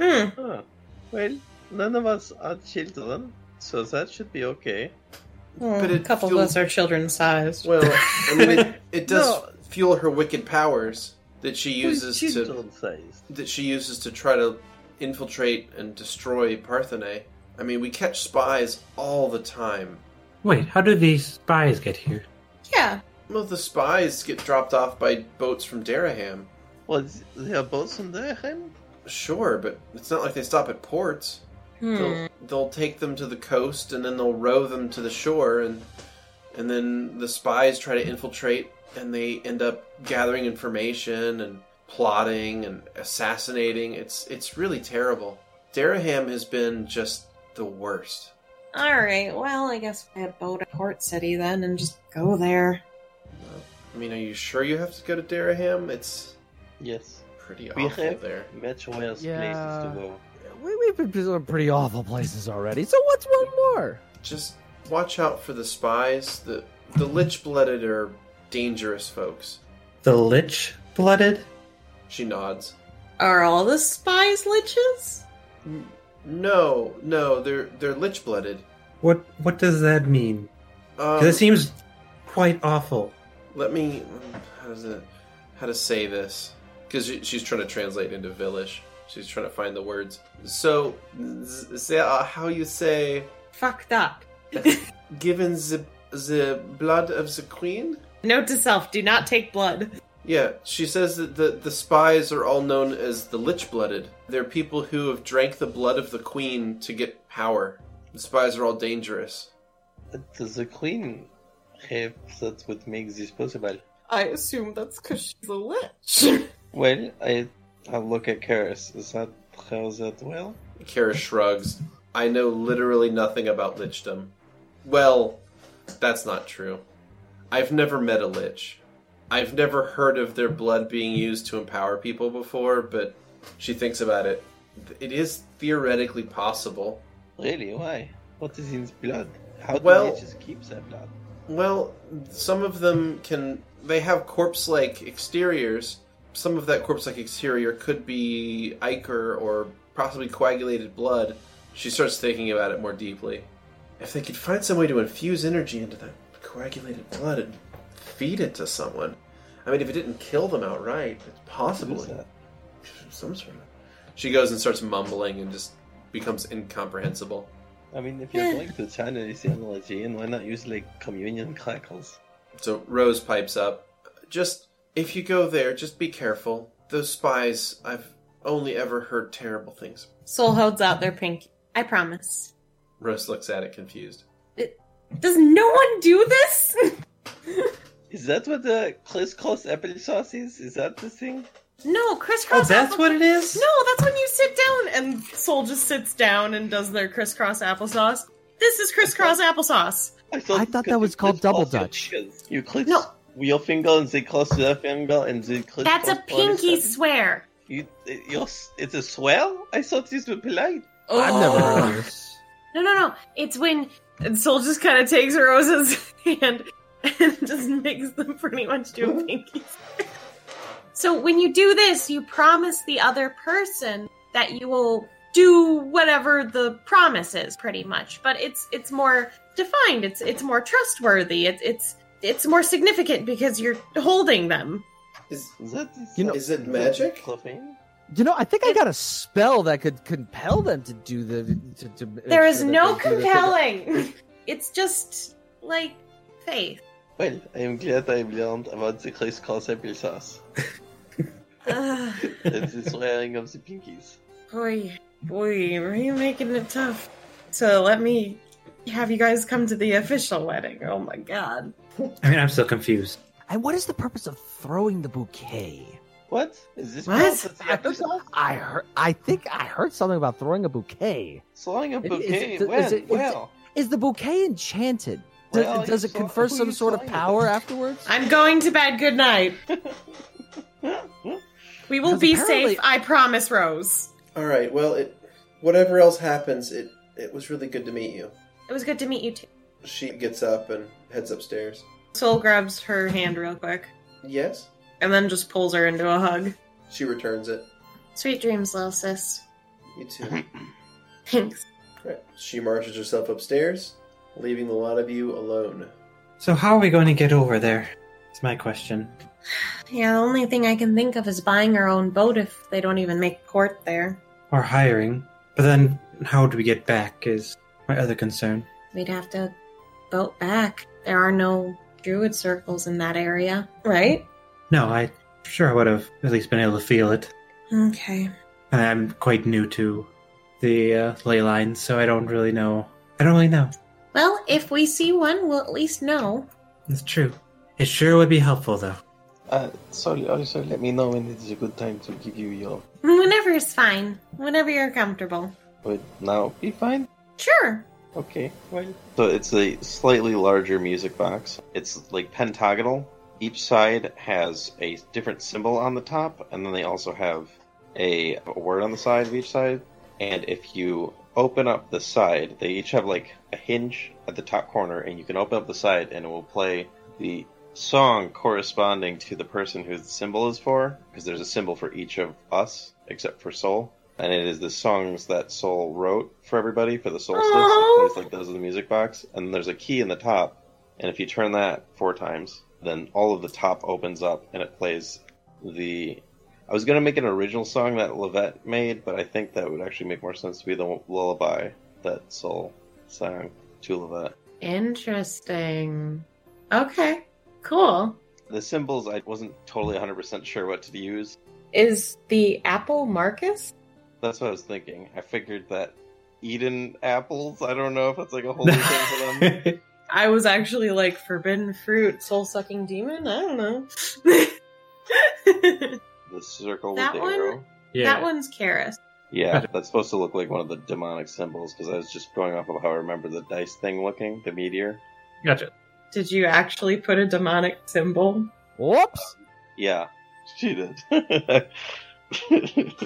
S2: Hmm.
S3: Well, none of us are children, so that should be okay.
S12: Hmm,
S2: Well,
S1: But
S2: a
S1: it
S2: couple of
S1: feels-
S2: us are children sized.
S1: Well, I mean, it, it does
S3: No.
S1: fuel her wicked powers that she
S3: Who's
S1: uses to
S3: children-sized?
S1: that she uses to try to infiltrate and destroy Parthenay. I mean, we catch spies all the time.
S9: Wait, how did these spies get here?
S2: Yeah.
S1: Well, the spies get dropped off by boats from Dereham.
S3: Well, there are boats from Dereham?
S1: Sure, but it's not like they stop at ports.
S2: Hmm.
S1: They'll, they'll take them to the coast and then they'll row them to the shore, and and then the spies try to infiltrate, and they end up gathering information and plotting and assassinating. It's it's really terrible. Dereham has been just the worst.
S2: All right. Well, I guess we had boat at Port City then, and just go there.
S1: I mean, are you sure you have to go to Dereham? It's
S3: Yes.
S1: pretty
S3: We
S1: awful
S3: have
S1: there.
S3: much worse
S7: Yeah.
S3: places to go.
S7: We, we've been to some pretty awful places already, so what's one more?
S1: Just watch out for the spies. The the lich blooded are dangerous folks.
S9: The lich blooded?
S1: She nods.
S2: Are all the spies liches?
S1: No, no, they're they're lich blooded.
S9: What what does that mean?
S1: Um,
S9: 'Cause it seems quite awful.
S1: Let me. How does it? How to say this? Because she's trying to translate into Villish. She's trying to find the words. So, z- say uh, how you say,
S2: Fucked up.
S1: given the the blood of the queen.
S2: Note to self: Do not take blood.
S1: Yeah, she says that the, the spies are all known as the Lich Blooded. They're people who have drank the blood of the Queen to get power. The spies are all dangerous.
S3: But does the queen have that would make this possible?
S12: I assume that's because she's a lich.
S3: Well, I I look at Karis. Is that how that well?
S1: Kara shrugs. I know literally nothing about Lichdom. Well, that's not true. I've never met a Lich. I've never heard of their blood being used to empower people before, but she thinks about it. It is theoretically possible.
S3: Really? Why? What is in his blood? How do
S1: Well-
S3: well, just keep that blood?
S1: Well, some of them can. They have corpse like exteriors. Some of that corpse like exterior could be ichor or possibly coagulated blood. She starts thinking about it more deeply. If they could find some way to infuse energy into that coagulated blood and feed it to someone. I mean, if it didn't kill them outright, it's possible.
S3: Who's that?
S1: Some sort of. She goes and starts mumbling and just becomes incomprehensible.
S3: I mean, if you're going to China, this analogy, and why not use like communion crackles?
S1: So Rose pipes up. Just if you go there, just be careful. Those spies, I've only ever heard terrible things.
S2: Soul holds out their pinky. I promise.
S1: Rose looks at it confused.
S2: Does no one do this?
S3: Is that what the crisscross applesauce is? Is that the thing?
S2: No, crisscross.
S9: Oh, that's
S2: apple-
S9: what it is?
S2: No, that's when you sit down and Soul just sits down and does their crisscross applesauce. This is crisscross applesauce.
S3: I thought,
S7: I thought that was called double dutch.
S3: You click
S2: No.
S3: your finger and they close their finger and they click.
S2: That's a pinky swear.
S3: You, you're, it's a swell? I thought these were polite.
S7: I've never heard of this.
S2: No, no, no. It's when and Soul just kind of takes Rose's hand and just makes them pretty much do a pinky. swear. so when you do this, you promise the other person that you will do whatever the promise is, pretty much. But it's it's more defined. It's it's more trustworthy. It's it's it's more significant because you're holding them.
S1: Is,
S3: Is that
S7: You know-
S1: is it magic?
S3: Clothing?
S7: You know, I think I got a spell that could compel them to do the. To, to make
S2: There is
S7: sure that
S2: no
S7: they do the thing.
S2: compelling. It's just like faith.
S3: Well, I am glad I learned about the crisscross applesauce.
S2: Ugh.
S3: it's the swearing of the pinkies.
S2: Boy, boy, are you making it tough to let me have you guys come to the official wedding? Oh my god.
S9: I mean, I'm still confused.
S7: And what is the purpose of throwing the bouquet?
S3: What is this?
S7: What? I, I heard. I think I heard something about throwing a bouquet.
S3: Throwing a
S7: Is- is-
S3: bouquet?
S7: is- is-
S3: when?
S7: is- is-
S3: well,
S7: Is the bouquet enchanted? Does,
S3: Well,
S7: does
S3: you
S7: it
S3: saw-
S7: confer
S3: who
S7: some
S3: you
S7: sort of
S3: saw it
S7: power afterwards?
S2: I'm going to bed. Good night. we will be
S1: apparently-
S2: safe. I promise, Rose.
S1: All right. Well, it whatever else happens, it it was really good to meet you.
S2: It was good to meet you too.
S1: She gets up and heads upstairs.
S2: Soul grabs her hand real quick
S1: Yes.
S2: and then just pulls her into a hug.
S1: She returns it.
S2: Sweet dreams, little sis.
S1: You too.
S3: Mm-hmm.
S2: Thanks.
S1: Right. She marches herself upstairs, leaving the lot of you alone.
S9: So, how are we going to get over there? It's my question.
S2: Yeah, the only thing I can think of is buying her own boat if they don't even make port there.
S9: Or hiring. But then, how do we get back is my other concern.
S2: We'd have to boat back. There are no druid circles in that area, right?
S9: No, I sure I would have at least been able to feel it.
S2: Okay.
S9: And I'm quite new to the uh, ley lines, so I don't really know. I don't really know.
S2: Well, if we see one, we'll at least know.
S9: It's true. It sure would be helpful, though.
S3: uh, sorry, also let me know when it's a good time to give you your.
S2: Whenever is fine. Whenever you're comfortable.
S3: Would now be fine?
S2: Sure.
S3: Okay. Well, So it's a slightly larger music box. It's like pentagonal. Each side has a different symbol on the top, and then they also have a, a word on the side of each side. And if you open up the side, they each have like a hinge at the top corner, and you can open up the side, and it will play the song corresponding to the person whose symbol is for, because there's a symbol for each of us except for Soul. And it is the songs that Soul wrote for everybody for the solstice. It plays like those in the music box. And there's a key in the top. And if you turn that four times, then all of the top opens up and it plays the. I was going to make an original song that Levette made, but I think that would actually make more sense to be the lullaby that Soul sang to Levette.
S2: Interesting. Okay. Cool.
S3: The symbols, I wasn't totally 100% sure what to use.
S2: Is the apple Marcus?
S3: That's what I was thinking. I figured that Eden apples, I don't know if that's like a holy thing for them.
S2: I was actually like forbidden fruit, soul sucking demon. I don't know.
S3: The circle
S2: That
S3: with the
S2: one?
S3: arrow.
S2: That one's Karis.
S3: Yeah, that's supposed to look like one of the demonic symbols because I was just going off of how I remember the dice thing looking, the meteor.
S5: Gotcha.
S2: Did you actually put a demonic symbol?
S7: Whoops.
S3: Yeah, she did.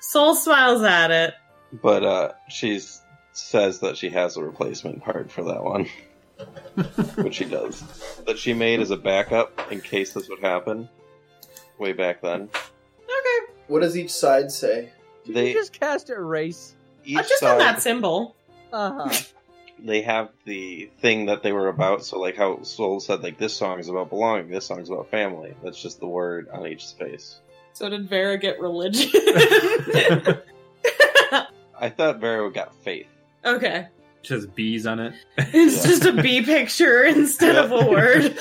S2: Soul smiles at it.
S3: but uh, she says that she has a replacement part for that one, which she does. That she made as a backup in case this would happen way back then.
S1: What does each side say?
S3: They
S7: Just cast erase.
S2: uh,
S3: Each uh, just on side- that
S2: symbol.
S7: Uh
S2: Uh-huh.
S7: huh.
S3: they have the thing that they were about. So like how Soul said, like this song is about belonging, this song is about family. That's just the word on each space.
S2: So did Vera get religion?
S3: I thought Vero got faith.
S2: okay.
S5: It has bees on it.
S2: It's just a bee picture instead of a word.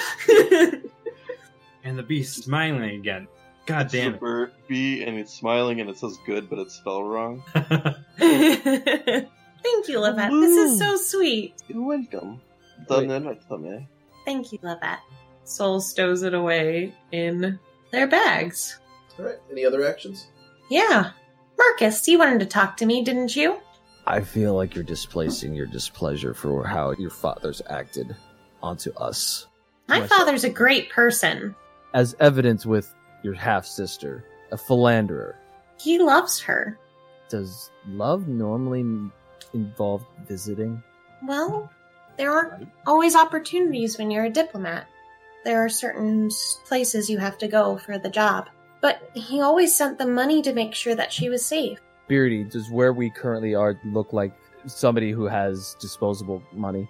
S5: And the bee's smiling again. God damn it.
S3: Super B, and it's smiling, and it says good, but it's spelled wrong.
S2: Thank you, Levette. This is so sweet.
S3: You're welcome. Done in it for me.
S2: Thank you, Levette. Soul stows it away in their bags.
S1: All right. Any other actions?
S2: Yeah. Marcus, you wanted to talk to me, didn't you?
S7: I feel like you're displacing your displeasure for how your fathers acted onto us.
S2: My
S7: Myself.
S2: father's a great person.
S7: As evidence with your half sister, a philanderer.
S2: He loves her.
S7: Does love normally m- involve visiting?
S2: Well, there aren't always opportunities when you're a diplomat. There are certain s- places you have to go for the job. But he always sent the money to make sure that she was safe.
S7: Beardy, does where we currently are look like somebody who has disposable money?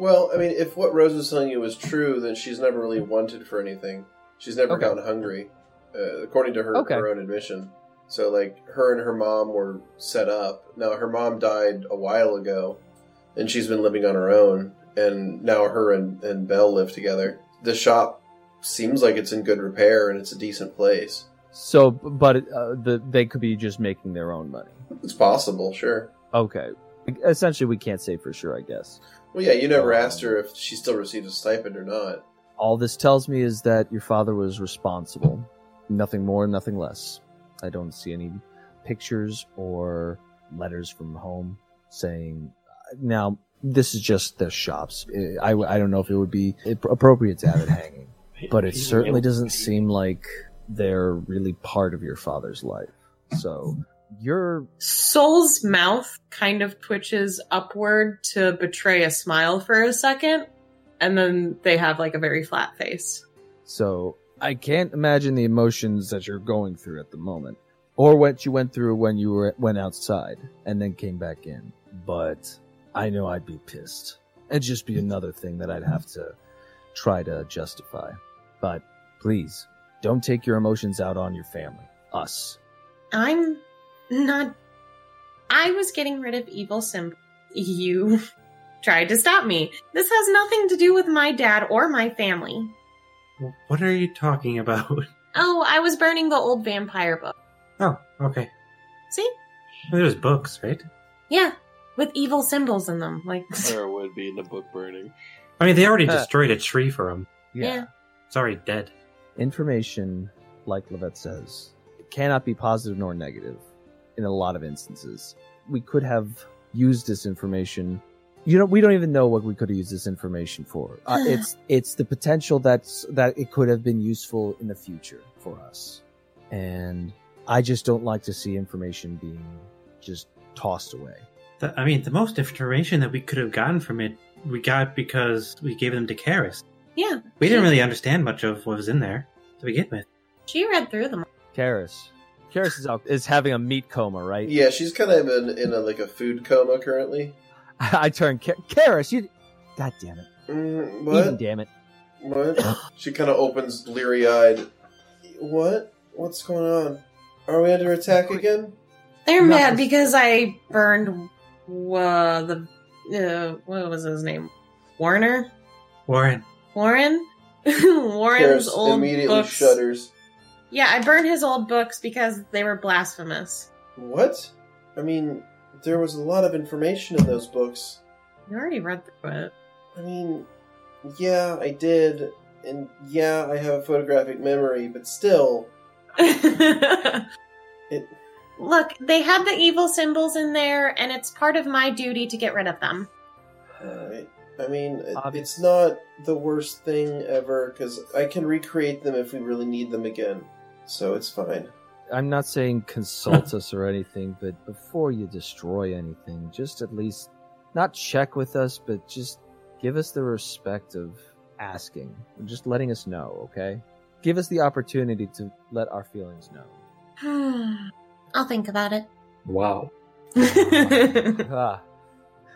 S1: Well, I mean, if what Rose was telling you was true, then she's never really wanted for anything. She's never
S7: Okay.
S1: gotten hungry, uh, according to her
S7: Okay.
S1: her own admission. So, like, her and her mom were set up. Now, her mom died a while ago, and she's been living on her own. And now her and and Belle live together. The shop seems like it's in good repair and it's a decent place.
S7: So, but uh, the, they could be just making their own money.
S1: It's possible, sure.
S7: Okay. Essentially, we can't say for sure, I guess.
S1: Well, yeah, you
S7: Um,
S1: never asked her if she still receives a stipend or not.
S7: All this tells me is that your father was responsible. Nothing more, nothing less. I don't see any pictures or letters from home saying. Now, this is just the shops. I, I don't know if it would be appropriate to have it hanging, but it certainly doesn't seem like they're really part of your father's life. So your
S12: Soul's mouth kind of twitches upward to betray a smile for a second, and then they have like a very flat face.
S7: So I can't imagine the emotions that you're going through at the moment, or what you went through when you were went outside and then came back in. But I know I'd be pissed. It'd just be another thing that I'd have to try to justify. But please, don't take your emotions out on your family, us.
S2: I'm not. I was getting rid of evil sim. You tried to stop me. This has nothing to do with my dad or my family.
S9: What are you talking about?
S2: Oh, I was burning the old vampire book.
S9: Oh, okay.
S2: See?
S9: There's books, right?
S2: Yeah, with evil symbols in them. Like,
S3: There would be in the book burning.
S9: I mean, they already
S7: Uh,
S9: destroyed a tree for him.
S7: Yeah.
S9: It's already dead.
S7: Information, like Levette says, cannot be positive nor negative in a lot of instances. We could have used this information. You know, we don't even know what we could have used this information for. Uh, it's it's the potential that's that it could have been useful in the future for us. And I just don't like to see information being just tossed away.
S9: The, I mean, the most information that we could have gotten from it, we got because we gave them to Karis.
S2: yeah.
S9: We didn't
S2: she-
S9: really understand much of what was in there to begin with.
S2: She read through them.
S7: Karis. Karis is, out, is having a meat coma, right?
S1: Yeah, she's kind of in, in a, like a food coma currently.
S7: I turn Ka- Karis. You, god damn it,
S1: Mm,
S7: Even
S1: what?
S7: damn it.
S1: What? she kind of opens bleary eyed. What? What's going on? Are we under attack again?
S2: They're
S1: Not
S2: mad
S1: as-
S2: because I burned uh, the uh, what was his name? Warner?
S9: Warren,
S2: Warren? Warren's
S1: Karis
S2: old
S1: immediately
S2: books.
S1: shudders.
S2: Yeah, I burned his old books because they were blasphemous.
S1: What? I mean, there was a lot of information in those books.
S2: You already read through it.
S1: I mean, yeah, I did, and yeah, I have a photographic memory, but still. it,
S2: Look, they had the evil symbols in there, and it's part of my duty to get rid of them.
S1: Alright. I mean, it- it's not the worst thing ever because I can recreate them if we really need them again, so it's fine.
S7: I'm not saying consult us or anything, but before you destroy anything, just at least not check with us, but just give us the respect of asking, just letting us know, okay? Give us the opportunity to let our feelings know.
S2: I'll think about it.
S5: Wow.
S7: ah,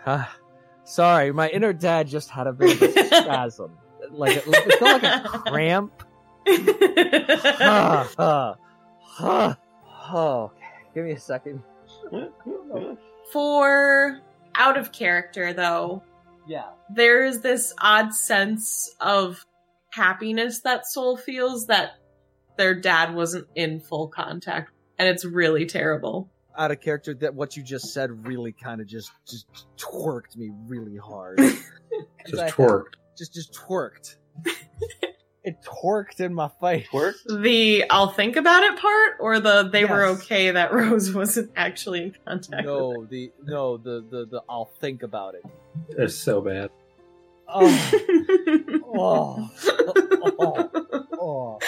S7: ah. Sorry, my inner dad just had a bit of a spasm. Like it felt like a cramp. Ah, ah, ah, ah. Okay, Give me a second.
S12: For out of character, though,
S7: Yeah.
S12: there is this odd sense of happiness that Soul feels that their dad wasn't in full contact, and it's really terrible.
S7: out of character that what you just said really kind of just just twerked me really hard. just
S5: twerked.
S7: Just just twerked. it twerked in my face.
S3: Twerked?
S12: The I'll think about it part, or the they were
S7: Yes.
S12: okay that Rose wasn't actually in contact. with
S7: No, the no, the the the I'll think about it.
S5: That's so bad.
S7: Oh. oh. oh. oh.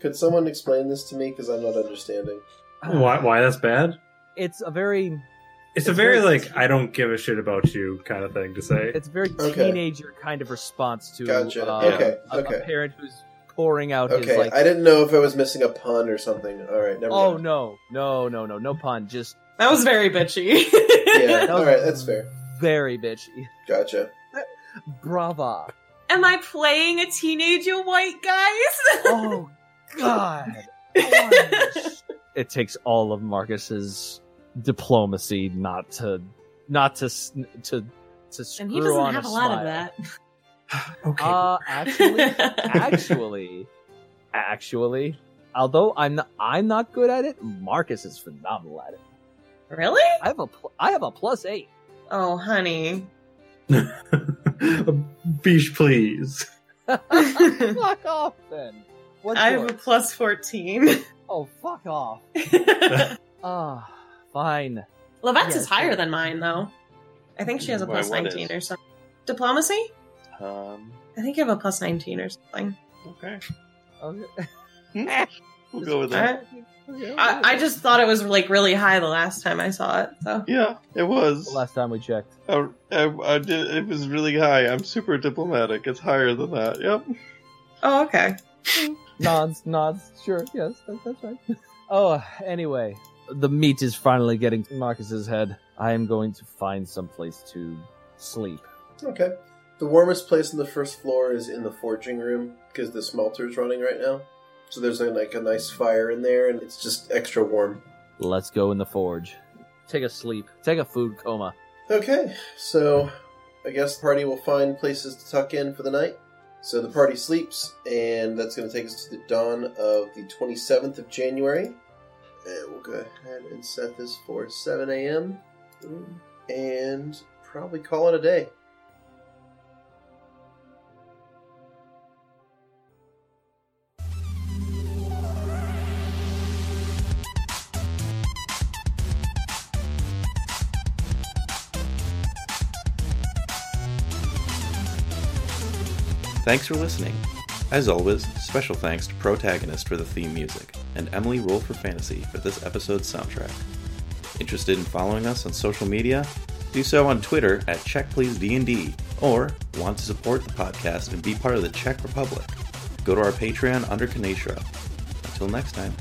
S1: Could someone explain this to me? Because I'm not understanding.
S5: Why? Why that's bad?
S7: It's a very
S5: It's, a very like I don't give a shit about you kind of thing to say.
S7: it's a very
S1: Okay.
S7: teenager kind of response to
S1: Gotcha.
S7: uh,
S1: Okay,
S7: a, a
S1: okay.
S7: parent who's pouring out
S1: Okay,
S7: his like
S1: I didn't know if I was missing a pun or something. All right, never
S7: Oh
S1: mind.
S7: no, no, no, no, no pun. Just
S12: That was very bitchy.
S1: Yeah,
S7: That was
S1: all right, that's fair.
S7: very bitchy.
S1: Gotcha.
S7: Brava.
S12: Am I playing a teenager white, guys?
S7: Oh God. it takes all of Marcus's diplomacy not to not to s- to to screw
S2: And he doesn't
S7: on
S2: have a
S7: a,
S2: lot of
S7: smile.
S2: that.
S9: Okay.
S7: Uh, actually, actually, actually, although I'm not, I'm not good at it, Marcus is phenomenal at it.
S12: Really?
S7: I have a pl- I have a plus eight.
S12: Oh, honey.
S9: Beesh, please.
S6: fuck off then. What's
S12: I
S6: yours?
S12: have a plus 14.
S6: Oh, fuck off. Ah,
S7: fine.
S12: Levette's
S6: Yeah,
S12: is higher
S6: sure.
S12: than mine, though. I think she has a
S3: Why,
S12: plus
S3: what
S12: 19
S3: is?
S12: or something. Diplomacy?
S3: Um,
S12: I think you have a plus 19 or something.
S3: Okay.
S6: Okay.
S3: we'll go with that.
S12: I, I just thought it was like really high the last time I saw it. So
S3: Yeah, it was.
S7: Last time we checked.
S3: I, I, I did, it was really high. I'm super diplomatic. It's higher than that. Yep.
S12: Oh, okay.
S6: nods, nods. Sure, yes, that, that's right.
S7: Oh, anyway, the meat is finally getting to Marcus's head. I am going to find someplace to sleep.
S1: Okay. The warmest place on the first floor is in the forging room because the smelter's running right now. So there's like a nice fire in there, and it's just extra warm.
S7: Let's go in the forge. Take a sleep. Take a food coma.
S1: Okay, so I guess the party will find places to tuck in for the night. So the party sleeps, and that's going to take us to the dawn of the 27th of January. And we'll go ahead and set this for 7 a.m. and probably call it a day.
S3: Thanks for listening. As always, special thanks to Protagonist for the theme music and Emily Roll for Fantasy for this episode's soundtrack. Interested in following us on social media? Do so on Twitter at CheckPleaseDND or want to support the podcast and be part of the Czech Republic? Go to our Patreon under Kaneshra. Until next time.